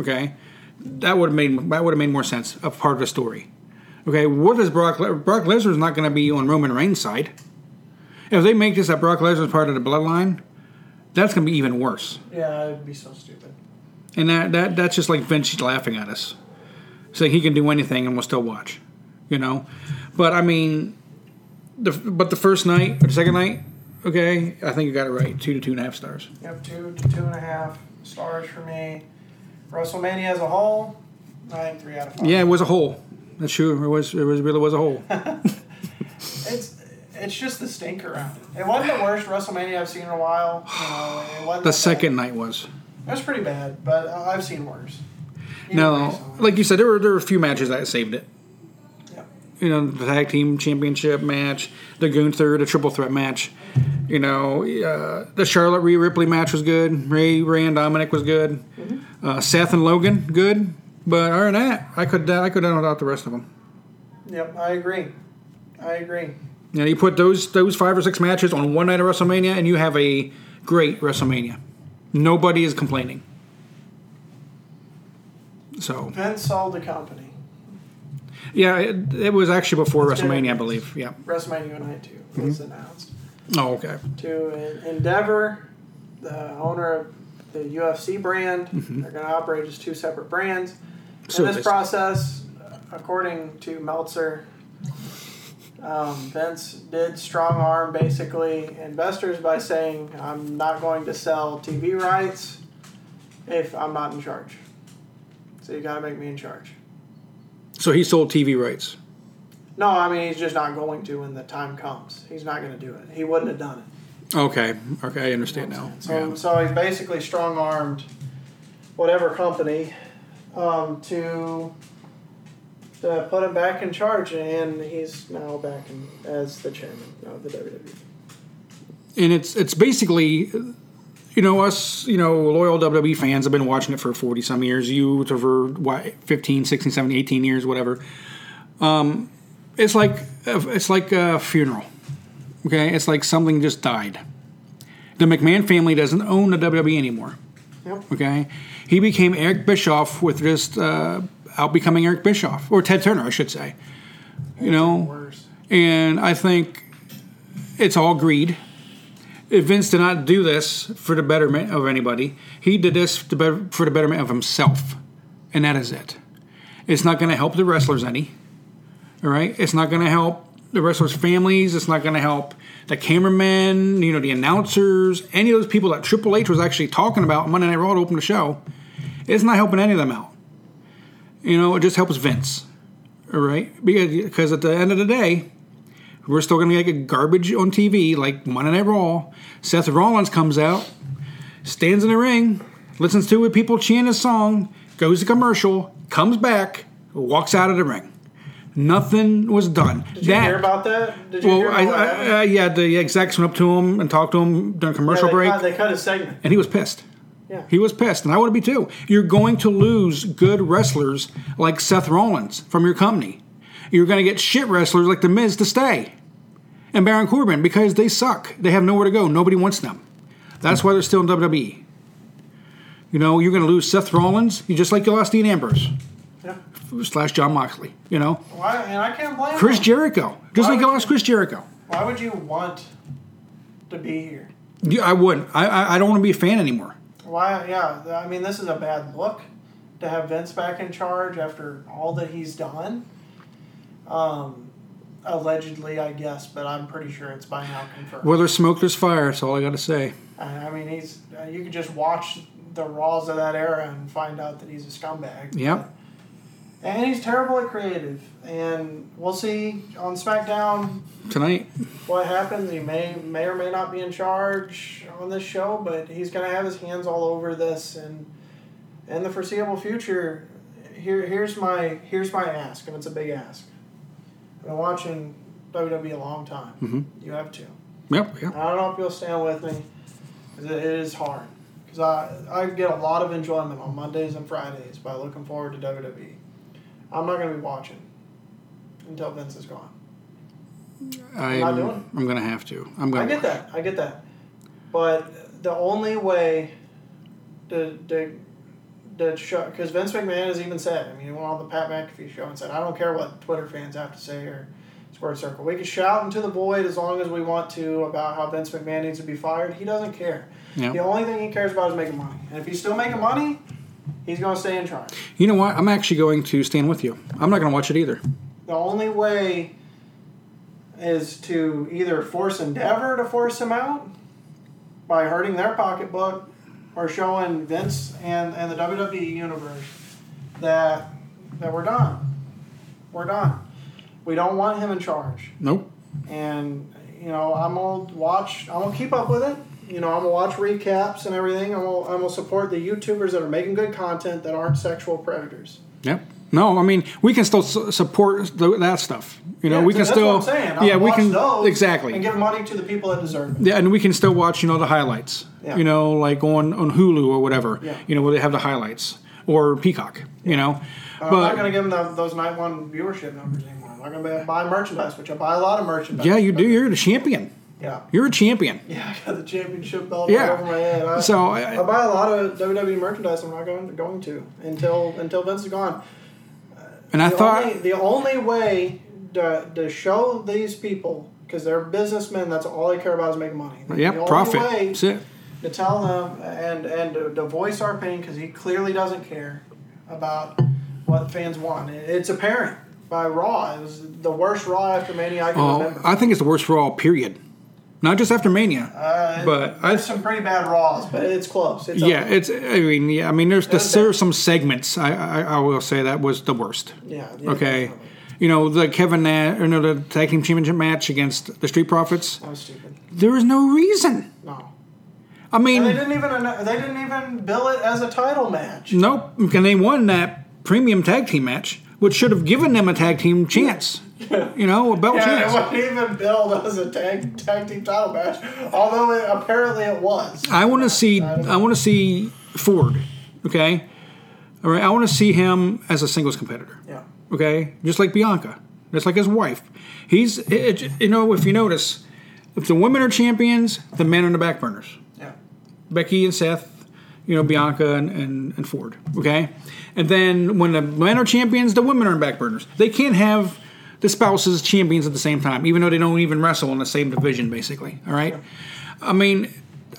Speaker 2: Okay, that would have made that would have made more sense of part of the story. Okay, what is Brock? Le- Brock Lesnar's not going to be on Roman Reigns' side. If they make this that Brock Lesnar's part of the bloodline, that's going to be even worse.
Speaker 1: Yeah, it'd be so stupid.
Speaker 2: And that, that that's just like Vince laughing at us, saying he can do anything and we'll still watch, you know. But I mean, the but the first night or the second night, okay, I think you got it right, two to two and a half stars.
Speaker 1: Yep, two to two and a half stars for me. WrestleMania as a whole, I think three out of five.
Speaker 2: Yeah, it was a hole. That's true. It was it was really was a hole.
Speaker 1: It's it's just the stink around it. It wasn't the worst WrestleMania I've seen in a while. You know, it wasn't
Speaker 2: The
Speaker 1: that
Speaker 2: second night was.
Speaker 1: bad. It was pretty bad, but I- I've seen worse. Even
Speaker 2: No,
Speaker 1: recently.
Speaker 2: like you said, there were there were a few matches that saved it.
Speaker 1: Yeah.
Speaker 2: You know, the tag team championship match, the Gunther, the triple threat match. You know, uh, the Charlotte Rhea Ripley match was good. Ray Ray and Dominic was good. Uh, Seth and Logan good, but other than that, I could I could done without the rest of them.
Speaker 1: Yep, I agree. I agree.
Speaker 2: You know, you put those those five or six matches on one night of WrestleMania, and you have a great WrestleMania. Nobody is complaining. So
Speaker 1: Vince sold the company.
Speaker 2: yeah, it, it was actually before
Speaker 1: Let's get it.
Speaker 2: WrestleMania, I believe. Yeah.
Speaker 1: WrestleMania Night 2
Speaker 2: Mm-hmm.
Speaker 1: was announced.
Speaker 2: Oh, okay.
Speaker 1: to En- Endeavor, the owner of the UFC brand.
Speaker 2: Mm-hmm.
Speaker 1: They're going to operate as two separate brands.
Speaker 2: So
Speaker 1: In this
Speaker 2: basi-
Speaker 1: process, uh, according to Meltzer, um, Vince did strong arm basically investors by saying, I'm not going to sell TV rights if I'm not in charge. So you got to make me in charge.
Speaker 2: So he sold TV rights.
Speaker 1: No, I mean, he's just not going to when the time comes. He's not going to do it. He wouldn't have done it.
Speaker 2: Okay. Okay, I understand now.
Speaker 1: So, Um, so he's basically strong armed whatever company um, to, to put him back in charge, and he's now back in, as the chairman of the E. WWE.
Speaker 2: Yeah. And it's it's basically you know us, you know, loyal WWE fans have been watching it for 40 some years, you for what, 15, 16, 17, 18 years, whatever. Um, it's like it's like a funeral. Okay? It's like something just died. The McMahon family doesn't own the WWE anymore.
Speaker 1: Yep.
Speaker 2: Okay, he became Eric Bischoff with just uh, out becoming Eric Bischoff or Ted Turner, I should say. You know,
Speaker 1: Worse.
Speaker 2: and I think it's all greed. If Vince did not do this for the betterment of anybody. He did this to bet- for the betterment of himself, and that is it. It's not going to help the wrestlers any. All right, it's not going to help the wrestlers' families. It's not going to help the cameramen, you know, the announcers, any of those people that Triple H was actually talking about Monday Night Raw to open the show. It's not helping any of them out. You know, it just helps Vince. All right, because because at the end of the day, we're still going to get garbage on TV like Monday Night Raw. Seth Rollins comes out, stands in the ring, listens to it, people chant his song, goes to commercial, comes back, walks out of the ring. Nothing was done.
Speaker 1: Did you hear about that? Did you
Speaker 2: well,
Speaker 1: hear about
Speaker 2: I,
Speaker 1: what happened?
Speaker 2: I, I, yeah, the execs went up to him and talked to him during a commercial
Speaker 1: Yeah, they
Speaker 2: break,
Speaker 1: Cut, they cut a segment.
Speaker 2: and he was pissed.
Speaker 1: Yeah.
Speaker 2: He was pissed, and I would be too. You're going to lose good wrestlers like Seth Rollins from your company. You're going to get shit wrestlers like The Miz to stay, and Baron Corbin because they suck. They have nowhere to go. Nobody wants them. That's why they're still in WWE. You know, you're going to lose Seth Rollins, you just like you lost Dean Ambrose
Speaker 1: yeah.
Speaker 2: slash John Moxley. You know,
Speaker 1: Why? And I can't blame
Speaker 2: Chris
Speaker 1: them.
Speaker 2: Jericho, just
Speaker 1: Why
Speaker 2: like you
Speaker 1: would
Speaker 2: lost Chris Jericho.
Speaker 1: Why would you want to be here?
Speaker 2: Yeah, I wouldn't. I, I I don't want to be a fan anymore.
Speaker 1: Why? Yeah. I mean, this is a bad look to have Vince back in charge after all that he's done. Um, allegedly, I guess, but I'm pretty sure it's by now confirmed.
Speaker 2: Whether smoke, there's fire. That's all I got to say.
Speaker 1: I I mean, he's. Uh, you could just watch the Raws of that era and find out that he's a scumbag.
Speaker 2: Yeah.
Speaker 1: And he's terrible at creative. And we'll see on SmackDown
Speaker 2: Tonight,
Speaker 1: what happens. He may may or may not be in charge on this show, but he's going to have his hands all over this and in the foreseeable future. Here here's my here's my ask, and it's a big ask. I've been watching WWE a long time.
Speaker 2: Mhm.
Speaker 1: You have to.
Speaker 2: yep, yep.
Speaker 1: And I don't know if you'll stand with me, 'cause it- it is hard. Because I, I get a lot of enjoyment on Mondays and Fridays by looking forward to WWE. I'm not going to be watching until Vince is gone.
Speaker 2: I'm,
Speaker 1: not doing it.
Speaker 2: I'm gonna have to. I'm
Speaker 1: I
Speaker 2: gonna.
Speaker 1: get that. I get that. But the only way to to to show because Vince McMahon has even said, I mean, he went on the Pat McAfee show and said, I don't care what Twitter fans have to say or Square Circle. We can shout into the void as long as we want to about how Vince McMahon needs to be fired. He doesn't care.
Speaker 2: Yeah.
Speaker 1: The only thing he cares about is making money. And if he's still making money, he's gonna stay in charge.
Speaker 2: You know what? I'm actually going to stand with you. I'm not gonna watch it either.
Speaker 1: The only way is to either force Endeavor to force him out by hurting their pocketbook or showing Vince and, and the WWE universe that that we're done. We're done. We don't want him in charge.
Speaker 2: Nope.
Speaker 1: And you know, I'm gonna watch I'm gonna keep up with it. You know, I'm gonna watch recaps and everything. I'm gonna, I'm gonna support the YouTubers that are making good content that aren't sexual predators.
Speaker 2: Yep. No, I mean we can still su- support th- that stuff. You know,
Speaker 1: Yeah,
Speaker 2: we
Speaker 1: so
Speaker 2: can
Speaker 1: that's
Speaker 2: still.
Speaker 1: What I'm saying. I'll
Speaker 2: yeah, we
Speaker 1: watch
Speaker 2: can
Speaker 1: those
Speaker 2: exactly.
Speaker 1: and give money to the people that deserve it.
Speaker 2: yeah, and we can still watch you know the highlights.
Speaker 1: Yeah.
Speaker 2: You know, like on on Hulu or whatever.
Speaker 1: Yeah.
Speaker 2: You know where they have the highlights or Peacock. You know,
Speaker 1: Uh, I'm not going to give them tho- those night one viewership numbers anymore. I'm not going to buy merchandise, which I buy a lot of merchandise.
Speaker 2: yeah, you do. You're the champion.
Speaker 1: Yeah,
Speaker 2: You're a champion.
Speaker 1: yeah. I got the championship belt
Speaker 2: Yeah.
Speaker 1: right over my head. I,
Speaker 2: So
Speaker 1: I
Speaker 2: I, I-
Speaker 1: buy a lot of WWE merchandise. I'm not going going to until until Vince is gone.
Speaker 2: and I
Speaker 1: the
Speaker 2: thought
Speaker 1: only, the only way to, to show these people because they're businessmen. That's all they care about is making money. The- the
Speaker 2: yeah,
Speaker 1: only
Speaker 2: profit.
Speaker 1: way
Speaker 2: That's it.
Speaker 1: to tell them and and to, to voice our pain because he clearly doesn't care about what fans want. It- It's apparent by Raw. It was the worst Raw after Mania I can
Speaker 2: Oh,
Speaker 1: remember.
Speaker 2: I think it's the worst for all. Period. Not just after Mania.
Speaker 1: uh,
Speaker 2: but I-
Speaker 1: there's some pretty bad Raws, but it's close. It's up
Speaker 2: Yeah,
Speaker 1: there.
Speaker 2: it's. I mean, yeah. I mean, there's
Speaker 1: It was
Speaker 2: there's some segments. I, I I will say that was the worst.
Speaker 1: yeah, yeah,
Speaker 2: Okay,
Speaker 1: definitely.
Speaker 2: you know the Kevin Nash, or no, the tag team championship match against the Street Profits.
Speaker 1: That was stupid.
Speaker 2: There was no reason.
Speaker 1: No,
Speaker 2: I
Speaker 1: and they
Speaker 2: mean,
Speaker 1: didn't even anno- they didn't even bill it as a title match.
Speaker 2: nope. And they won that premium tag team match, which should have given them a tag team chance. You know, a belt
Speaker 1: Yeah, it
Speaker 2: chance.
Speaker 1: wasn't even billed as a tag, tag team title match, although it, apparently it was.
Speaker 2: I want to see. I want to see Ford. Okay, all right. I want to see him as a singles competitor.
Speaker 1: Yeah.
Speaker 2: okay just like bianca just like his wife he's it, it- you know if you notice if the women are champions the men are in the back burners
Speaker 1: Yeah.
Speaker 2: becky and seth you know bianca and, and, and ford okay and then when the men are champions the women are in back burners they can't have the spouses champions at the same time even though they don't even wrestle in the same division basically all right i mean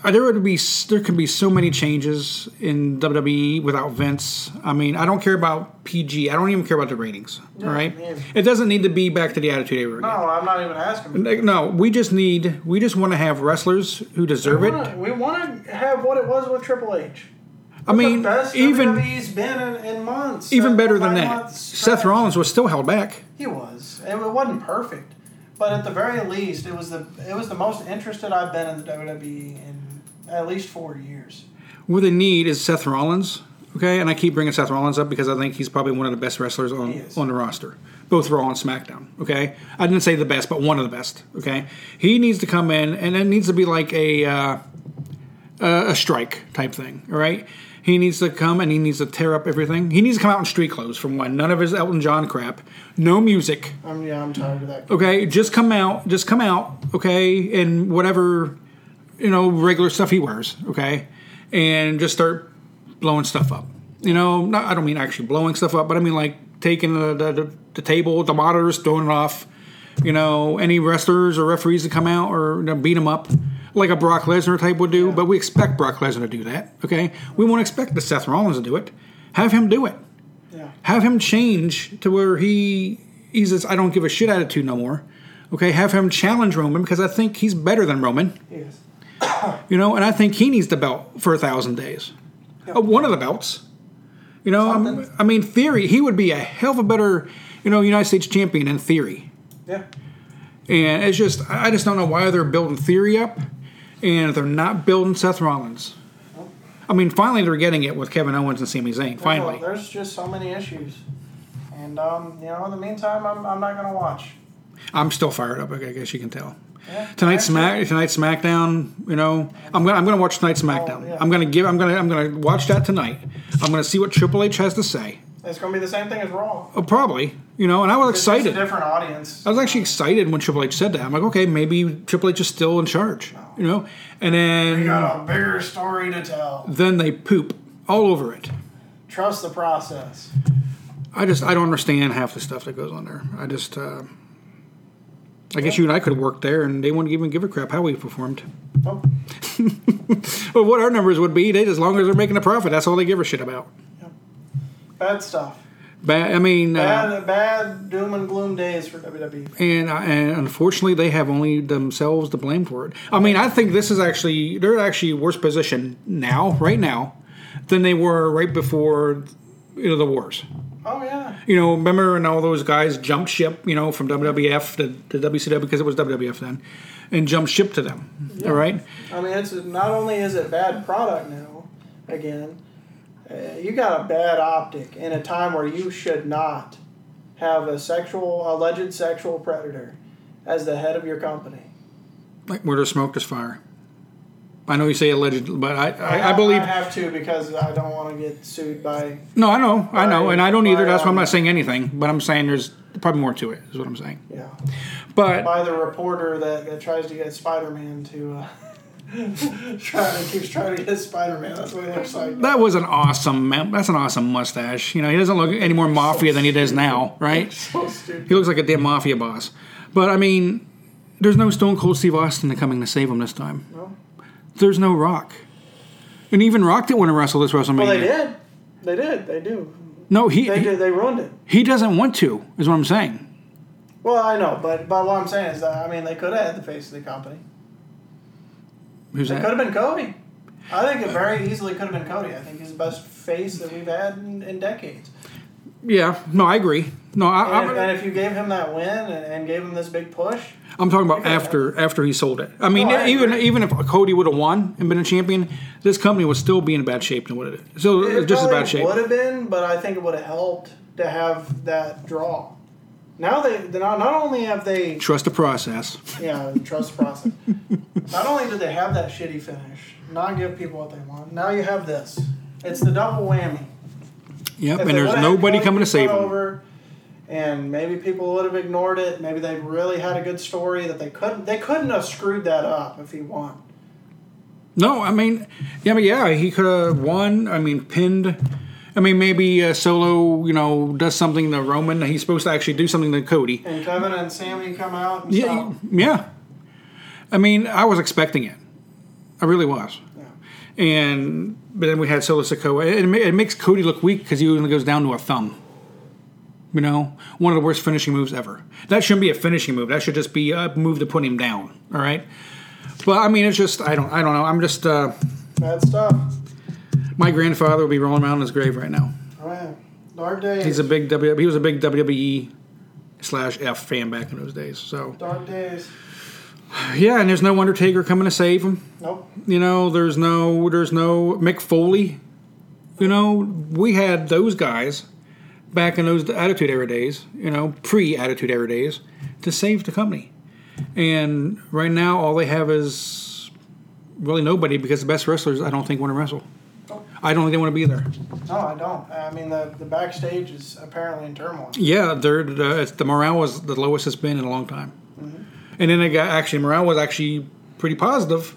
Speaker 2: uh, there would be there could be so many changes in WWE without Vince. I mean, I don't care about PG. I don't even care about the ratings. all right,
Speaker 1: man.
Speaker 2: it doesn't need to be back to the Attitude Era.
Speaker 1: No,
Speaker 2: again.
Speaker 1: I'm not even asking.
Speaker 2: Like, No, we just need we just want to have wrestlers who deserve
Speaker 1: We
Speaker 2: it.
Speaker 1: wanna- We want to have what it was with Triple H.
Speaker 2: I mean,
Speaker 1: the best E
Speaker 2: even
Speaker 1: WWE's been in, in months.
Speaker 2: even
Speaker 1: Uh,
Speaker 2: better than
Speaker 1: nine
Speaker 2: that,
Speaker 1: months
Speaker 2: Seth
Speaker 1: stretch.
Speaker 2: Rollins was still held back.
Speaker 1: He was. It wasn't perfect, but at the very least, it was the it was the most interested I've been in the WWE in E at least four years.
Speaker 2: What they need is Seth Rollins, Okay, and I keep bringing Seth Rollins up because I think he's probably one of the best wrestlers
Speaker 1: He
Speaker 2: on,
Speaker 1: is.
Speaker 2: on the roster, both Raw and SmackDown. Okay, I didn't say the best, but one of the best. Okay, he needs to come in, and it needs to be like a uh, a a strike type thing. All right, he needs to come and he needs to tear up everything. He needs to come out in street clothes for one. None of his Elton John crap. No music.
Speaker 1: I'm yeah, I'm tired of that.
Speaker 2: Okay, just come out. Just come out. Okay, and whatever you know, regular stuff he wears. Okay, and just start blowing stuff up. You know, not, I don't mean actually blowing stuff up, but I mean like taking the, the, the, the table, the monitors, throwing it off. You know, any wrestlers or referees to come out or you know, beat them up like a Brock Lesnar type would do, but we expect Brock Lesnar to do that. Okay, we won't expect the Seth Rollins to do it. Have him do it
Speaker 1: Yeah.
Speaker 2: have him change to where he he's this I don't give a shit attitude no more. Okay, have him challenge Roman because I think he's better than Roman.
Speaker 1: Yes.
Speaker 2: You know, and I think he needs the belt for a thousand days. Uh, one of the belts. You know, I'm,
Speaker 1: Something.
Speaker 2: I mean, theory he would be a hell of a better you know United States champion in theory.
Speaker 1: Yeah.
Speaker 2: And it's just I I just don't know why they're building theory up, and they're not building Seth Rollins. I mean, finally they're getting it with Kevin Owens and Sami Zayn. Finally,
Speaker 1: Well, there's just so many issues, and um, you know, in the meantime, I'm, I'm not gonna watch.
Speaker 2: I'm still fired up. I guess you can tell.
Speaker 1: Yeah.
Speaker 2: Tonight
Speaker 1: Actually,
Speaker 2: Smack tonight SmackDown, you know, I'm gonna I'm gonna watch tonight SmackDown.
Speaker 1: Oh, yeah.
Speaker 2: I'm gonna give I'm gonna I'm gonna watch that tonight. I'm gonna see what Triple H has to say.
Speaker 1: It's gonna be the same thing as Raw.
Speaker 2: Oh, probably, you know, and I was
Speaker 1: It's just
Speaker 2: excited.
Speaker 1: a different audience.
Speaker 2: I was actually excited when Triple H said that. I'm like, okay, maybe Triple H is still in charge, you know. And
Speaker 1: We
Speaker 2: then
Speaker 1: got a bigger story to tell.
Speaker 2: then they poop all over it.
Speaker 1: Trust the process.
Speaker 2: I just I don't understand half the stuff that goes on there. I just uh, I guess you and I could have worked there, and they wouldn't even give a crap how we performed.
Speaker 1: Oh,
Speaker 2: But what our numbers would be, they as long as they're making a profit, that's all they give a shit about.
Speaker 1: bad stuff.
Speaker 2: Bad, I mean, uh,
Speaker 1: Bad, bad doom and gloom days for E. WWE.
Speaker 2: and uh, and unfortunately, they have only themselves to blame for it. I mean, I think this is actually they're actually worse position now, right now, than they were right before you know the wars.
Speaker 1: Oh yeah.
Speaker 2: You know, remember and all those guys jumped ship, you know, from WWF to, to WCW because it was WWF then, and jumped ship to them. All right,
Speaker 1: I mean, it's not only is it bad product now. Again, uh, you got a bad optic in a time where you should not have a sexual alleged sexual predator as the head of your company.
Speaker 2: like where there's smoke, there's fire. I know you say alleged, but I I, I believe
Speaker 1: I have to because I don't want to get sued by.
Speaker 2: No, I know, I know, and I don't
Speaker 1: By-
Speaker 2: either. That's why I'm
Speaker 1: by, um,
Speaker 2: not saying anything. But I'm saying there's probably more to it. Is what I'm saying.
Speaker 1: Yeah,
Speaker 2: But
Speaker 1: by the reporter that, that tries to get Spider-Man to uh, *laughs* try to keeps trying to get Spider-Man. That's what he looks like.
Speaker 2: that was an awesome. man- That's an awesome mustache. You know, he doesn't look any more mafia than he does now, right?
Speaker 1: So stupid.
Speaker 2: He looks like a damn mafia boss. But I mean, there's no Stone Cold Steve Austin coming to save him this time.
Speaker 1: No.
Speaker 2: There's no Rock, and even Rock didn't want to wrestle this WrestleMania.
Speaker 1: Well, they did. They did. They do.
Speaker 2: No, he
Speaker 1: They
Speaker 2: he,
Speaker 1: did. They ruined it.
Speaker 2: he doesn't want to. Is what I'm saying.
Speaker 1: Well, I know, but but what I'm saying is that I mean they could have had the face of the company.
Speaker 2: Who's
Speaker 1: It
Speaker 2: that?
Speaker 1: could have been Cody. I think it very easily could have been Cody. I think he's the best face that we've had in, in decades.
Speaker 2: Yeah. No, I agree. No, I,
Speaker 1: And if,
Speaker 2: I'm,
Speaker 1: and if you gave him that win and, and gave him this big push,
Speaker 2: I'm talking about after after he sold it. I mean,
Speaker 1: No, I
Speaker 2: even
Speaker 1: agree.
Speaker 2: even if Cody would have won and been a champion, this company would still be in bad shape than what it is. So
Speaker 1: it
Speaker 2: it's just as bad
Speaker 1: probably
Speaker 2: shape.
Speaker 1: would have been. But I think it would have helped to have that draw. Now they they're not, not only have they
Speaker 2: Trust the process.
Speaker 1: Yeah, trust the process. not only did they have that shitty finish, not give people what they want. Now you have this. It's the double whammy.
Speaker 2: Yep,
Speaker 1: If
Speaker 2: and
Speaker 1: they
Speaker 2: there's
Speaker 1: would've had
Speaker 2: nobody
Speaker 1: Cody
Speaker 2: coming to
Speaker 1: be
Speaker 2: save
Speaker 1: put
Speaker 2: them.
Speaker 1: Over, and maybe people would have ignored it. Maybe they really had a good story that they couldn't. They couldn't have screwed that up if he won.
Speaker 2: No, I mean, yeah, but yeah, he could have won. I mean, pinned. I mean, maybe uh, Solo, you know, does something to Roman. He's supposed to actually do something to Cody.
Speaker 1: And Kevin and Sammy come out. And
Speaker 2: Yeah,
Speaker 1: stop.
Speaker 2: yeah. I mean, I was expecting it. I really was.
Speaker 1: Yeah.
Speaker 2: And but then we had Solo Sokoa. It, it ma- it makes Cody look weak because he only goes down to a thumb. You know, one of the worst finishing moves ever. That shouldn't be a finishing move. That should just be a move to put him down. All right. But I mean, it's just I don't I don't know. I'm just uh,
Speaker 1: bad stuff.
Speaker 2: my grandfather would be rolling around in his grave right now.
Speaker 1: Oh, yeah. Dark days.
Speaker 2: He's a big W. He was a big WWE slash F fan back in those days. So
Speaker 1: dark days.
Speaker 2: yeah, and there's no Undertaker coming to save him.
Speaker 1: Nope.
Speaker 2: You know, there's no there's no Mick Foley. You know, we had those guys back in those Attitude Era days, you know, pre Attitude Era days, to save the company. And right now, all they have is really nobody because the best wrestlers, I don't think, want to wrestle. I don't think they want to be there.
Speaker 1: No, I don't. I mean, the, the backstage is apparently in turmoil.
Speaker 2: Yeah, they're, the, it's, the morale was the lowest it's been in a long time.
Speaker 1: Mm-hmm.
Speaker 2: And then it got actually morale was actually pretty positive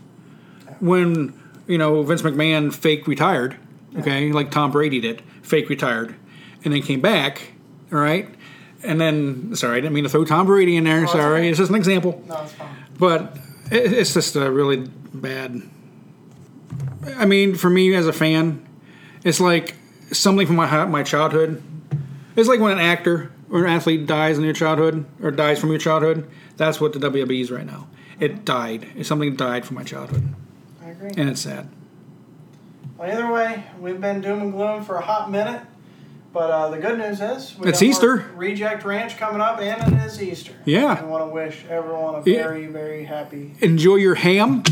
Speaker 2: when you know Vince McMahon fake retired, okay, like Tom Brady did, fake retired, and then came back, all right. And then, sorry, I didn't mean to throw Tom Brady in there.
Speaker 1: Oh, it's
Speaker 2: sorry,
Speaker 1: okay.
Speaker 2: it's just an example
Speaker 1: No, it's fine.
Speaker 2: but it, it's just a really bad. I mean, for me as a fan, it's like something from my hi- my childhood. It's like when an actor or an athlete dies in your childhood or dies from your childhood. That's what the WWE is right now. It died. It's something died from my childhood,
Speaker 1: I agree.
Speaker 2: and it's sad.
Speaker 1: Well, either way, we've been doom and gloom for a hot minute. But uh, the good news is we
Speaker 2: It's
Speaker 1: got more
Speaker 2: Easter.
Speaker 1: Reject Ranch coming up, and it is Easter.
Speaker 2: Yeah.
Speaker 1: I want to wish everyone a
Speaker 2: Yeah.
Speaker 1: very, very happy.
Speaker 2: enjoy your ham.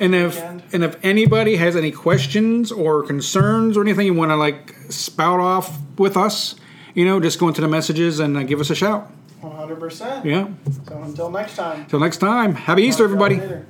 Speaker 2: And if
Speaker 1: Weekend.
Speaker 2: and if anybody has any questions or concerns or anything you want to like spout off with us, you know, just go into the messages and uh, give us a shout.
Speaker 1: 100%.
Speaker 2: Yeah.
Speaker 1: So until next time.
Speaker 2: Till next time, happy Easter,
Speaker 1: Talk to y'all
Speaker 2: everybody.
Speaker 1: later.